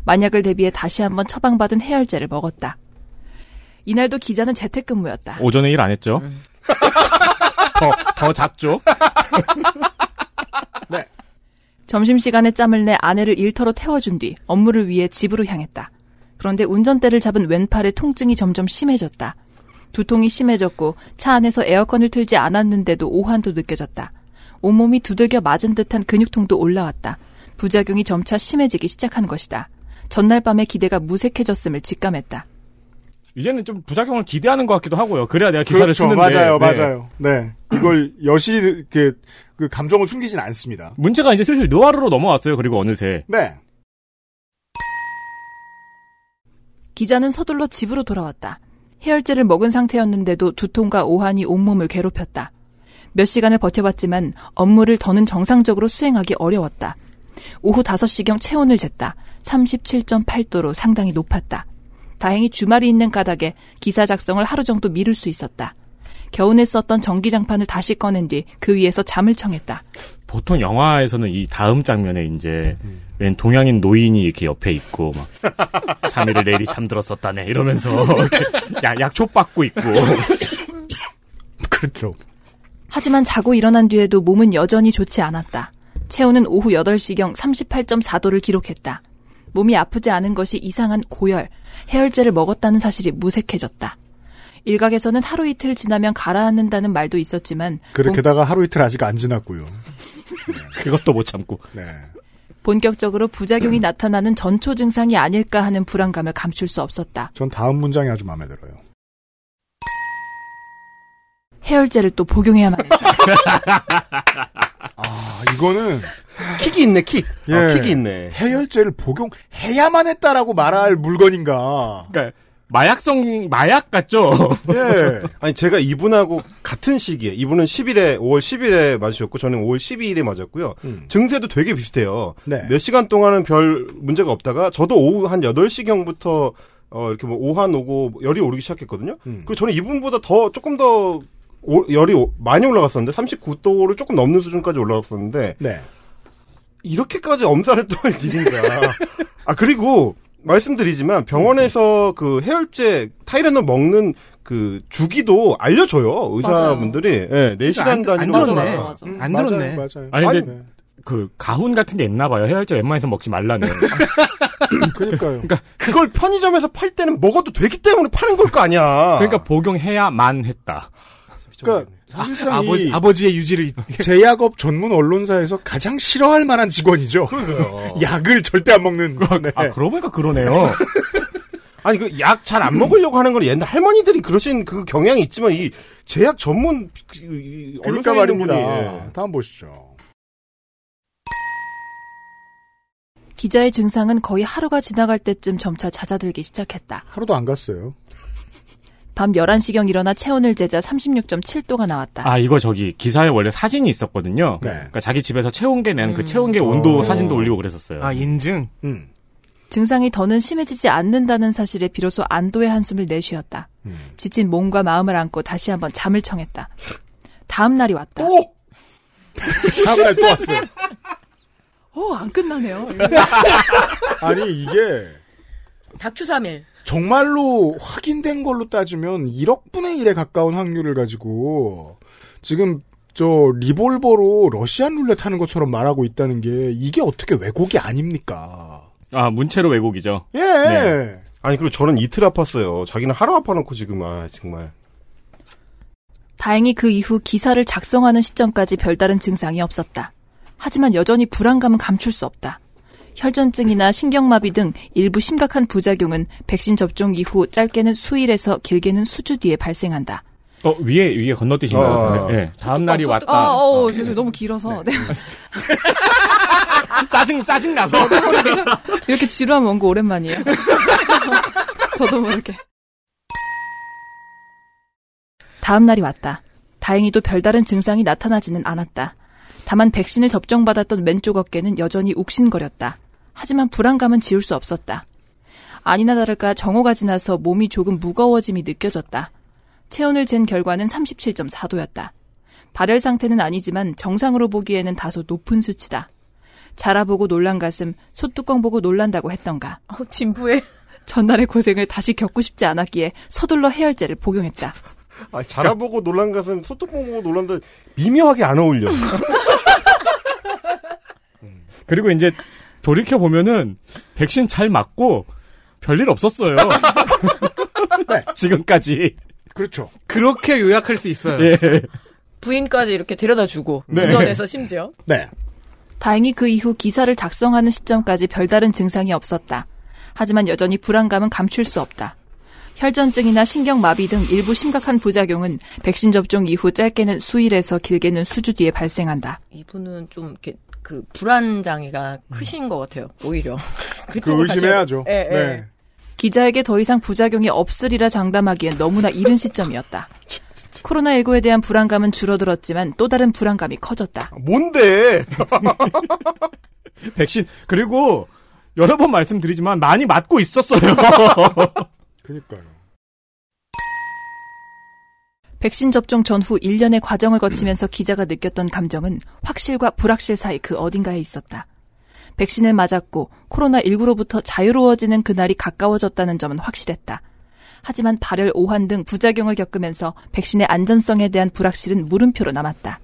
Speaker 2: 만약을 대비해 다시 한번 처방받은 해열제를 먹었다. 이날도 기자는 재택근무였다.
Speaker 7: 오전에 일 안 했죠? 더, 더 잤죠?
Speaker 2: 점심시간에 짬을 내 아내를 일터로 태워준 뒤 업무를 위해 집으로 향했다. 그런데 운전대를 잡은 왼팔의 통증이 점점 심해졌다. 두통이 심해졌고 차 안에서 에어컨을 틀지 않았는데도 오한도 느껴졌다. 온몸이 두들겨 맞은 듯한 근육통도 올라왔다. 부작용이 점차 심해지기 시작한 것이다. 전날 밤의 기대가 무색해졌음을 직감했다.
Speaker 7: 이제는 좀 부작용을 기대하는 것 같기도 하고요. 그래야 내가 기사를
Speaker 4: 그렇죠.
Speaker 7: 쓰는데.
Speaker 4: 맞아요,
Speaker 7: 네.
Speaker 4: 맞아요. 네. 이걸 여실히 이렇게 그 감정을 숨기진 않습니다.
Speaker 7: 문제가 이제 슬슬 느와르로 넘어왔어요. 그리고 어느새.
Speaker 4: 네.
Speaker 2: 기자는 서둘러 집으로 돌아왔다. 해열제를 먹은 상태였는데도 두통과 오한이 온몸을 괴롭혔다. 몇 시간을 버텨봤지만 업무를 더는 정상적으로 수행하기 어려웠다. 오후 5시경 체온을 쟀다. 37.8도로 상당히 높았다. 다행히 주말이 있는 까닭에 기사 작성을 하루 정도 미룰 수 있었다. 겨우내 썼던 전기장판을 다시 꺼낸 뒤 그 위에서 잠을 청했다.
Speaker 7: 보통 영화에서는 이 다음 장면에 이제 웬 동양인 노인이 이렇게 옆에 있고 막 3일을 내리 잠들었었다네 이러면서 이렇게 야, 약초 받고 있고
Speaker 4: 그렇죠.
Speaker 2: 하지만 자고 일어난 뒤에도 몸은 여전히 좋지 않았다. 체온은 오후 8시경 38.4도를 기록했다. 몸이 아프지 않은 것이 이상한 고열, 해열제를 먹었다는 사실이 무색해졌다. 일각에서는 하루 이틀 지나면 가라앉는다는 말도 있었지만
Speaker 7: 어?
Speaker 4: 그래,
Speaker 2: 몸-
Speaker 4: 게다가 하루 이틀 아직 안 지났고요. 네.
Speaker 7: 그것도 못 참고.
Speaker 2: 본격적으로 부작용이 나타나는 전초 증상이 아닐까 하는 불안감을 감출 수 없었다.
Speaker 4: 전 다음 문장이 아주 마음에 들어요.
Speaker 2: 해열제를 또 복용해야만 했다.
Speaker 4: 아, 이거는
Speaker 5: 킥이 있네, 킥.
Speaker 4: 예.
Speaker 5: 아, 킥이 있네.
Speaker 4: 해열제를 복용해야만 했다라고 말할 물건인가.
Speaker 7: 그러니까 마약성 마약 같죠?
Speaker 4: 예.
Speaker 5: 아니 제가 이분하고 같은 시기에 이분은 10일에 5월 10일에 맞으셨고 저는 5월 12일에 맞았고요. 증세도 되게 비슷해요.
Speaker 4: 음. 네.
Speaker 5: 몇 시간 동안은 별 문제가 없다가 저도 오후 한 8시경부터 어 이렇게 뭐 오한 오고 열이 오르기 시작했거든요.
Speaker 4: 음.
Speaker 5: 그리고 저는 이분보다 더 조금 더 오- 열이 오- 많이 올라갔었는데 39도를 조금 넘는 수준까지 올라갔었는데
Speaker 4: 네.
Speaker 5: 이렇게까지 엄살을 떨 일인가. 아, 그리고 말씀드리지만 병원에서 그 해열제 타이레놀 먹는 그 주기도 알려줘요. 의사분들이. 예, 네, 4시간 단위로.
Speaker 7: 맞아, 맞아.
Speaker 4: 음,
Speaker 7: 안
Speaker 4: 맞아요,
Speaker 7: 들었네.
Speaker 4: 맞아요.
Speaker 7: 아니 근데 그 가훈 같은 게 있나 봐요. 해열제 웬만해서 먹지 말라는.
Speaker 4: 그러니까요.
Speaker 7: 그러니까
Speaker 5: 예. 그걸 편의점에서 팔 때는 먹어도 되기 때문에 파는 걸 거 아니야.
Speaker 7: 그러니까 복용해야만 했다.
Speaker 4: 그러니까 사실상
Speaker 7: 아, 아버지-
Speaker 4: 아버지의 유지를 제약업 전문 언론사에서 가장 싫어할 만한 네. 직원이죠. 약을 절대 안 먹는.
Speaker 7: 아, 그러고 보니까 그러네요.
Speaker 5: 아니 그 약 잘 안
Speaker 7: 음.
Speaker 5: 먹으려고 하는 건 옛날 할머니들이 그러신 그 경향이 있지만 이 제약 전문 그- 이
Speaker 4: 그러니까
Speaker 5: 언론사에 있는
Speaker 4: 말입니다.
Speaker 5: 분이, 예.
Speaker 4: 다음 보시죠.
Speaker 2: 기자의 증상은 거의 하루가 지나갈 때쯤 점차 잦아들기 시작했다.
Speaker 4: 하루도 안 갔어요.
Speaker 2: 밤 11시경 일어나 체온을 재자 36.7도가 나왔다.
Speaker 7: 아, 이거 저기 기사에 원래 사진이 있었거든요. 그러니까 자기 집에서 체온계 낸
Speaker 11: 음.
Speaker 7: 그 체온계 온도 사진도 올리고 그랬었어요.
Speaker 3: 아,
Speaker 11: 예.
Speaker 3: 인증?
Speaker 4: 음.
Speaker 2: 증상이 더는 심해지지 않는다는 사실에 비로소 안도의 한숨을 내쉬었다.
Speaker 7: 음.
Speaker 2: 지친 몸과 마음을 안고 다시 한번 잠을 청했다. 다음 날이 왔다.
Speaker 4: 다음 날 또 왔어요.
Speaker 11: 어,
Speaker 2: 오, 안 끝나네요.
Speaker 4: 아니 이게
Speaker 6: 닥추 3일.
Speaker 4: 정말로 확인된 걸로 따지면 1억 분의 1에 가까운 확률을 가지고 지금 저 리볼버로 러시안 룰렛 하는 것처럼 말하고 있다는 게 이게 어떻게 왜곡이 아닙니까?
Speaker 7: 아, 문체로 왜곡이죠.
Speaker 4: 예.
Speaker 5: 아니 그리고 저는 이틀 아팠어요. 자기는 하루 아파놓고 지금 아 정말.
Speaker 2: 다행히 그 이후 기사를 작성하는 시점까지 별다른 증상이 없었다. 하지만 여전히 불안감은 감출 수 없다. 혈전증이나 신경마비 등 일부 심각한 부작용은 백신 접종 이후 짧게는 수일에서 길게는 수주 뒤에 발생한다.
Speaker 7: 어, 위에, 위에 건너뛰신
Speaker 5: 어.
Speaker 7: 것 같은데. 예. 다음 날이 왔다. 예.
Speaker 11: 아, 어, 죄송해요. 너무 길어서. 네.
Speaker 7: 짜증, 짜증나서.
Speaker 2: 이렇게 지루한 원고 오랜만이에요. 저도 모르게. 다음 날이 왔다. 다행히도 별다른 증상이 나타나지는 않았다. 다만 백신을 접종받았던 왼쪽 어깨는 여전히 욱신거렸다. 하지만 불안감은 지울 수 없었다. 아니나 다를까 정오가 지나서 몸이 조금 무거워짐이 느껴졌다. 체온을 잰 결과는 37.4도였다. 발열 상태는 아니지만 정상으로 보기에는 다소 높은 수치다. 자라보고 놀란 가슴, 소뚜껑 보고 놀란다고 했던가. 어, 진부해. 전날의 고생을 다시 겪고 싶지 않았기에 서둘러 해열제를 복용했다.
Speaker 5: 아, 자라보고 놀란 것은 소뚜껑 보고 놀란다. 미묘하게 안 어울려.
Speaker 7: 그리고 이제 돌이켜 보면은 백신 잘 맞고 별일 없었어요. 지금까지.
Speaker 4: 그렇죠.
Speaker 3: 그렇게 요약할 수 있어요.
Speaker 6: 부인까지 이렇게 데려다 주고
Speaker 7: 네.
Speaker 6: 운전해서 심지어
Speaker 4: 네.
Speaker 2: 다행히 그 이후 기사를 작성하는 시점까지 별다른 증상이 없었다. 하지만 여전히 불안감은 감출 수 없다. 혈전증이나 신경마비 등 일부 심각한 부작용은 백신 접종 이후 짧게는 수일에서 길게는 수주 뒤에 발생한다.
Speaker 6: 이분은 좀 이렇게 그 불안 장애가 크신 것 같아요. 오히려
Speaker 4: 그 의심해야죠.
Speaker 6: 예, 예.
Speaker 4: 네.
Speaker 2: 기자에게 더 이상 부작용이 없으리라 장담하기엔 너무나 이른 시점이었다. 코로나19에 대한 불안감은 줄어들었지만 또 다른 불안감이 커졌다.
Speaker 5: 뭔데?
Speaker 7: 백신 그리고 여러 번 말씀드리지만 많이 맞고 있었어요.
Speaker 4: 그니까요.
Speaker 2: 백신 접종 전후 1년의 과정을 거치면서 기자가 느꼈던 감정은 확실과 불확실 사이 그 어딘가에 있었다. 백신을 맞았고 코로나19로부터 자유로워지는 그날이 가까워졌다는 점은 확실했다. 하지만 발열 오한 등 부작용을 겪으면서 백신의 안전성에 대한 불확실은 물음표로 남았다.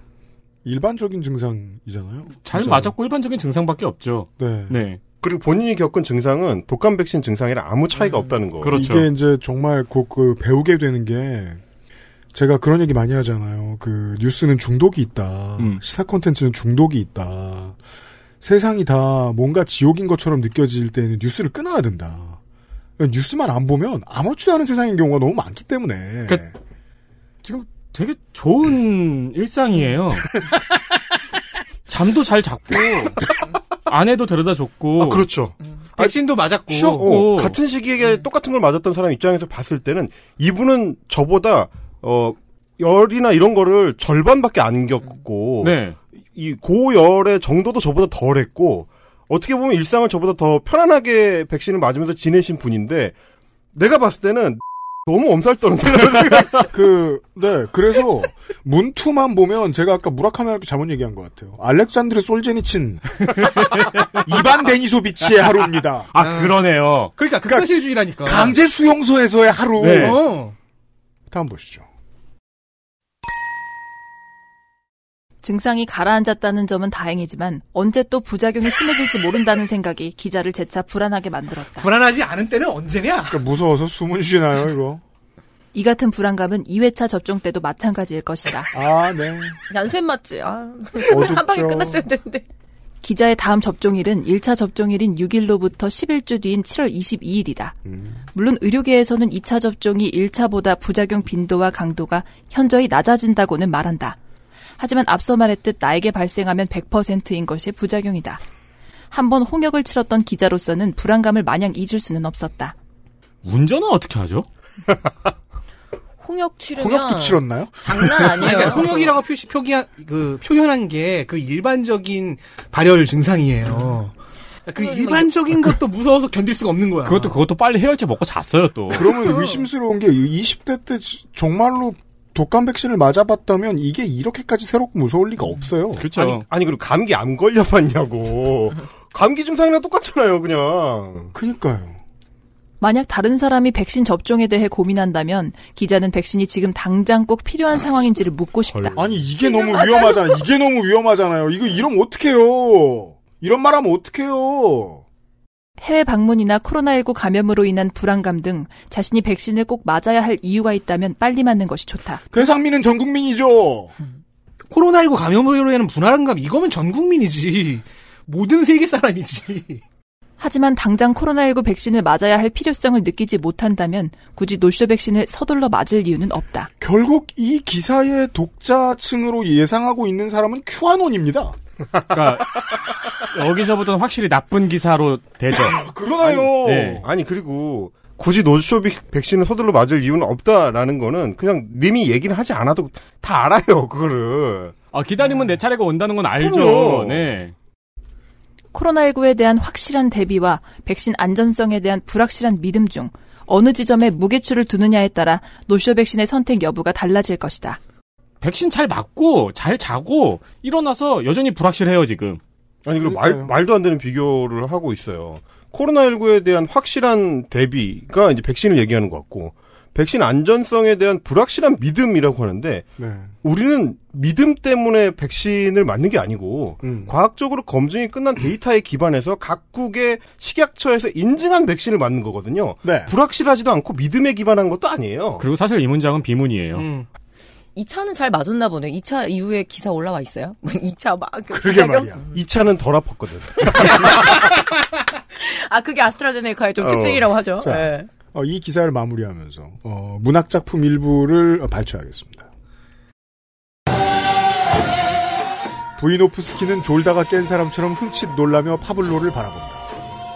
Speaker 4: 일반적인 증상이잖아요.
Speaker 7: 잘
Speaker 4: 진짜로.
Speaker 7: 맞았고 일반적인 증상밖에 없죠.
Speaker 4: 네.
Speaker 5: 그리고 본인이 겪은 증상은 독감 백신 증상이랑 아무 차이가 없다는 거.
Speaker 7: 그렇죠.
Speaker 4: 이게 이제 정말 곧 그 배우게 되는 게 제가 그런 얘기 많이 하잖아요. 그 뉴스는 중독이 있다.
Speaker 7: 음.
Speaker 4: 시사 콘텐츠는 중독이 있다. 세상이 다 뭔가 지옥인 것처럼 느껴질 때는 뉴스를 끊어야 된다. 그러니까 뉴스만 안 보면 아무렇지도 않은 세상인 경우가 너무 많기 때문에.
Speaker 7: 그러니까 지금 되게 좋은 일상이에요. 잠도 잘 잤고 아내도 데려다 줬고.
Speaker 5: 그렇죠.
Speaker 3: 백신도 맞았고.
Speaker 5: 쉬었고 같은 시기에 똑같은 걸 맞았던 사람 입장에서 봤을 때는 이분은 저보다 어 열이나 이런 거를 절반밖에 안 겪고
Speaker 7: 네.
Speaker 5: 이 고열의 정도도 저보다 덜했고 어떻게 보면 일상을 저보다 더 편안하게 백신을 맞으면서 지내신 분인데 내가 봤을 때는 너무 엄살 떨는데
Speaker 4: 그, 네, 그래서, 문투만 보면 제가 아까 무라카미 하루키 잘못 얘기한 것 같아요. 알렉산드르 솔제니친, 이반 데니소비치의 하루입니다.
Speaker 7: 아, 그러네요.
Speaker 3: 그러니까 극사실주의라니까.
Speaker 4: 강제 수용소에서의 하루.
Speaker 3: 네. 어.
Speaker 4: 다음 보시죠.
Speaker 2: 증상이 가라앉았다는 점은 다행이지만 언제 또 부작용이 심해질지 모른다는 생각이 기자를 재차 불안하게 만들었다.
Speaker 3: 불안하지 않은 때는 언제냐?
Speaker 4: 그러니까 무서워서 숨은 쉬나요, 이거?
Speaker 2: 이 같은 불안감은 2회차 접종 때도 마찬가지일 것이다.
Speaker 4: 아, 네.
Speaker 6: 난샘 맞지. 아,
Speaker 4: 어둡죠.
Speaker 6: 한 방에 끝났어야 되는데.
Speaker 2: 기자의 다음 접종일은 1차 접종일인 6일로부터 11주 뒤인 7월 22일이다. 물론 의료계에서는 2차 접종이 1차보다 부작용 빈도와 강도가 현저히 낮아진다고는 말한다. 하지만 앞서 말했듯 나에게 발생하면 100%인 것이 부작용이다. 한번 홍역을 치렀던 기자로서는 불안감을 마냥 잊을 수는 없었다.
Speaker 7: 운전은 어떻게 하죠?
Speaker 6: 홍역 치르면
Speaker 3: 홍역도 치렀나요?
Speaker 6: 장난 아니에요.
Speaker 3: 그러니까
Speaker 7: 어.
Speaker 3: 홍역이라고 표시, 표기한, 그, 표현한 게 그 일반적인 발열 증상이에요. 그 일반적인 것도 무서워서 견딜 수가 없는 거야.
Speaker 7: 그것도 그것도 빨리 해열제 먹고 잤어요 또.
Speaker 4: 그러면 의심스러운 게 20대 때 지- 정말로 독감 백신을 맞아봤다면 이게 이렇게까지 새롭고 무서울 리가 없어요.
Speaker 7: 그렇죠.
Speaker 5: 아니, 아니, 그리고 감기 안 걸려봤냐고. 감기 증상이랑 똑같잖아요, 그냥.
Speaker 4: 그니까요.
Speaker 2: 만약 다른 사람이 백신 접종에 대해 고민한다면 기자는 백신이 지금 당장 꼭 필요한 상황인지를 묻고 싶다.
Speaker 4: 아니 이게 너무 위험하잖아. 이게 너무 위험하잖아요. 이거 이러면 어떡해요. 이런 말하면 어떡해요.
Speaker 2: 해외 방문이나 코로나19 감염으로 인한 불안감 등 자신이 백신을 꼭 맞아야 할 이유가 있다면 빨리 맞는 것이 좋다.
Speaker 4: 괴상민은 전 국민이죠.
Speaker 5: 어.
Speaker 3: 코로나19 감염으로 인한 불안감, 이거면 전 국민이지. 모든 세계 사람이지.
Speaker 2: 하지만 당장 코로나19 백신을 맞아야 할 필요성을 느끼지 못한다면 굳이 노쇼 백신을 서둘러 맞을 이유는 없다.
Speaker 4: 결국 이 기사의 독자층으로 예상하고 있는 사람은 큐아논입니다.
Speaker 7: 그러니까 여기서부터는 확실히 나쁜 기사로 되죠.
Speaker 4: 그러나요.
Speaker 7: 예.
Speaker 5: 아니, 그리고 굳이 노쇼비 백신을 서둘러 맞을 이유는 없다라는 거는 그냥 님이 얘기를 하지 않아도 다 알아요 그거를.
Speaker 7: 아 기다리면 내 차례가 온다는 건 알죠.
Speaker 5: 그럼요.
Speaker 7: 네.
Speaker 2: 코로나19에 대한 확실한 대비와 백신 안전성에 대한 불확실한 믿음 중 어느 지점에 무게추를 두느냐에 따라 노쇼 백신의 선택 여부가 달라질 것이다.
Speaker 7: 백신 잘 맞고 잘 자고 일어나서 여전히 불확실해요 지금.
Speaker 5: 아니 그리고 말, 말도 안 되는 비교를 하고 있어요. 코로나19에 대한 확실한 대비가 이제 백신을 얘기하는 것 같고 백신 안전성에 대한 불확실한 믿음이라고 하는데
Speaker 4: 네.
Speaker 5: 우리는 믿음 때문에 백신을 맞는 게 아니고 과학적으로 검증이 끝난 데이터에 기반해서 각국의 식약처에서 인증한 백신을 맞는 거거든요.
Speaker 4: 네.
Speaker 5: 불확실하지도 않고 믿음에 기반한 것도 아니에요.
Speaker 7: 그리고 사실 이 문장은 비문이에요.
Speaker 5: 음.
Speaker 3: 음.
Speaker 6: 2차는 잘 맞았나 보네. 2차 이후에 기사 올라와 있어요? 2차 막.
Speaker 5: 그러게 말이야. 2차는 덜 아팠거든.
Speaker 6: 아, 그게 아스트라제네카의 좀
Speaker 4: 어.
Speaker 6: 특징이라고 하죠.
Speaker 4: 자,
Speaker 6: 예.
Speaker 4: 어, 이 기사를 마무리하면서 어, 문학작품 일부를 어, 발췌하겠습니다. 부이노프스키는 졸다가 깬 사람처럼 흠칫 놀라며 파블로를 바라본다.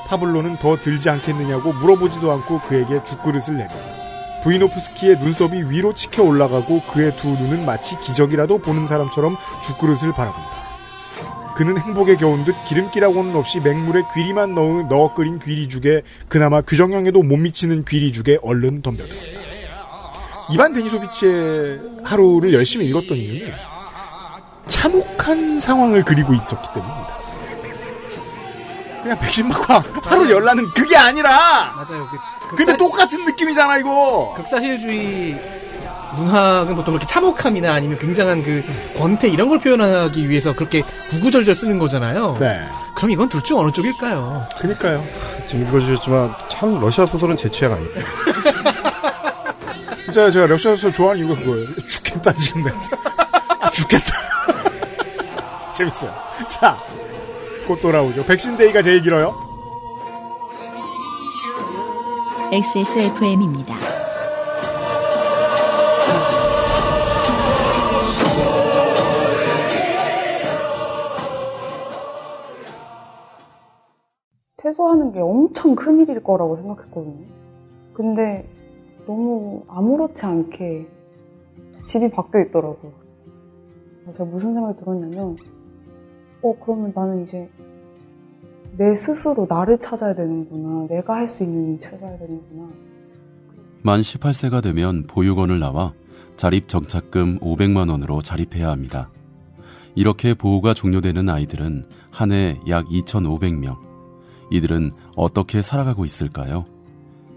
Speaker 4: 파블로는 더 들지 않겠느냐고 물어보지도 않고 그에게 죽그릇을 내린다. 부이노프스키의 눈썹이 위로 치켜 올라가고 그의 두 눈은 마치 기적이라도 보는 사람처럼 죽그릇을 바라본다. 그는 행복에 겨운 듯 기름기라고는 없이 맹물에 귀리만 넣어, 넣어 끓인 귀리죽에 그나마 규정형에도 못 미치는 귀리죽에 얼른 덤벼들었다. 이반 데니소비치의 하루를 열심히 읽었던 이유는 참혹한 상황을 그리고 있었기 때문입니다. 그냥 백신 맞고 하루 열라는 그게 아니라
Speaker 3: 맞아요. 그, 그
Speaker 4: 근데 똑같은 느낌이잖아 이거.
Speaker 3: 극사실주의 문학은 보통 그렇게 참혹함이나 아니면 굉장한 그 권태 이런 걸 표현하기 위해서 그렇게 구구절절 쓰는 거잖아요.
Speaker 7: 네.
Speaker 3: 그럼 이건 둘 중 어느 쪽일까요?
Speaker 4: 네. 그니까요.
Speaker 5: 지금 읽어주셨지만 참 러시아 소설은 제 취향 아니에요.
Speaker 4: 진짜 제가 러시아 소설 좋아하는 이유가 그거예요. 죽겠다 지금 내가. 죽겠다. 재밌어요. 자, 곧 돌아오죠. 백신 데이가 제일 길어요.
Speaker 1: XSFM입니다.
Speaker 12: 퇴소하는 게 엄청 큰 일일 거라고 생각했거든요. 근데 너무 아무렇지 않게 집이 바뀌어 있더라고요. 제가 무슨 생각이 들었냐면, 어, 그러면 나는 이제 내 스스로 나를 찾아야 되는구나. 내가 할 수 있는 일 찾아야 되는구나.
Speaker 13: 만 18세가 되면 보육원을 나와 자립 정착금 500만 원으로 자립해야 합니다. 이렇게 보호가 종료되는 아이들은 한 해 약 2,500명. 이들은 어떻게 살아가고 있을까요?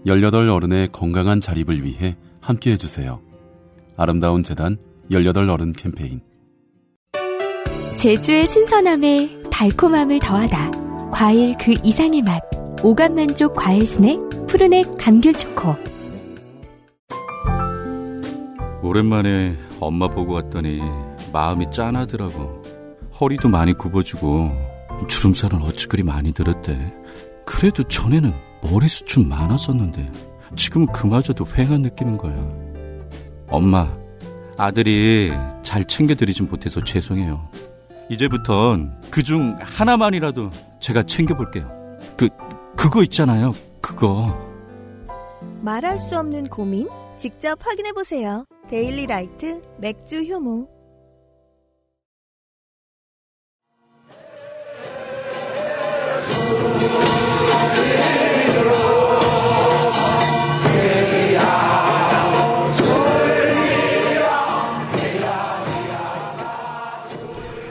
Speaker 13: 18 어른의 건강한 자립을 위해 함께 해주세요. 아름다운 재단 18 어른 캠페인.
Speaker 14: 제주의 신선함에 달콤함을 더하다. 과일 그 이상의 맛. 오감 만족 과일 스낵 푸르넥 감귤 초코.
Speaker 15: 오랜만에 엄마 보고 왔더니 마음이 짠하더라고. 허리도 많이 굽어지고 주름살은 어찌 그리 많이 들었대. 그래도 전에는 머리숱은 많았었는데 지금은 그마저도 휑한 느낌인 거야. 엄마, 아들이 잘 챙겨드리진 못해서 죄송해요. 이제부턴 그중 하나만이라도 제가 챙겨볼게요. 그, 그거 있잖아요. 그거.
Speaker 10: 말할 수 없는 고민? 직접 확인해 보세요. 데일리 라이트 맥주 효모.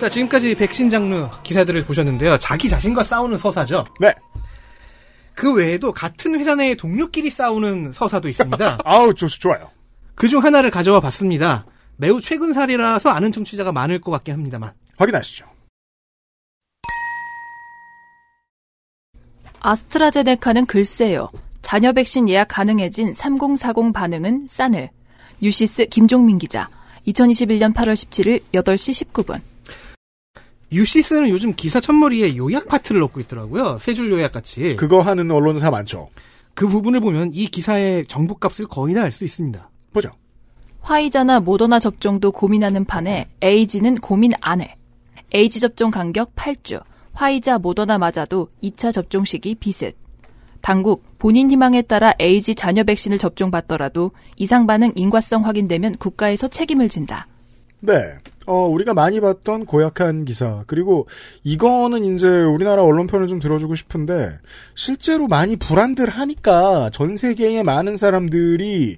Speaker 3: 자, 지금까지 백신 장르 기사들을 보셨는데요. 자기 자신과 싸우는 서사죠.
Speaker 4: 네.
Speaker 3: 그 외에도 같은 회사 내 동료끼리 싸우는 서사도 있습니다.
Speaker 4: 아우, 좋, 좋아요.
Speaker 3: 그중 하나를 가져와 봤습니다. 매우 최근 사례라서 아는 청취자가 많을 것 같긴 합니다만.
Speaker 4: 확인하시죠.
Speaker 2: 아스트라제네카는 글쎄요. 자녀 백신 예약 가능해진 3040 반응은 싸늘. 뉴시스 김종민 기자. 2021년 8월 17일 8시 19분.
Speaker 3: 유시스는 요즘 기사 첫머리에 요약 파트를 넣고 있더라고요. 세 줄 요약 같이.
Speaker 4: 그거 하는 언론사 많죠.
Speaker 3: 그 부분을 보면 이 기사의 정보값을 거의 다 알 수 있습니다.
Speaker 4: 보죠.
Speaker 2: 화이자나 모더나 접종도 고민하는 판에 에이지는 고민 안 해. 에이지 접종 간격 8주. 화이자 모더나 맞아도 2차 접종 시기 비슷. 당국 본인 희망에 따라 에이지 자녀 백신을 접종받더라도 이상 반응 인과성 확인되면 국가에서 책임을 진다.
Speaker 4: 네. 어, 우리가 많이 봤던 고약한 기사. 그리고 이거는 이제 우리나라 언론 편을 좀 들어주고 싶은데, 실제로 많이 불안들 하니까 전 세계의 많은 사람들이,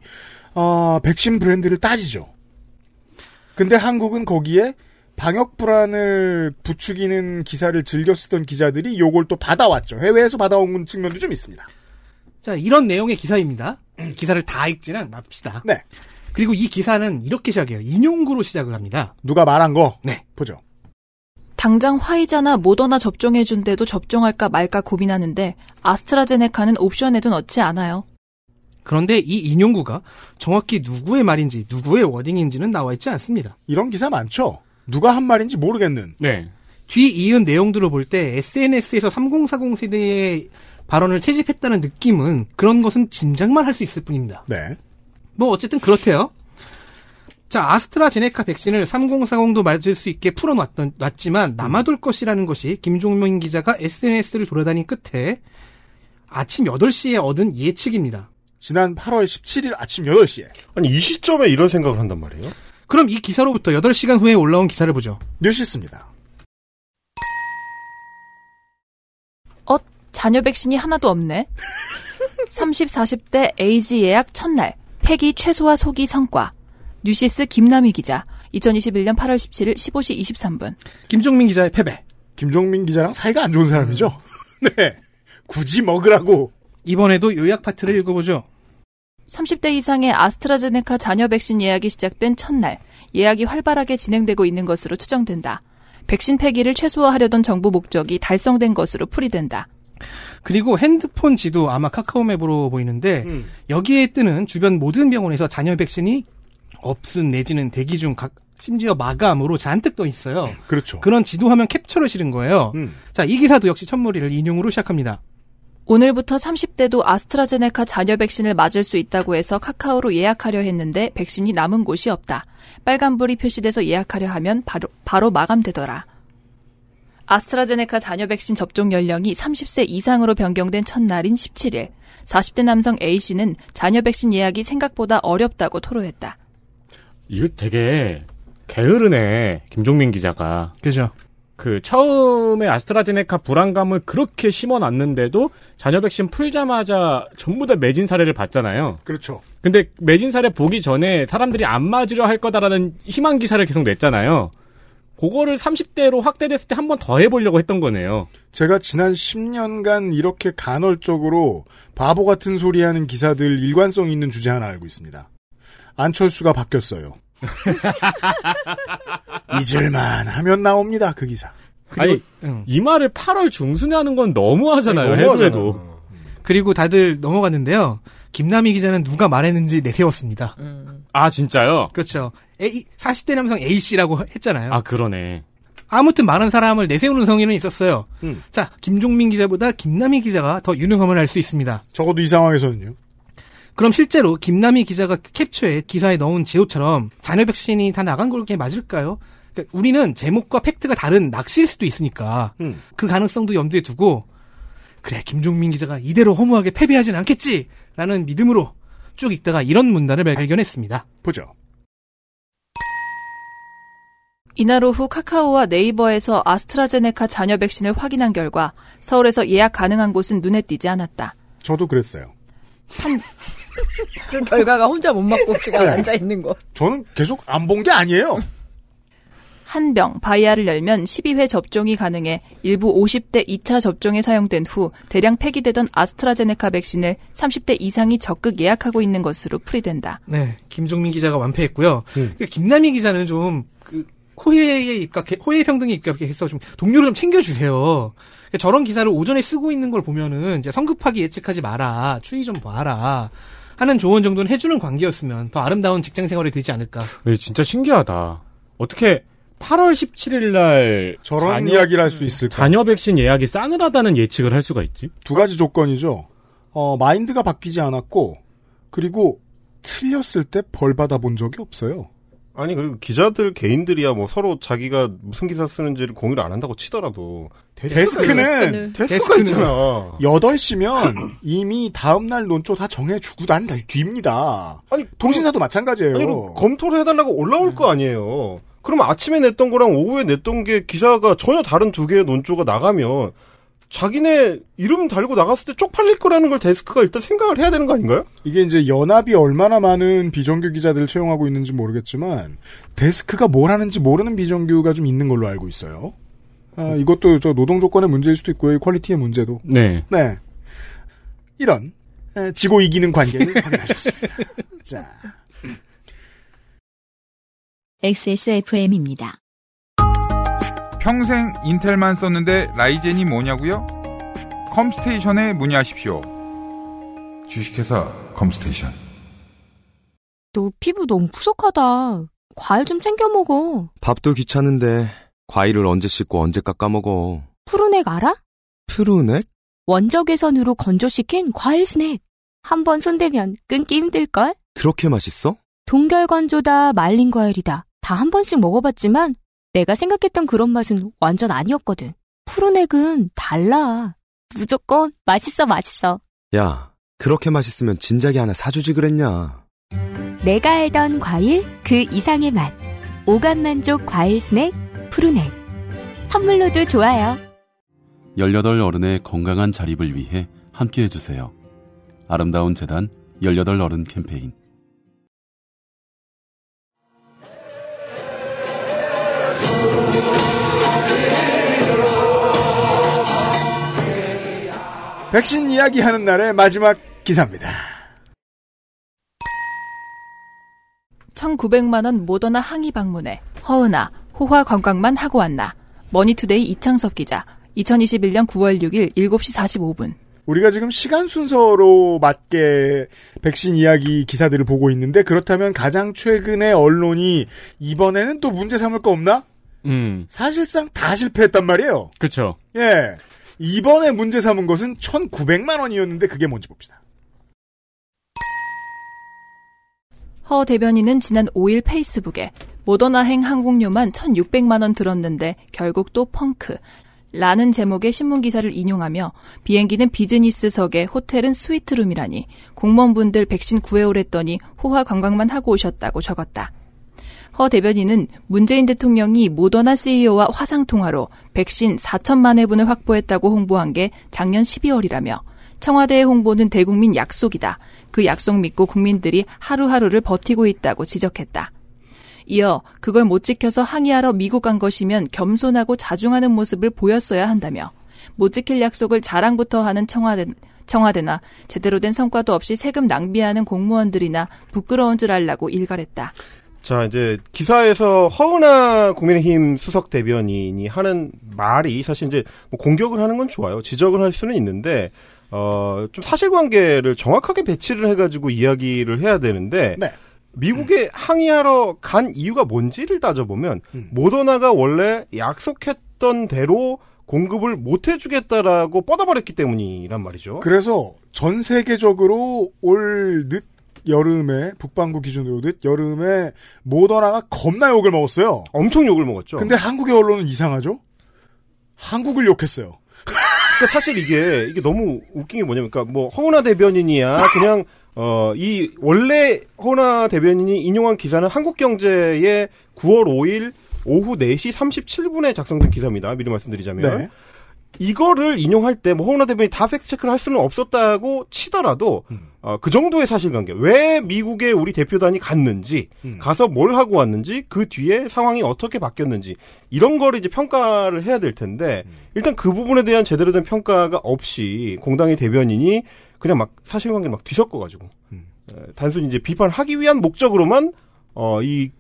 Speaker 4: 어, 백신 브랜드를 따지죠. 근데 한국은 거기에 방역 불안을 부추기는 기사를 즐겨 쓰던 기자들이 요걸 또 받아왔죠. 해외에서 받아온 측면도 좀 있습니다.
Speaker 3: 자, 이런 내용의 기사입니다. 기사를 다 읽지는 맙시다.
Speaker 4: 음. 네.
Speaker 3: 그리고 이 기사는 이렇게 시작해요. 인용구로 시작을 합니다.
Speaker 4: 누가 말한 거?
Speaker 3: 네.
Speaker 4: 보죠.
Speaker 2: 당장 화이자나 모더나 접종해준데도 접종할까 말까 고민하는데 아스트라제네카는 옵션에도 넣지 않아요.
Speaker 3: 그런데 이 인용구가 정확히 누구의 말인지 누구의 워딩인지는 나와 있지 않습니다.
Speaker 4: 이런 기사 많죠. 누가 한 말인지 모르겠는.
Speaker 7: 네.
Speaker 3: 뒤 이은 내용들을 볼 때 SNS에서 3040 세대의 발언을 채집했다는 느낌은 그런 것은 짐작만 할 수 있을 뿐입니다.
Speaker 4: 네.
Speaker 3: 뭐 어쨌든 그렇대요. 자, 아스트라제네카 백신을 3040도 맞을 수 있게 풀어놨던, 놨지만 남아돌 것이라는 것이 김종민 기자가 SNS를 돌아다닌 끝에 아침 8시에 얻은 예측입니다.
Speaker 4: 지난 8월 17일 아침 8시에.
Speaker 5: 아니, 이 시점에 이런 생각을 한단 말이에요?
Speaker 3: 그럼 이 기사로부터 8시간 후에 올라온 기사를 보죠.
Speaker 4: 뉴시스입니다.
Speaker 2: 어? 자녀 백신이 하나도 없네. 30, 40대 에이지 예약 첫날 폐기 최소화 소기 성과 뉴시스 김남희 기자 2021년 8월 17일 15시 23분
Speaker 3: 김종민 기자의 패배.
Speaker 4: 김종민 기자랑 사이가 안 좋은 사람이죠. 네. 굳이 먹으라고.
Speaker 3: 이번에도 요약 파트를 읽어보죠.
Speaker 2: 30대 이상의 아스트라제네카 잔여 백신 예약이 시작된 첫날 예약이 활발하게 진행되고 있는 것으로 추정된다. 백신 폐기를 최소화하려던 정부 목적이 달성된 것으로 풀이된다.
Speaker 3: 그리고 핸드폰 지도 아마 카카오맵으로 보이는데
Speaker 4: 음.
Speaker 3: 여기에 뜨는 주변 모든 병원에서 잔여 백신이 없은 내지는 대기 중 각, 심지어 마감으로 잔뜩 떠 있어요.
Speaker 4: 그렇죠. 음.
Speaker 3: 그런 지도 화면 캡처를 실은 거예요. 자, 이 기사도 역시 첫머리를 인용으로 시작합니다.
Speaker 2: 오늘부터 30대도 아스트라제네카 잔여 백신을 맞을 수 있다고 해서 카카오로 예약하려 했는데 백신이 남은 곳이 없다. 빨간불이 표시돼서 예약하려 하면 바로, 바로 마감되더라. 아스트라제네카 잔여 백신 접종 연령이 30세 이상으로 변경된 첫날인 17일, 40대 남성 A씨는 잔여 백신 예약이 생각보다 어렵다고 토로했다.
Speaker 7: 이거 되게 게으르네 김종민 기자가.
Speaker 3: 그죠.
Speaker 7: 그 처음에 아스트라제네카 불안감을 그렇게 심어놨는데도 잔여 백신 풀자마자 전부 다 매진 사례를 봤잖아요.
Speaker 4: 그렇죠.
Speaker 7: 근데 매진 사례 보기 전에 사람들이 안 맞으려 할 거다라는 희망 기사를 계속 냈잖아요. 그거를 30대로 확대됐을 때 한 번 더 해보려고 했던 거네요.
Speaker 4: 제가 지난 10년간 이렇게 간헐적으로 바보 같은 소리 하는 기사들 일관성 있는 주제 하나 알고 있습니다. 안철수가 바뀌었어요. 잊을만 하면 나옵니다, 그 기사.
Speaker 7: 아니 이 말을 8월 중순에 하는 건 너무하잖아요. 해도 해도.
Speaker 3: 그리고 다들 넘어갔는데요. 김남희 기자는 누가 말했는지 내세웠습니다.
Speaker 4: 음.
Speaker 7: 아 진짜요?
Speaker 3: 그렇죠. A, 40대 남성 A씨라고 했잖아요.
Speaker 7: 아 그러네.
Speaker 3: 아무튼 많은 사람을 내세우는 성의는 있었어요. 자, 김종민 기자보다 김남희 기자가 더 유능함을 알 수 있습니다.
Speaker 4: 적어도 이 상황에서는요.
Speaker 3: 그럼 실제로 김남희 기자가 그 캡처에 기사에 넣은 지도처럼 잔여 백신이 다 나간 걸게 맞을까요? 그러니까 우리는 제목과 팩트가 다른 낚시일 수도 있으니까 그 가능성도 염두에 두고 그래 김종민 기자가 이대로 허무하게 패배하진 않겠지라는 믿음으로 쭉 읽다가 이런 문단을 발견했습니다.
Speaker 4: 보죠.
Speaker 2: 이날 오후 카카오와 네이버에서 아스트라제네카 잔여 백신을 확인한 결과 서울에서 예약 가능한 곳은 눈에 띄지 않았다.
Speaker 4: 저도 그랬어요.
Speaker 6: 그 결과가 혼자 못 맞고 지금
Speaker 4: 네.
Speaker 6: 앉아 있는 거.
Speaker 4: 저는 계속 안 본 게 아니에요.
Speaker 2: 한 병 바이아를 열면 12회 접종이 가능해 일부 50대 2차 접종에 사용된 후 대량 폐기되던 아스트라제네카 백신을 30대 이상이 적극 예약하고 있는 것으로 풀이된다.
Speaker 3: 네, 김종민 기자가 완패했고요.
Speaker 4: 음.
Speaker 3: 그 김남희 기자는 좀 그, 호혜에 입각해 호혜 평등에 입각해서 좀 동료를 좀 챙겨주세요. 그러니까 저런 기사를 오전에 쓰고 있는 걸 보면은 이제 성급하게 예측하지 마라, 추이 좀 봐라 하는 조언 정도는 해주는 관계였으면 더 아름다운 직장 생활이 되지 않을까.
Speaker 7: 네, 진짜 신기하다. 어떻게 8월 17일 날
Speaker 4: 저런 이야기를 할 수 있을까?
Speaker 7: 잔여 백신 예약이 싸늘하다는 예측을 할 수가 있지?
Speaker 4: 두 가지 조건이죠. 어, 마인드가 바뀌지 않았고, 그리고 틀렸을 때 벌 받아본 적이 없어요.
Speaker 5: 아니 그리고 기자들 개인들이야 뭐 서로 자기가 무슨 기사 쓰는지를 공유를 안 한다고 치더라도
Speaker 4: 데스크는
Speaker 5: 데스크가 있잖아.
Speaker 4: 8시면 이미 다음 날 논조 다 정해주고 난 뒤입니다.
Speaker 5: 아니 그
Speaker 4: 통신사도 마찬가지예요.
Speaker 5: 아니 그럼 검토를 해달라고 올라올 거 아니에요. 그럼 아침에 냈던 거랑 오후에 냈던 게 기사가 전혀 다른 두 개의 논조가 나가면 자기네 이름 달고 나갔을 때 쪽팔릴 거라는 걸 데스크가 일단 생각을 해야 되는 거 아닌가요?
Speaker 4: 이게 이제 연합이 얼마나 많은 비정규 기자들을 채용하고 있는지 모르겠지만 데스크가 뭘 하는지 모르는 비정규가 좀 있는 걸로 알고 있어요. 아, 이것도 저 노동 조건의 문제일 수도 있고요, 이 퀄리티의 문제도.
Speaker 7: 네.
Speaker 4: 네. 이런 에, 지고 이기는 관계를 확인하셨습니다. 자,
Speaker 1: XSFM입니다.
Speaker 16: 평생 인텔만 썼는데 라이젠이 뭐냐고요? 컴스테이션에 문의하십시오. 주식회사 컴스테이션.
Speaker 17: 너 피부 너무 푸석하다. 과일 좀 챙겨 먹어.
Speaker 9: 밥도 귀찮은데 과일을 언제 씻고 언제 깎아 먹어.
Speaker 17: 푸른액 알아?
Speaker 9: 푸르넥?
Speaker 17: 원적외선으로 건조시킨 과일 스낵. 한 번 손대면 끊기 힘들걸?
Speaker 9: 그렇게 맛있어?
Speaker 17: 동결건조다, 말린 과일이다. 다 한 번씩 먹어봤지만 내가 생각했던 그런 맛은 완전 아니었거든. 푸른액은 달라. 무조건 맛있어, 맛있어.
Speaker 9: 야, 그렇게 맛있으면 진작에 하나 사주지 그랬냐.
Speaker 14: 내가 알던 과일 그 이상의 맛. 오감 만족 과일 스낵 푸르넥. 선물로도 좋아요.
Speaker 13: 18 어른의 건강한 자립을 위해 함께 해주세요. 아름다운 재단 18 어른 캠페인.
Speaker 4: 백신 이야기하는 날의 마지막 기사입니다.
Speaker 2: 1900만 원 모더나 항의 방문에 허은아 호화 관광만 하고 왔나 머니투데이 이창섭 기자 2021년 9월 6일 7시 45분
Speaker 4: 우리가 지금 시간 순서로 맞게 백신 이야기 기사들을 보고 있는데 그렇다면 가장 최근의 언론이 이번에는 또 문제 삼을 거 없나?
Speaker 7: 음.
Speaker 4: 사실상 다 실패했단 말이에요.
Speaker 7: 그쵸.
Speaker 4: 예. 이번에 문제 삼은 것은 1,900만 원이었는데 그게 뭔지 봅시다.
Speaker 2: 허 대변인은 지난 5일 페이스북에 모더나행 항공료만 1,600만 원 들었는데 결국 또 펑크. 라는 제목의 신문 기사를 인용하며 비행기는 비즈니스석에 호텔은 스위트룸이라니 공무원분들 백신 구해오랬더니 호화 관광만 하고 오셨다고 적었다. 허 대변인은 문재인 대통령이 모더나 CEO와 화상 통화로 백신 4천만 회분을 확보했다고 홍보한 게 작년 12월이라며 청와대의 홍보는 대국민 약속이다. 그 약속 믿고 국민들이 하루하루를 버티고 있다고 지적했다. 이어 그걸 못 지켜서 항의하러 미국 간 것이면 겸손하고 자중하는 모습을 보였어야 한다며 못 지킬 약속을 자랑부터 하는 청와대 청와대나 제대로 된 성과도 없이 세금 낭비하는 공무원들이나 부끄러운 줄 알라고 일갈했다.
Speaker 5: 자, 이제 기사에서 허은하 국민의힘 수석 대변인이 하는 말이 사실 이제 뭐 공격을 하는 건 좋아요. 지적을 할 수는 있는데 어, 좀 사실관계를 정확하게 배치를 해가지고 이야기를 해야 되는데
Speaker 4: 네.
Speaker 5: 미국에 항의하러 간 이유가 뭔지를 따져보면
Speaker 4: 음.
Speaker 5: 모더나가 원래 약속했던 대로 공급을 못 해주겠다라고 뻗어버렸기 때문이란 말이죠.
Speaker 4: 그래서 전 세계적으로 올 늦 여름에 북반구 기준으로 늦 여름에 모더나가 겁나 욕을 먹었어요.
Speaker 5: 엄청 욕을 먹었죠.
Speaker 4: 근데 한국의 언론은 이상하죠. 한국을 욕했어요.
Speaker 5: 그러니까 사실 이게 이게 너무 웃긴 게 뭐냐면, 그러니까 뭐 허은하 대변인이야 그냥 어 이 원래 허은하 대변인이 인용한 기사는 한국경제의 9월 5일 오후 4시 37분에 작성된 기사입니다. 미리 말씀드리자면
Speaker 4: 네.
Speaker 5: 이거를 인용할 때 뭐 허은하 대변인이 다 팩트 체크를 할 수는 없었다고 치더라도 어, 그 정도의 사실관계 왜 미국에 우리 대표단이 갔는지 가서 뭘 하고 왔는지 그 뒤에 상황이 어떻게 바뀌었는지 이런 거를 이제 평가를 해야 될 텐데 일단 그 부분에 대한 제대로 된 평가가 없이 공당의 대변인이 그냥 막 사실관계를 막 뒤섞어가지고 어, 단순히 이제 비판하기 위한 목적으로만 어, 이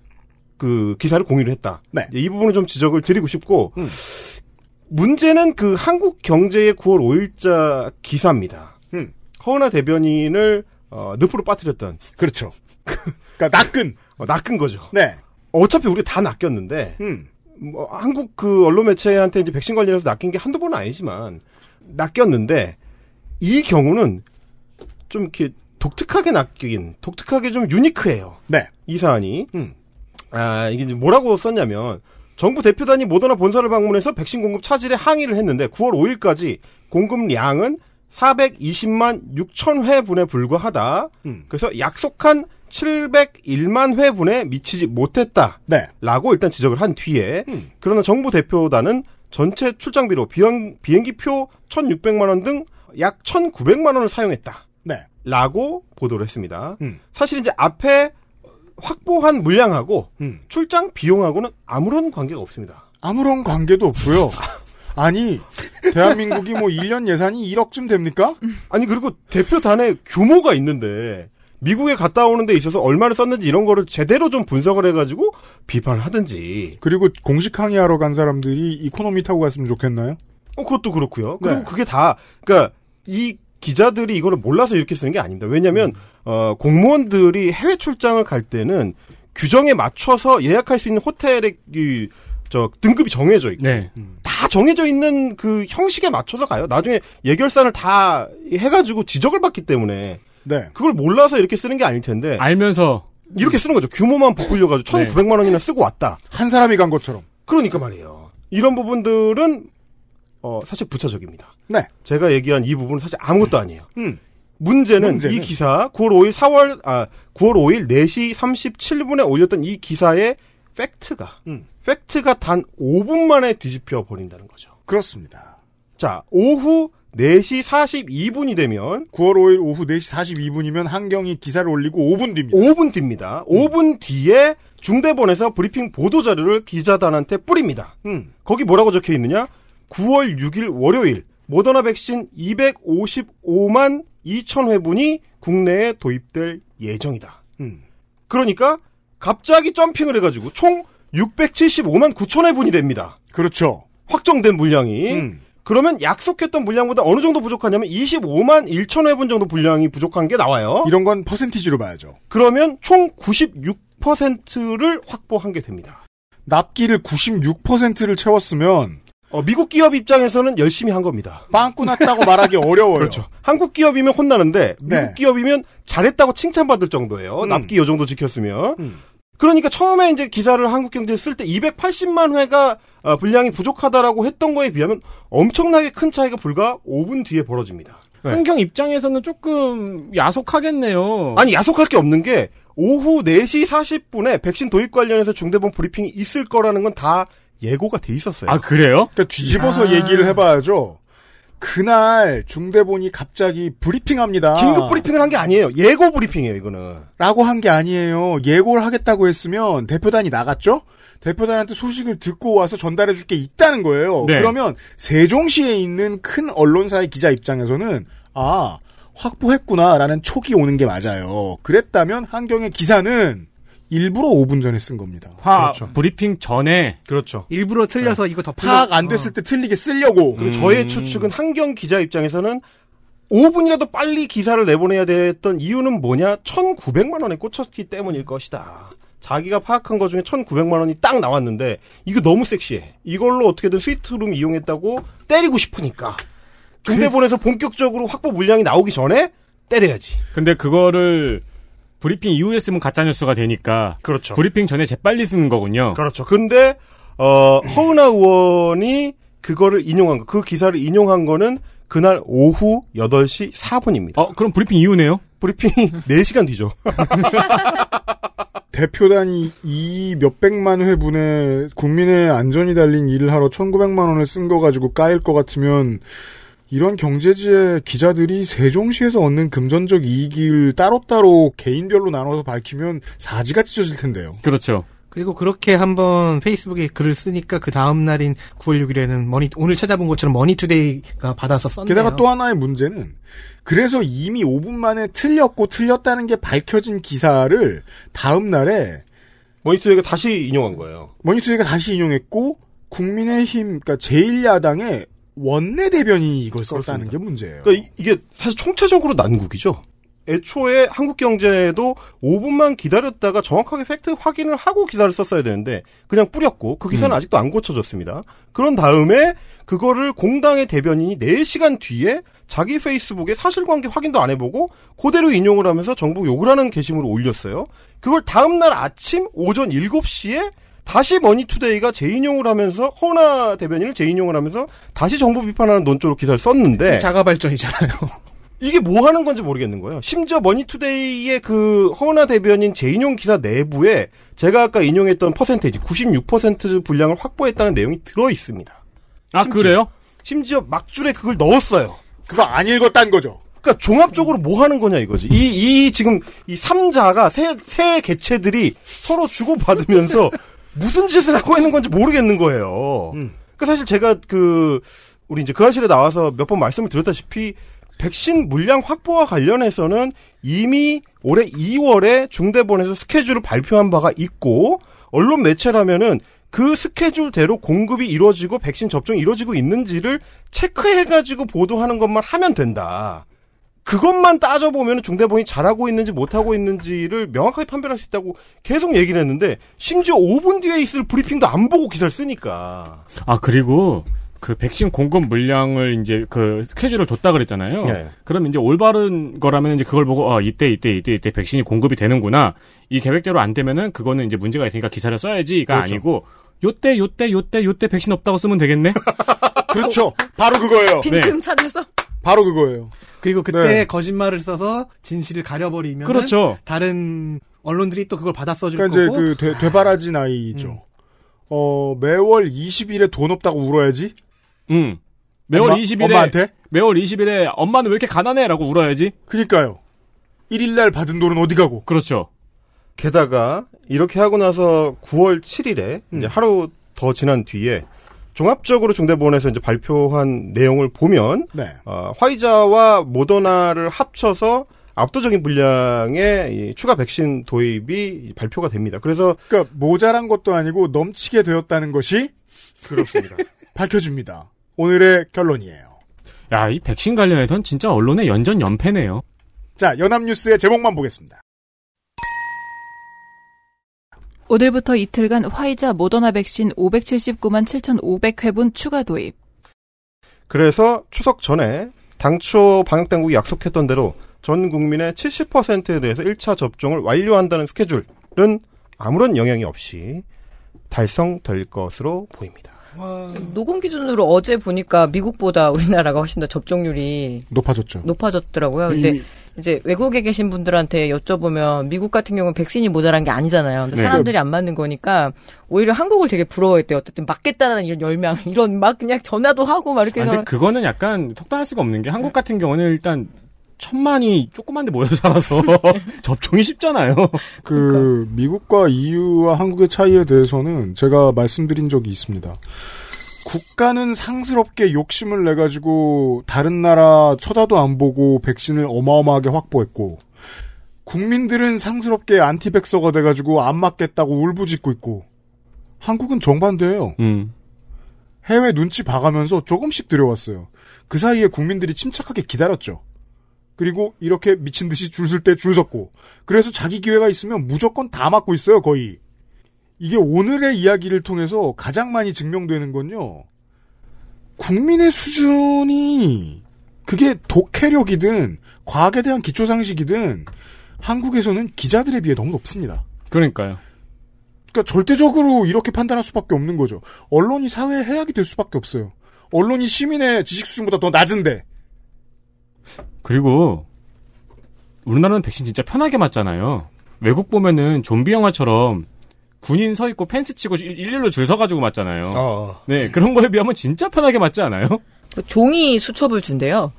Speaker 5: 그 기사를 공유를 했다. 이제 이 부분은 좀 지적을 드리고 싶고 문제는 그 한국 경제의 9월 5일자 기사입니다.
Speaker 4: 음.
Speaker 5: 허은하 대변인을 어, 늪으로 빠뜨렸던. 어,
Speaker 4: 그렇죠. 그러니까 낚은.
Speaker 5: 낚은 거죠.
Speaker 4: 네.
Speaker 5: 어차피 우리 다 낚였는데
Speaker 4: 음.
Speaker 5: 뭐 한국 그 언론 매체한테 이제 백신 관련해서 낚인 게 한두 번은 아니지만 낚였는데 이 경우는 좀 이렇게 독특하게 낚인, 독특하게 좀 유니크해요.
Speaker 4: 네.
Speaker 5: 이 사안이. 아, 이게 이제 뭐라고 썼냐면, 정부 대표단이 모더나 본사를 방문해서 백신 공급 차질에 항의를 했는데, 9월 5일까지 공급량은 420만 6천 회분에 불과하다. 그래서 약속한 701만 회분에 미치지 못했다. 라고 일단 지적을 한 뒤에, 그러나 정부 대표단은 전체 출장비로 비행, 비행기표 1,600만 원 등 약 1,900만 원을 사용했다.
Speaker 4: 네.
Speaker 5: 라고 보도를 했습니다.
Speaker 4: 음.
Speaker 5: 사실 이제 앞에 확보한 물량하고 출장 비용하고는 아무런 관계가 없습니다.
Speaker 4: 음. 아무런 관계도 없고요. 아니, 대한민국이 뭐 1년 예산이 1억쯤 됩니까?
Speaker 5: 아니, 그리고 대표단에 규모가 있는데 미국에 갔다 오는데 있어서 얼마를 썼는지 이런 거를 제대로 좀 분석을 해가지고 비판을 하든지.
Speaker 4: 그리고 공식 항의하러 간 사람들이 이코노미 타고 갔으면 좋겠나요?
Speaker 5: 어, 그것도 그렇고요. 그리고 그게 다, 그러니까 이 기자들이 이거를 몰라서 이렇게 쓰는 게 아닙니다. 왜냐하면 어, 공무원들이 해외 출장을 갈 때는 규정에 맞춰서 예약할 수 있는 호텔의 이, 저 등급이 정해져 있고
Speaker 7: 네.
Speaker 5: 다 정해져 있는 그 형식에 맞춰서 가요. 나중에 예결산을 다 해가지고 지적을 받기 때문에
Speaker 4: 네.
Speaker 5: 그걸 몰라서 이렇게 쓰는 게 아닐 텐데
Speaker 7: 알면서
Speaker 5: 이렇게 쓰는 거죠. 규모만 부풀려가지고
Speaker 7: 네.
Speaker 5: 1,900만 원이나 쓰고 왔다.
Speaker 4: 한 사람이 간 것처럼.
Speaker 5: 그러니까 말이에요. 이런 부분들은 어, 사실 부차적입니다.
Speaker 4: 네.
Speaker 5: 제가 얘기한 이 부분은 사실 아무것도 아니에요.
Speaker 4: 음.
Speaker 5: 문제는,
Speaker 4: 문제는.
Speaker 5: 이 기사 9월 5일 4월 아 9월 5일 4시 37분에 올렸던 이 기사의 팩트가
Speaker 4: 음.
Speaker 5: 팩트가 단 5분 만에 뒤집혀 버린다는 거죠.
Speaker 4: 그렇습니다.
Speaker 5: 자, 오후 4시 42분이 되면
Speaker 4: 9월 5일 오후 4시 42분이면 한경이 기사를 올리고 5분 뒤입니다.
Speaker 5: 5분 뒤입니다. 5분 뒤에 중대본에서 브리핑 보도 자료를 기자단한테 뿌립니다.
Speaker 4: 음.
Speaker 5: 거기 뭐라고 적혀 있느냐? 9월 6일 월요일 모더나 백신 255만 2천 회분이 국내에 도입될 예정이다.
Speaker 4: 음.
Speaker 5: 그러니까 갑자기 점핑을 해가지고 총 675만 9천 회분이 됩니다.
Speaker 4: 그렇죠.
Speaker 5: 확정된 물량이. 그러면 약속했던 물량보다 어느 정도 부족하냐면 25만 1천 회분 정도 분량이 부족한 게 나와요.
Speaker 4: 이런 건 퍼센티지로 봐야죠.
Speaker 5: 그러면 총 96%를 확보한 게 됩니다.
Speaker 4: 납기를 96%를 채웠으면
Speaker 5: 어, 미국 기업 입장에서는 열심히 한 겁니다.
Speaker 4: 빵꾸 났다고 말하기 어려워요.
Speaker 5: 그렇죠. 한국 기업이면 혼나는데 미국
Speaker 4: 네.
Speaker 5: 기업이면 잘했다고 칭찬받을 정도예요.
Speaker 4: 음.
Speaker 5: 납기 요 정도 지켰으면.
Speaker 4: 음.
Speaker 5: 그러니까 처음에 이제 기사를 한국경제에 쓸 때 280만 회가 어, 분량이 부족하다라고 했던 거에 비하면 엄청나게 큰 차이가 불과 5분 뒤에 벌어집니다.
Speaker 7: 환경 입장에서는 조금 야속하겠네요.
Speaker 5: 아니 야속할 게 없는 게 오후 4시 40분에 백신 도입 관련해서 중대본 브리핑이 있을 거라는 건 다 예고가 돼 있었어요.
Speaker 7: 아 그래요?
Speaker 4: 그러니까 뒤집어서 얘기를 해봐야죠. 그날 중대본이 갑자기 브리핑합니다.
Speaker 5: 긴급 브리핑을 한 게 아니에요. 예고 브리핑이에요, 이거는.
Speaker 4: 라고 한 게 아니에요. 예고를 하겠다고 했으면 대표단이 나갔죠? 대표단한테 소식을 듣고 와서 전달해 줄 게 있다는 거예요.
Speaker 7: 네.
Speaker 4: 그러면 세종시에 있는 큰 언론사의 기자 입장에서는 아, 확보했구나라는 촉이 오는 게 맞아요. 그랬다면 한경의 기사는 일부러 5분 전에 쓴 겁니다. 그렇죠.
Speaker 7: 화 브리핑 전에
Speaker 5: 그렇죠.
Speaker 3: 일부러 틀려서
Speaker 4: 네.
Speaker 3: 이거 더
Speaker 4: 파악 안 됐을 때 틀리게 쓰려고.
Speaker 5: 그리고 저의 추측은 한경 기자 입장에서는 5분이라도 빨리 기사를 내보내야 됐던 이유는 뭐냐? 1,900만 원에 꽂혔기 때문일 것이다. 자기가 파악한 것 중에 1,900만 원이 딱 나왔는데 이거 너무 섹시해. 이걸로 어떻게든 스위트룸 이용했다고 때리고 싶으니까 중대본에서 본격적으로 확보 물량이 나오기 전에 때려야지.
Speaker 7: 근데 그거를 브리핑 이후에 쓰면 가짜 뉴스가 되니까
Speaker 5: 그렇죠.
Speaker 7: 브리핑 전에 재빨리 쓰는 거군요.
Speaker 5: 그렇죠. 근데 어, 허은하 의원이 그거를 인용한 거, 그 기사를 인용한 거는 그날 오후 8시 4분입니다.
Speaker 7: 어, 그럼 브리핑 이후네요?
Speaker 5: 브리핑이 4시간 뒤죠.
Speaker 4: 대표단이 이 몇백만 회분에 국민의 안전이 달린 일을 하러 1900만 원을 쓴 거 가지고 까일 것 같으면 이런 경제지의 기자들이 세종시에서 얻는 금전적 이익을 따로따로 개인별로 나눠서 밝히면 사지가 찢어질 텐데요.
Speaker 7: 그렇죠.
Speaker 3: 그리고 그렇게 한번 페이스북에 글을 쓰니까 그 다음 날인 9월 6일에는 머니 오늘 찾아본 것처럼 머니투데이가 받아서 썼네요.
Speaker 4: 게다가 또 하나의 문제는 그래서 이미 5분 만에 틀렸고 틀렸다는 게 밝혀진 기사를 다음 날에
Speaker 5: 머니투데이가 다시 인용한 거예요.
Speaker 4: 머니투데이가 다시 인용했고 국민의힘 그러니까 제1야당의 원내 대변인이 이걸 썼다는 게 문제예요.
Speaker 3: 그
Speaker 5: 그러니까 이- 이게 사실 총체적으로 난국이죠. 애초에 한국경제도 5분만 기다렸다가 정확하게 팩트 확인을 하고 기사를 썼어야 되는데 그냥 뿌렸고 그 기사는 아직도 안 고쳐졌습니다. 그런 다음에 그거를 공당의 대변인이 4시간 뒤에 자기 페이스북에 사실관계 확인도 안 해보고 그대로 인용을 하면서 정부 욕을 하는 게시물을 올렸어요. 그걸 다음날 아침 오전 7시에 다시 머니투데이가 재인용을 하면서 허나 대변인을 재인용을 하면서 다시 정부 비판하는 논조로 기사를 썼는데
Speaker 3: 그 자가 발전이잖아요.
Speaker 5: 이게 뭐 하는 건지 모르겠는 거예요. 심지어 머니투데이의 그 허은하 대변인 재인용 기사 내부에 제가 아까 인용했던 퍼센테이지 96% 분량을 확보했다는 내용이 들어 있습니다.
Speaker 7: 아 그래요?
Speaker 5: 심지어 막줄에 그걸 넣었어요.
Speaker 4: 그거 안 읽었다는 거죠.
Speaker 5: 그러니까 종합적으로 뭐 하는 거냐 이거지. 이, 이 지금 이 삼자가 세, 세 개체들이 서로 주고받으면서 무슨 짓을 하고 있는 건지 모르겠는 거예요. 그 사실 제가 그 우리 이제 그 사실에 나와서 몇 번 말씀을 드렸다시피 백신 물량 확보와 관련해서는 이미 올해 2월에 중대본에서 스케줄을 발표한 바가 있고 언론 매체라면은 그 스케줄대로 공급이 이루어지고 백신 접종이 이루어지고 있는지를 체크해가지고 보도하는 것만 하면 된다. 그것만 따져보면 중대본이 잘하고 있는지 못하고 있는지를 명확하게 판별할 수 있다고 계속 얘기를 했는데 심지어 5분 뒤에 있을 브리핑도 안 보고 기사를 쓰니까
Speaker 7: 아 그리고 그 백신 공급 물량을 이제 그 스케줄을 줬다 그랬잖아요.
Speaker 5: 네.
Speaker 7: 그럼 이제 올바른 거라면 이제 그걸 보고 어 이때 이때 이때 이때 백신이 공급이 되는구나. 이 계획대로 안 되면은 그거는 이제 문제가 있으니까 기사를 써야지가
Speaker 4: 그렇죠.
Speaker 7: 아니고 요때 요때 요때 요때 백신 없다고 쓰면 되겠네.
Speaker 4: 그렇죠. 바로 그거예요.
Speaker 11: 빈틈 찾아서
Speaker 4: 바로 그거예요.
Speaker 3: 그리고 그때
Speaker 4: 네.
Speaker 3: 거짓말을 써서 진실을 가려버리면
Speaker 4: 그렇죠.
Speaker 3: 다른 언론들이 또 그걸 받아 써줄
Speaker 4: 그러니까 이제
Speaker 3: 거고
Speaker 4: 그 되, 되바라진 아이죠.
Speaker 7: 음.
Speaker 4: 어 매월 20일에 돈 없다고 울어야지.
Speaker 7: 음. 매월
Speaker 4: 엄마-
Speaker 7: 20일에
Speaker 4: 엄마한테?
Speaker 7: 매월 20일에 엄마는 왜 이렇게 가난해라고 울어야지.
Speaker 4: 그니까요. 1일날 받은 돈은 어디 가고?
Speaker 7: 그렇죠.
Speaker 5: 게다가 이렇게 하고 나서 9월 7일에 이제 하루 더 지난 뒤에 종합적으로 중대본에서 이제 발표한 내용을 보면
Speaker 4: 네.
Speaker 5: 어, 화이자와 모더나를 합쳐서 압도적인 분량의 이 추가 백신 도입이 발표가 됩니다. 그래서
Speaker 4: 그러니까 모자란 것도 아니고 넘치게 되었다는 것이
Speaker 5: 그렇습니다.
Speaker 4: 밝혀줍니다. 오늘의 결론이에요.
Speaker 7: 야, 이 백신 관련해선 진짜 언론의 연전 연패네요.
Speaker 4: 자, 연합뉴스의 제목만 보겠습니다.
Speaker 2: 오늘부터 이틀간 화이자 모더나 백신 579만 7,500회분 추가 도입.
Speaker 5: 그래서 추석 전에 당초 방역당국이 약속했던 대로 전 국민의 70%에 대해서 1차 접종을 완료한다는 스케줄은 아무런 영향이 없이 달성될 것으로 보입니다.
Speaker 6: 녹음 기준으로 어제 보니까 미국보다 우리나라가 훨씬 더 접종률이
Speaker 4: 높아졌죠.
Speaker 6: 높아졌더라고요. 어, 근데
Speaker 4: 음.
Speaker 6: 이제 외국에 계신 분들한테 여쭤보면 미국 같은 경우는 백신이 모자란 게 아니잖아요. 근데
Speaker 11: 네.
Speaker 6: 사람들이 안 맞는 거니까 오히려 한국을 되게 부러워했대요. 어쨌든 맞겠다는 이런 열망, 이런 막 그냥 전화도 하고 막 이렇게
Speaker 7: 아,
Speaker 6: 해서
Speaker 7: 근데 그거는 약간 속단할 수가 없는 게 한국 같은 경우는 일단 천만이 조그만데 모여 살아서 접종이 쉽잖아요.
Speaker 4: 그 미국과 EU와 한국의 차이에 대해서는 제가 말씀드린 적이 있습니다. 국가는 상스럽게 욕심을 내 가지고 다른 나라 쳐다도 안 보고 백신을 어마어마하게 확보했고 국민들은 상스럽게 안티백서가 돼 가지고 안 맞겠다고 울부짖고 있고 한국은 정반대예요.
Speaker 7: 음.
Speaker 4: 해외 눈치 봐가면서 조금씩 들여왔어요. 그 사이에 국민들이 침착하게 기다렸죠. 그리고 이렇게 미친 듯이 줄 쓸 때 줄 섰고 그래서 자기 기회가 있으면 무조건 다 맞고 있어요 거의 이게 오늘의 이야기를 통해서 가장 많이 증명되는 건요 국민의 수준이 그게 독해력이든 과학에 대한 기초 상식이든 한국에서는 기자들에 비해 너무 높습니다.
Speaker 7: 그러니까요.
Speaker 4: 그러니까 절대적으로 이렇게 판단할 수밖에 없는 거죠. 언론이 사회의 해악이 될 수밖에 없어요. 언론이 시민의 지식 수준보다 더 낮은데
Speaker 7: 그리고 우리나라는 백신 진짜 편하게 맞잖아요. 외국 보면은 좀비 영화처럼 군인 서 있고 펜스 치고 일- 일렬로 줄 서가지고 맞잖아요. 네 그런 거에 비하면 진짜 편하게 맞지 않아요?
Speaker 6: 그 종이 수첩을 준대요.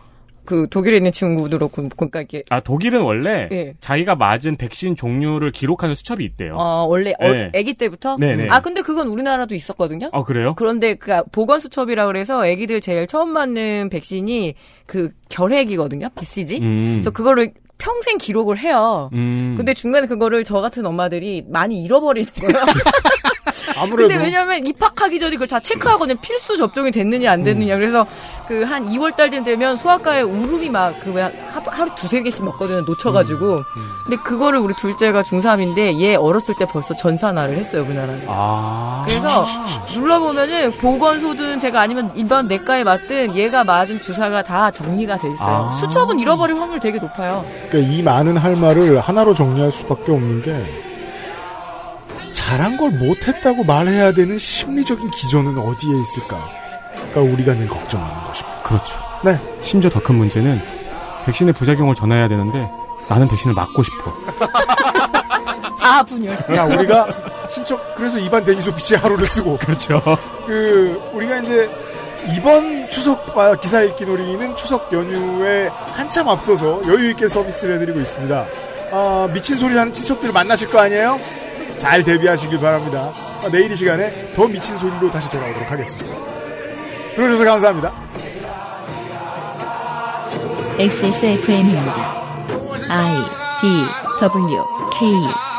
Speaker 6: 그 독일에 있는 친구들 그렇고 그러니까 이게
Speaker 7: 아 독일은 원래
Speaker 6: 예.
Speaker 7: 자기가 맞은 백신 종류를 기록하는 수첩이 있대요.
Speaker 6: 어, 원래 어,
Speaker 7: 네.
Speaker 6: 아기 때부터
Speaker 7: 네네.
Speaker 6: 아 근데 그건 우리나라도 있었거든요.
Speaker 7: 아, 그래요?
Speaker 6: 그런데 그 보건 수첩이라 그래서 아기들 제일 처음 맞는 백신이 그 결핵이거든요. BCG.
Speaker 11: 음.
Speaker 6: 그래서 그거를 평생 기록을 해요.
Speaker 11: 음.
Speaker 6: 근데 중간에 그거를 저 같은 엄마들이 많이 잃어버리는 거예요.
Speaker 4: 아무래도
Speaker 6: 근데 왜냐면 입학하기 전에 그걸 다 체크하거든요. 필수 접종이 됐느냐 안 됐느냐. 그래서 그 한 2월 달쯤 되면 소아과에 울음이 막그 하루 두세 개씩 먹거든요. 놓쳐가지고. 근데 그거를 우리 둘째가 중3인데 얘 어렸을 때 벌써 전산화를 했어요. 그 나라는.
Speaker 7: 아.
Speaker 6: 그래서 눌러보면은 보건소든 제가 아니면 일반 내과에 맞든 얘가 맞은 주사가 다 정리가 돼 있어요.
Speaker 4: 아.
Speaker 6: 수첩은 잃어버릴 확률 되게 높아요.
Speaker 4: 그러니까 이 많은 할 말을 하나로 정리할 수밖에 없는 게 잘한 걸 못했다고 말해야 되는 심리적인 기저는 어디에 있을까? 그러니까 우리가 늘 걱정하는 것입니다.
Speaker 7: 그렇죠.
Speaker 4: 네.
Speaker 7: 심지어 더 큰 문제는 백신의 부작용을 전해야 되는데 나는 백신을 맞고 싶어.
Speaker 6: 자아 분열.
Speaker 4: 자, 우리가 신청 그래서 입안 데니소비치 하루를 쓰고
Speaker 7: 그렇죠.
Speaker 4: 그 우리가 이제 이번 추석 아, 기사 읽기 놀이는 추석 연휴에 한참 앞서서 여유 있게 서비스를 해드리고 있습니다. 아, 미친 소리 하는 친척들 만나실 거 아니에요? 잘 대비하시길 바랍니다. 아, 내일 이 시간에 더 미친 소리로 다시 돌아오도록 하겠습니다. 들어주셔서 감사합니다.
Speaker 1: XSFM입니다. I D W K